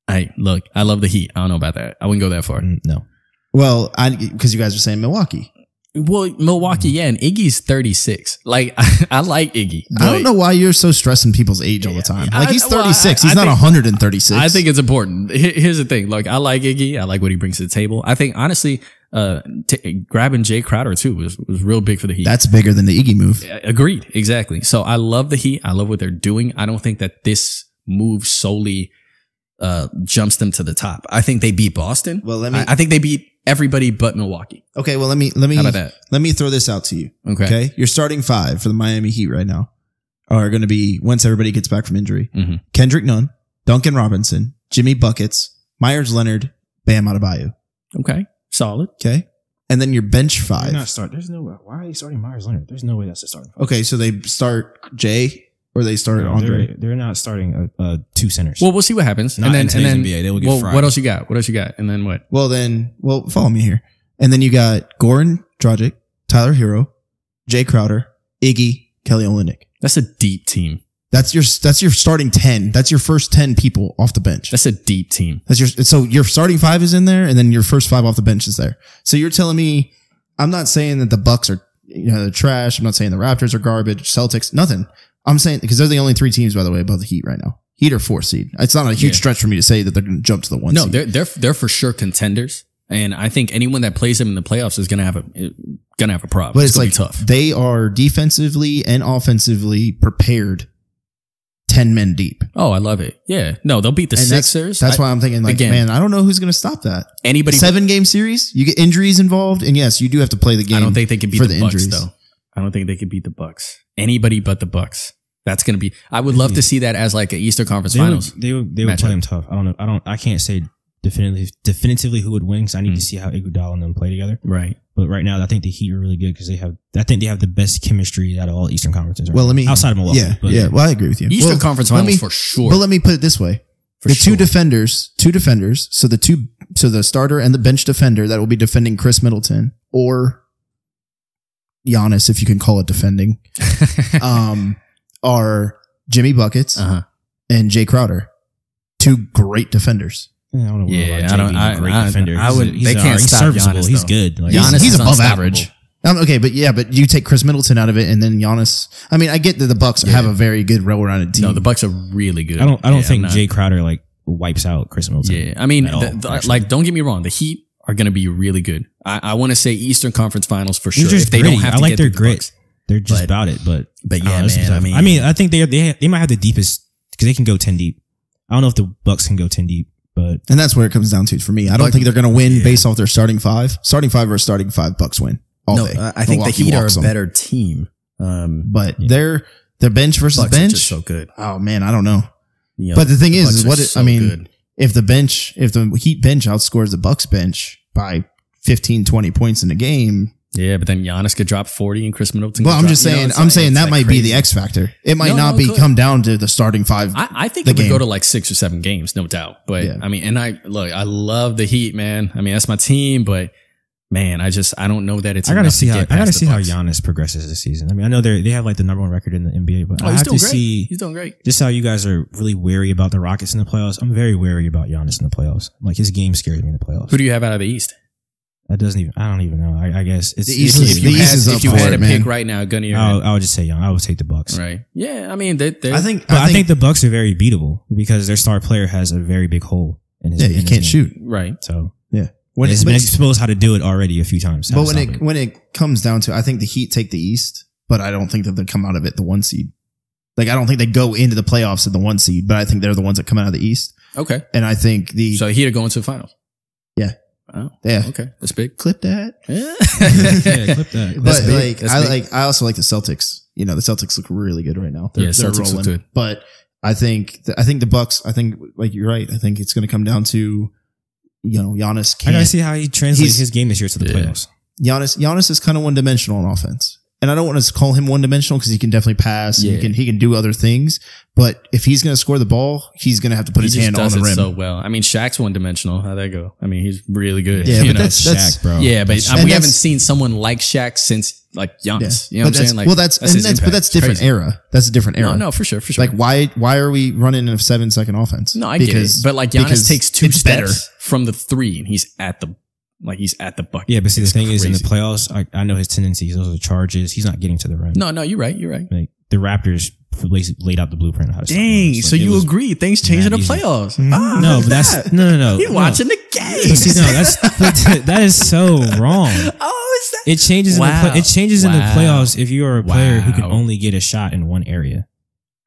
Speaker 2: Hey, look, I love the Heat. I don't know about that. I wouldn't go that far.
Speaker 1: Mm, No,
Speaker 3: Well, I because you guys are saying Milwaukee.
Speaker 2: Well, Milwaukee, yeah, and Iggy's thirty six. Like, I, like Iggy.
Speaker 3: I don't
Speaker 2: but
Speaker 3: know why you're so stressing people's age all the time.
Speaker 2: Yeah,
Speaker 3: Like
Speaker 2: I-
Speaker 3: he's
Speaker 2: well, I-
Speaker 3: 36.
Speaker 2: I
Speaker 3: he's not
Speaker 2: think-
Speaker 3: 136.
Speaker 2: I think it's important. Here- Here's the thing. Like, I like Iggy. I like what he brings to the table. I think honestly, uh, t- grabbing Jay Crowder too was was real big for the Heat.
Speaker 3: that's bigger than the Iggy move.
Speaker 2: Agreed. Exactly. So I love the Heat. I love what they're doing. I don't think that this move solely uh, jumps them to the top. I think they beat Boston.
Speaker 3: Well, let me-
Speaker 2: I, I think they beat everybody but Milwaukee.
Speaker 3: Okay, well let me let me
Speaker 2: How about that?
Speaker 3: let me throw this out to you.
Speaker 2: Okay.
Speaker 3: Okay. Your starting five for the Miami Heat right now are going to be once everybody gets back from injury
Speaker 2: Mhm.
Speaker 3: Kendrick Nunn, Duncan Robinson, Jimmy Buckets, Myers Leonard, Bam Adebayo.
Speaker 2: Okay. Solid.
Speaker 3: Okay. And then your bench
Speaker 1: They're not
Speaker 3: five.
Speaker 1: start. There's no. Why are you starting Myers Leonard? There's no way that's a starting. five.
Speaker 3: Okay. So they start Jay or they start
Speaker 1: No,
Speaker 3: Andre.
Speaker 1: they're, they're not starting uh, uh, two centers.
Speaker 2: Well, we'll see what happens.
Speaker 1: Not
Speaker 2: and then,
Speaker 1: in
Speaker 2: and
Speaker 1: today's
Speaker 2: then,
Speaker 1: NBA. They will get
Speaker 2: well,
Speaker 1: fried.
Speaker 2: what else you got? What else you got? And then what?
Speaker 3: Well, then, well, follow me here. And then you got Goran Dragic, Tyler Hero, Jay Crowder, Iggy, Kelly Olynyk.
Speaker 2: That's a deep team.
Speaker 3: That's your that's your starting ten. That's your first ten people off the bench.
Speaker 2: That's a deep team.
Speaker 3: That's your so your starting five is in there, and then your first five off the bench is there. So you're telling me, I'm not saying that the Bucks are you know trash. I'm not saying the Raptors are garbage. Celtics, nothing. I'm saying because they're the only three teams, by the way, above the Heat right now. Heat are four seed. It's not a huge
Speaker 2: Yeah.
Speaker 3: stretch for me to say that they're going to jump to the one.
Speaker 2: No,
Speaker 3: seed.
Speaker 2: they're they're they're for sure contenders. And I think anyone that plays them in the playoffs is gonna have a eh, gonna have a problem.
Speaker 3: but it's,
Speaker 2: gonna
Speaker 3: like
Speaker 2: be tough.
Speaker 3: They are defensively and offensively prepared, ten men deep.
Speaker 2: Oh, I love it. Yeah. No, they'll beat the
Speaker 3: And that's-
Speaker 2: Sixers.
Speaker 3: That's
Speaker 2: I-
Speaker 3: why I'm thinking like,
Speaker 2: again-
Speaker 3: man, I don't know who's going to stop that.
Speaker 2: anybody
Speaker 3: Seven game series, you get injuries involved, and yes, you do have to play the game.
Speaker 2: I don't think they can beat
Speaker 3: for
Speaker 2: the,
Speaker 3: the
Speaker 2: Bucks
Speaker 3: injuries.
Speaker 2: though. I don't think they could beat the Bucks. Anybody but the Bucks. That's going to be. I would love to see that as like an Easter Conference
Speaker 1: they would,
Speaker 2: Finals.
Speaker 1: they would, they would
Speaker 2: matchup.
Speaker 1: play them tough. I don't know. I don't. I can't say definitively definitively who would win because I need
Speaker 2: Hmm.
Speaker 1: to see how Iguodala and them play together.
Speaker 2: Right.
Speaker 1: But right now, I think the Heat are really good because they have. I think they have the best chemistry out of all Eastern conferences. Right
Speaker 3: Well,
Speaker 1: now.
Speaker 3: let me-
Speaker 1: outside of Milwaukee.
Speaker 3: yeah,
Speaker 1: but- eh,
Speaker 3: yeah. Well, I agree with you.
Speaker 2: Easter
Speaker 3: Well,
Speaker 2: Conference
Speaker 3: let
Speaker 2: Finals
Speaker 3: me-
Speaker 2: for sure.
Speaker 3: But let me put it this way:
Speaker 2: For
Speaker 3: the
Speaker 2: sure.
Speaker 3: two defenders, two defenders. So the two, so the starter and the bench defender that will be defending Chris Middleton or Giannis, if you can call it defending, um, are Jimmy Buckets
Speaker 2: Uh-huh.
Speaker 3: and Jay Crowder, two great defenders.
Speaker 1: Yeah, I don't know. what
Speaker 2: Yeah,
Speaker 1: about
Speaker 2: I
Speaker 1: JB,
Speaker 2: don't-
Speaker 1: a
Speaker 2: I-
Speaker 1: great
Speaker 2: I-
Speaker 1: defender.
Speaker 2: I
Speaker 1: He's a-
Speaker 2: would-
Speaker 1: He's
Speaker 2: they
Speaker 1: a-
Speaker 2: can't
Speaker 1: he's
Speaker 2: stop
Speaker 1: serviceable.
Speaker 2: Giannis,
Speaker 1: he's
Speaker 2: though.
Speaker 1: good. Like,
Speaker 3: Giannis
Speaker 2: Giannis
Speaker 3: he's,
Speaker 2: is
Speaker 3: above
Speaker 2: unstoppable.
Speaker 3: average. Um, okay, but yeah, but you take Chris Middleton out of it, and then Giannis. I mean, I get that the Bucks have a very good, well-rounded team.
Speaker 2: No, the Bucks are really good.
Speaker 1: I don't. I don't
Speaker 2: Yeah, I'm
Speaker 1: think
Speaker 2: not-
Speaker 1: Jay Crowder like wipes out Chris Middleton.
Speaker 2: Yeah, I mean,
Speaker 1: at all,
Speaker 2: the- the-
Speaker 1: actually.
Speaker 2: like, don't get me wrong. The Heat are going to be really good. I, I want to say Eastern Conference Finals for
Speaker 1: They're
Speaker 2: sure.
Speaker 1: just
Speaker 2: if they
Speaker 1: gritty.
Speaker 2: don't have
Speaker 1: I
Speaker 2: to
Speaker 1: like
Speaker 2: get
Speaker 1: their
Speaker 2: through the
Speaker 1: grit.
Speaker 2: Bucks.
Speaker 1: They're just
Speaker 2: But-
Speaker 1: about it. But
Speaker 2: but
Speaker 1: I don't
Speaker 2: yeah,
Speaker 1: know, this is
Speaker 2: man. I
Speaker 1: tough.
Speaker 2: mean,
Speaker 1: I mean, I think they they they might have the deepest because they can go ten deep. I don't know if the Bucks can go ten deep, but
Speaker 3: And that's where it comes down to for me. I don't
Speaker 2: Like-
Speaker 3: think they're going to win
Speaker 2: Yeah.
Speaker 3: based off their starting five. Starting five versus starting five Bucks win all
Speaker 2: no, uh,
Speaker 3: day.
Speaker 2: I I think
Speaker 3: Milwaukee
Speaker 2: the Heat are
Speaker 3: walks
Speaker 2: a
Speaker 3: them.
Speaker 2: better team. Um,
Speaker 3: but their their bench versus
Speaker 2: Bucks are
Speaker 3: bench.
Speaker 2: just so good.
Speaker 3: oh man, I don't know.
Speaker 2: You know,
Speaker 3: but the thing is,
Speaker 2: Bucks
Speaker 3: is
Speaker 2: are
Speaker 3: what it,
Speaker 2: so
Speaker 3: I mean,
Speaker 2: good.
Speaker 3: if the bench, if the Heat bench outscores the Bucks bench by 15, 20 points in a game,
Speaker 2: Yeah, but then Giannis could drop forty and Chris Middleton.
Speaker 3: well,
Speaker 2: could
Speaker 3: I'm
Speaker 2: drop-
Speaker 3: just
Speaker 2: you know,
Speaker 3: saying,
Speaker 2: it's
Speaker 3: I'm
Speaker 2: like-
Speaker 3: saying
Speaker 2: it's
Speaker 3: that
Speaker 2: like
Speaker 3: might be
Speaker 2: crazy.
Speaker 3: the X factor. It might
Speaker 2: No,
Speaker 3: not
Speaker 2: no,
Speaker 3: be
Speaker 2: it could.
Speaker 3: come down to the starting five.
Speaker 2: I, I think
Speaker 3: the
Speaker 2: it would
Speaker 3: game.
Speaker 2: go to like six or seven games, no doubt. But
Speaker 3: Yeah.
Speaker 2: I mean, and I look, I love the Heat, man. I mean, that's my team, but man, I just I don't know that it's.
Speaker 1: I gotta
Speaker 2: enough to
Speaker 1: see how I
Speaker 2: get past
Speaker 1: gotta
Speaker 2: the
Speaker 1: see how
Speaker 2: Bucks.
Speaker 1: Giannis progresses this season. I mean, I know they they have like the number one record in the NBA, but
Speaker 2: Oh,
Speaker 1: I
Speaker 2: he's
Speaker 1: have to
Speaker 2: doing great.
Speaker 1: see
Speaker 2: He's doing great.
Speaker 1: just how you guys are really wary about the Rockets in the playoffs. I'm very wary about Giannis in the playoffs. Like his game scares me in the playoffs.
Speaker 2: Who do you have out of the East?
Speaker 1: that doesn't even. I don't even know. I, I guess it's
Speaker 3: The East
Speaker 1: it's- if
Speaker 2: if
Speaker 3: is-
Speaker 2: you
Speaker 1: you
Speaker 3: the
Speaker 2: had,
Speaker 3: East is
Speaker 2: if
Speaker 3: up
Speaker 2: you
Speaker 3: for
Speaker 2: had
Speaker 3: it,
Speaker 2: to pick
Speaker 3: man. Oh,
Speaker 2: right now, gun to your
Speaker 1: I,
Speaker 2: head.
Speaker 1: would- I would just say Young. I would take the Bucks.
Speaker 2: Right. Yeah. I mean, they, they,
Speaker 3: I think,
Speaker 1: But I think, the Bucks are very beatable because their star player has a very big hole in his.
Speaker 3: yeah,
Speaker 1: in
Speaker 3: you
Speaker 1: his
Speaker 3: can't
Speaker 1: game.
Speaker 3: shoot.
Speaker 2: right.
Speaker 1: So
Speaker 3: When
Speaker 1: it's
Speaker 3: it-
Speaker 1: been
Speaker 3: but-
Speaker 1: exposed how to do it already a few times. How
Speaker 3: But
Speaker 1: to
Speaker 3: when
Speaker 1: stop
Speaker 3: it, when it comes down to, I think the Heat take the East, but I don't think that they come out of it the one seed. Like I don't think they go into the playoffs in the one seed, but I think they're the ones that come out of the East.
Speaker 2: Okay.
Speaker 3: And I think the
Speaker 2: So he'd go into the finals.
Speaker 3: Yeah.
Speaker 2: Wow.
Speaker 3: yeah,
Speaker 2: Okay. That's big.
Speaker 3: clip that.
Speaker 1: yeah,
Speaker 2: Yeah.
Speaker 1: clip that.
Speaker 3: But
Speaker 2: big.
Speaker 3: like
Speaker 2: That's
Speaker 3: I
Speaker 2: big.
Speaker 3: like I also like the Celtics. You know, the Celtics look really good right now. They're,
Speaker 2: Yeah,
Speaker 3: they're
Speaker 2: Celtics look
Speaker 3: rolling.
Speaker 2: good.
Speaker 3: But I think I think the Bucks. I think like you're right. I think it's going to come down to you know Giannis.
Speaker 1: I
Speaker 3: Can't,
Speaker 1: gotta see how he translates
Speaker 3: He's-
Speaker 1: his game this year to the
Speaker 2: Yeah.
Speaker 1: playoffs.
Speaker 3: Giannis. Giannis is kind of one dimensional on offense, and I don't want to call him one dimensional because he can definitely pass. And
Speaker 2: Yeah.
Speaker 3: he can he can do other things, but if he's going to score the ball, he's going to have to put his
Speaker 2: he just
Speaker 3: hand on
Speaker 2: does
Speaker 3: the
Speaker 2: it
Speaker 3: rim.
Speaker 2: so well. I mean, Shaq's one dimensional. How'd that go? I mean, he's really good.
Speaker 3: Yeah,
Speaker 2: you know?
Speaker 3: but that's- that's-
Speaker 1: Shaq, bro.
Speaker 2: yeah, but
Speaker 3: that's-
Speaker 2: I mean,
Speaker 3: and
Speaker 2: we
Speaker 3: that's-
Speaker 2: haven't seen someone like Shaq since like
Speaker 3: Yeah.
Speaker 2: Giannis. You know what
Speaker 3: But
Speaker 2: I'm
Speaker 3: that's-
Speaker 2: saying? Like,
Speaker 3: well, that's, and
Speaker 2: his
Speaker 3: that's but
Speaker 2: impact.
Speaker 3: that's
Speaker 2: It's
Speaker 3: different
Speaker 2: crazy.
Speaker 3: era. That's a different era.
Speaker 2: No, no, for sure, for sure.
Speaker 3: Like why why are we running a seven second offense?
Speaker 2: no, I get it. But like Giannis
Speaker 3: because
Speaker 2: takes two
Speaker 3: it's
Speaker 2: steps
Speaker 3: better.
Speaker 2: from the three, and he's at the like he's at the bucket.
Speaker 1: Yeah, but see, the
Speaker 2: It's
Speaker 1: thing is, in the
Speaker 2: crazy.
Speaker 1: playoffs, I, I know his tendencies. Those are charges. He's not getting to the rim.
Speaker 2: No, no, you're right. You're right.
Speaker 1: Like, the Raptors laid laid out the blueprint. on How to stop
Speaker 2: Dang.
Speaker 1: him. It's
Speaker 2: so
Speaker 1: like, it
Speaker 2: you
Speaker 1: was-
Speaker 2: agree? Things change in the
Speaker 1: that easy.
Speaker 2: playoffs. Ah,
Speaker 1: No, but
Speaker 2: look at
Speaker 1: that's
Speaker 2: that.
Speaker 1: no, no, no.
Speaker 2: You're
Speaker 1: no.
Speaker 2: watching the
Speaker 1: But
Speaker 2: game.
Speaker 1: see, no, that's but that is so wrong.
Speaker 2: oh, is that?
Speaker 1: It changes. In the
Speaker 2: Wow.
Speaker 1: play, it changes in the
Speaker 2: Wow.
Speaker 1: playoffs if you are a player who can
Speaker 2: Wow.
Speaker 1: only get a shot in one area.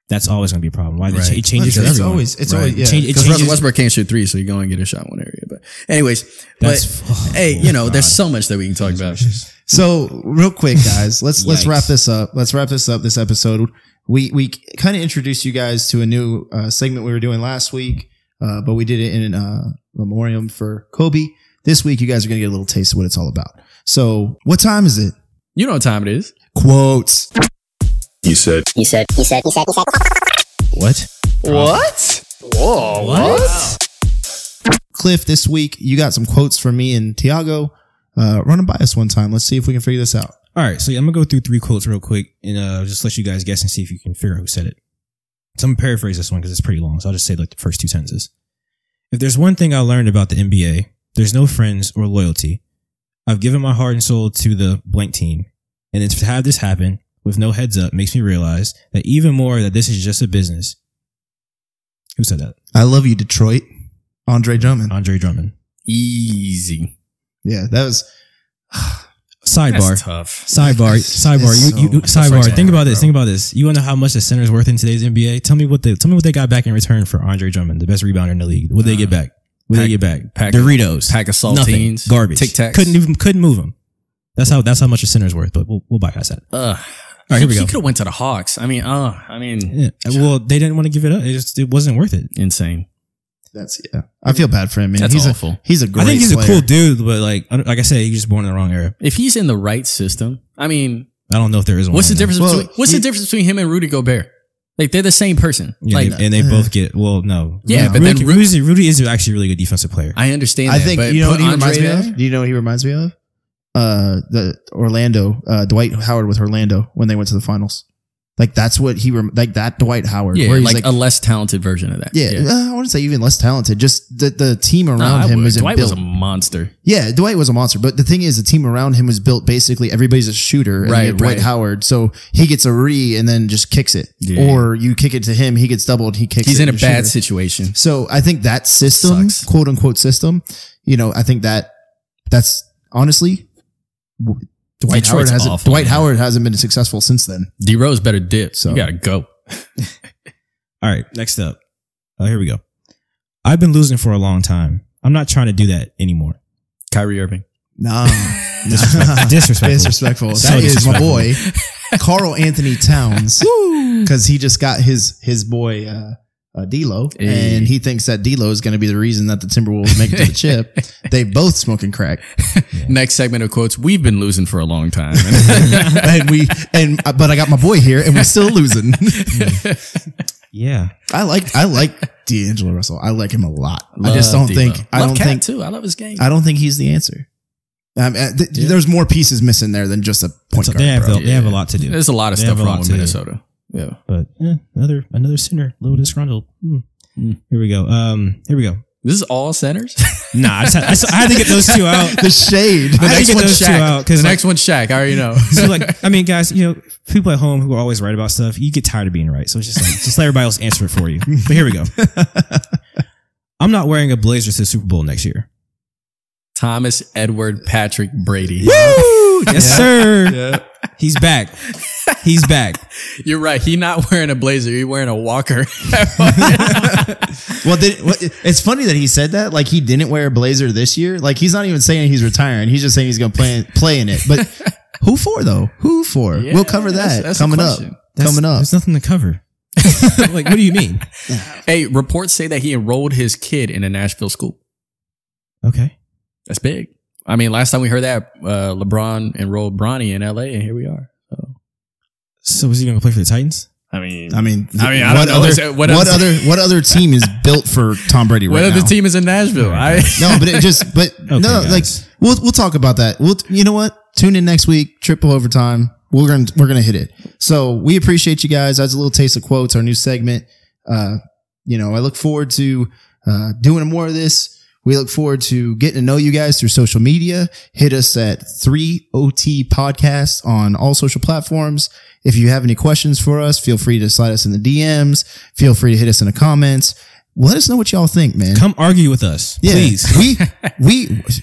Speaker 1: That's always going to be a problem. Why
Speaker 2: Right.
Speaker 1: it changes for
Speaker 3: It's
Speaker 1: everyone.
Speaker 3: always- it's always- yeah.
Speaker 1: It change- it
Speaker 2: Because Russell
Speaker 1: changes.
Speaker 2: Westbrook can't shoot three, so you're going to get a shot in one area. But anyways,
Speaker 1: That's-
Speaker 2: but
Speaker 1: oh,
Speaker 2: hey, you know,
Speaker 1: God.
Speaker 2: there's so much that we can talk about.
Speaker 3: So real quick, guys, let's let's
Speaker 1: Yikes.
Speaker 3: wrap this up. Let's wrap this up. This episode, we we kind of introduced you guys to a new uh, segment we were doing last week, uh, but we did it in uh, memoriam for Kobe. This week, you guys are gonna get a little taste of what it's all about. So, what time is it?
Speaker 2: You know what time it is.
Speaker 3: Quotes.
Speaker 6: You said
Speaker 7: You said, you said, you said, you said.
Speaker 1: What?
Speaker 3: Cliff, this week you got some quotes from me and Tiago. Uh, run them by us one time. Let's see if we can figure this out.
Speaker 1: All right, so I'm gonna go through three quotes real quick and uh, just let you guys guess and see if you can figure out who said it. So I'm gonna paraphrase this one because it's pretty long. So I'll just say like the first two sentences. If there's one thing I learned about the NBA, there's no friends or loyalty. I've given my heart and soul to the blank team, and then to have this happen with no heads up makes me realize that even more that this is just a business. Who said that?
Speaker 3: I love you, Detroit. Andre Drummond.
Speaker 1: Andre Drummond.
Speaker 2: Easy.
Speaker 3: Yeah, that was
Speaker 1: Sidebar.
Speaker 2: That's tough.
Speaker 1: Sidebar,
Speaker 3: It's-
Speaker 1: sidebar,
Speaker 3: it's
Speaker 1: you, you,
Speaker 3: so-
Speaker 1: sidebar.
Speaker 2: so
Speaker 1: think about
Speaker 2: hard,
Speaker 1: this.
Speaker 2: bro.
Speaker 1: Think about this. You want to know how much the center's worth in today's NBA? Tell me what the tell me what they got back in return for Andre Drummond, the best rebounder in the league. What they get back? What they
Speaker 2: Pack-
Speaker 1: get back?
Speaker 2: pack-
Speaker 1: Doritos,
Speaker 2: Pack of
Speaker 1: nothing,
Speaker 2: saltines,
Speaker 1: garbage,
Speaker 2: Tic Tacs.
Speaker 1: Couldn't even couldn't move him. That's how that's how much a center's worth. But we'll, we'll bypass that.
Speaker 2: Ugh.
Speaker 1: right, here we
Speaker 2: He
Speaker 1: go.
Speaker 2: could have went to the Hawks. I mean, uh, I mean,
Speaker 1: Yeah. Well, they didn't want to give it up. It just it wasn't worth it.
Speaker 2: insane.
Speaker 3: that's yeah. I feel bad for him, man.
Speaker 2: That's
Speaker 3: he's
Speaker 2: awful.
Speaker 3: a he's a great.
Speaker 1: I think he's
Speaker 3: player.
Speaker 1: a cool dude, but like I don't- like I said, he's just born in the wrong era.
Speaker 2: If he's in the right system, I mean,
Speaker 1: I don't know if there is one.
Speaker 2: what's the
Speaker 1: right now.
Speaker 2: difference?
Speaker 3: Well,
Speaker 2: between, what's
Speaker 3: he-
Speaker 2: the difference between him and Rudy Gobert? Like they're the same person.
Speaker 1: Yeah,
Speaker 2: like uh,
Speaker 1: and- and they both get well. No,
Speaker 2: Yeah,
Speaker 1: Rudy,
Speaker 2: but then Ru-
Speaker 1: Rudy, Rudy is actually a really good defensive player.
Speaker 2: I understand.
Speaker 3: I
Speaker 2: that,
Speaker 3: think
Speaker 2: but
Speaker 3: you know
Speaker 2: put
Speaker 3: what he
Speaker 2: Andre
Speaker 3: reminds me
Speaker 2: there?
Speaker 3: of. Do you know what he reminds me of? Uh, the Orlando, uh, Dwight Howard with Orlando when they went to the finals. Like that's what he rem- like that Dwight Howard.
Speaker 2: Yeah,
Speaker 3: where he's
Speaker 2: like, a less talented version of that.
Speaker 3: yeah, uh, I wouldn't say even less talented. Just the the team
Speaker 2: Nah,
Speaker 3: around
Speaker 2: I
Speaker 3: him
Speaker 2: would.
Speaker 3: isn't
Speaker 2: Dwight
Speaker 3: built.
Speaker 2: was a monster.
Speaker 3: yeah, Dwight was a monster, but the thing is, the team around him was built basically everybody's a shooter, and
Speaker 2: Right,
Speaker 3: you have Dwight
Speaker 2: right.
Speaker 3: Howard, so he gets a re and then just kicks it,
Speaker 2: Yeah.
Speaker 3: or you kick it to him, he gets doubled, he kicks.
Speaker 2: He's
Speaker 3: it,
Speaker 2: in a
Speaker 3: you're
Speaker 2: bad
Speaker 3: shooter.
Speaker 2: situation.
Speaker 3: So I think that system,
Speaker 2: Sucks.
Speaker 3: quote unquote system, you know, I think that that's honestly w- Dwight
Speaker 2: Dwight
Speaker 3: Howard
Speaker 2: Howard's
Speaker 3: hasn't
Speaker 2: awful,
Speaker 3: Dwight
Speaker 2: man.
Speaker 3: Howard hasn't been successful since then.
Speaker 2: D Rose better dip. So
Speaker 3: So-
Speaker 2: you gotta go.
Speaker 1: All right, next up. Oh, here we go. I've been losing for a long time. I'm not trying to do that anymore.
Speaker 2: Kyrie Irving.
Speaker 3: No.
Speaker 1: Disrespectful. Disrespectful.
Speaker 3: Disrespectful.
Speaker 1: So
Speaker 3: That is my boy, Carl Anthony Towns, because he just got his his boy uh, uh, D'Lo,
Speaker 2: Hey.
Speaker 3: and he thinks that D'Lo is going to be the reason that the Timberwolves make it to the chip. They both smoking crack,
Speaker 2: Next segment of quotes. We've been losing for a long time.
Speaker 3: and we and uh, but I got my boy here, and we're still losing.
Speaker 1: Yeah.
Speaker 3: I like I like D'Angelo Russell. I like him a lot. I just don't
Speaker 2: Love
Speaker 3: think
Speaker 2: D'Lo.
Speaker 3: I
Speaker 2: Love
Speaker 3: don't
Speaker 2: Cat
Speaker 3: think
Speaker 2: too. I love his game.
Speaker 3: I don't think he's the answer. Um, uh, th- There's more pieces missing there than just a point
Speaker 1: So
Speaker 3: guard.
Speaker 1: they have
Speaker 3: bro.
Speaker 1: they have a lot to do.
Speaker 2: There's a lot of
Speaker 1: They
Speaker 2: stuff
Speaker 1: have a
Speaker 2: wrong
Speaker 1: lot
Speaker 2: with
Speaker 1: to-
Speaker 2: Minnesota. Yeah.
Speaker 1: But eh, another another center, a little disgruntled. Hmm.
Speaker 2: Hmm.
Speaker 1: Here we go. Um, here we go.
Speaker 2: This is all centers.
Speaker 1: Nah, I, just had, I, just- I had to get those two out.
Speaker 3: the shade.
Speaker 1: I had to
Speaker 2: next
Speaker 1: get those
Speaker 2: one's
Speaker 1: two
Speaker 2: Shaq.
Speaker 1: out
Speaker 2: The
Speaker 1: because
Speaker 2: next one's Shaq. I already know.
Speaker 1: so like I mean, guys, you know, people at home who are always right about stuff, you get tired of being right. So it's just like just let everybody else answer it for you. But here we go. I'm not wearing a blazer to the Super Bowl next year.
Speaker 2: Thomas Edward Patrick Brady.
Speaker 1: Yes, sir. He's back. He's back.
Speaker 2: You're right. He not wearing a blazer. He wearing a walker.
Speaker 3: Well, then, what, it's funny that he said that. Like he didn't wear a blazer this year. Like he's not even saying he's retiring. He's just saying he's going to play play in it. But who for though? Who for? we'll cover
Speaker 2: that's-
Speaker 3: that
Speaker 2: that's the
Speaker 3: coming up.
Speaker 2: question.
Speaker 1: That's-
Speaker 3: coming up.
Speaker 1: There's nothing to cover. like, what do you mean?
Speaker 2: hey, reports say that he enrolled his kid in a Nashville school.
Speaker 1: Okay.
Speaker 2: That's big. I mean, last time we heard that, uh, LeBron enrolled Bronny in LA, and here we are. So,
Speaker 1: So was he going to play for the Titans?
Speaker 2: I mean,
Speaker 3: I mean,
Speaker 2: I mean, I
Speaker 3: what
Speaker 2: don't know.
Speaker 3: other
Speaker 2: Listen,
Speaker 3: what,
Speaker 2: what else-
Speaker 3: other what other team is built for Tom Brady right
Speaker 2: what
Speaker 3: now?
Speaker 2: other team is in Nashville? I,
Speaker 3: No, but it just but no,
Speaker 1: guys.
Speaker 3: like we'll we'll talk about that. We'll you know what? Tune in next week, triple overtime. We're gonna we're gonna hit it. So we appreciate you guys. That's a little taste of quotes, our new segment. Uh, you know, I look forward to uh, doing more of this. We look forward to getting to know you guys through social media. Hit us at 3OT Podcast on all social platforms. If you have any questions for us, feel free to slide us in the DMs. Feel free to hit us in the comments. Let us know what y'all think, man.
Speaker 1: Come argue with us,
Speaker 3: Yeah,
Speaker 1: please.
Speaker 3: we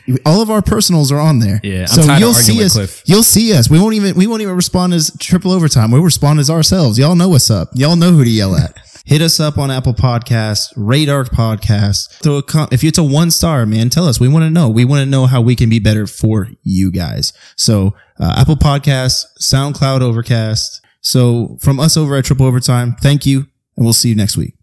Speaker 3: we all of our personals are on there.
Speaker 2: Yeah, I'm tired of arguing
Speaker 3: see
Speaker 2: with
Speaker 3: us.
Speaker 2: Cliff.
Speaker 3: You'll see us. We won't even we won't even respond as triple overtime. We'll respond as ourselves. Y'all know what's up. Y'all know who to yell at. Hit us up on Apple Podcasts, Radar Podcast. Throw a com- if it's a one star, man, tell us. We want to know. We want to know how we can be better for you guys. So uh, Apple Podcasts, SoundCloud, Overcast. So from us over at Triple Overtime, thank you, and we'll see you next week.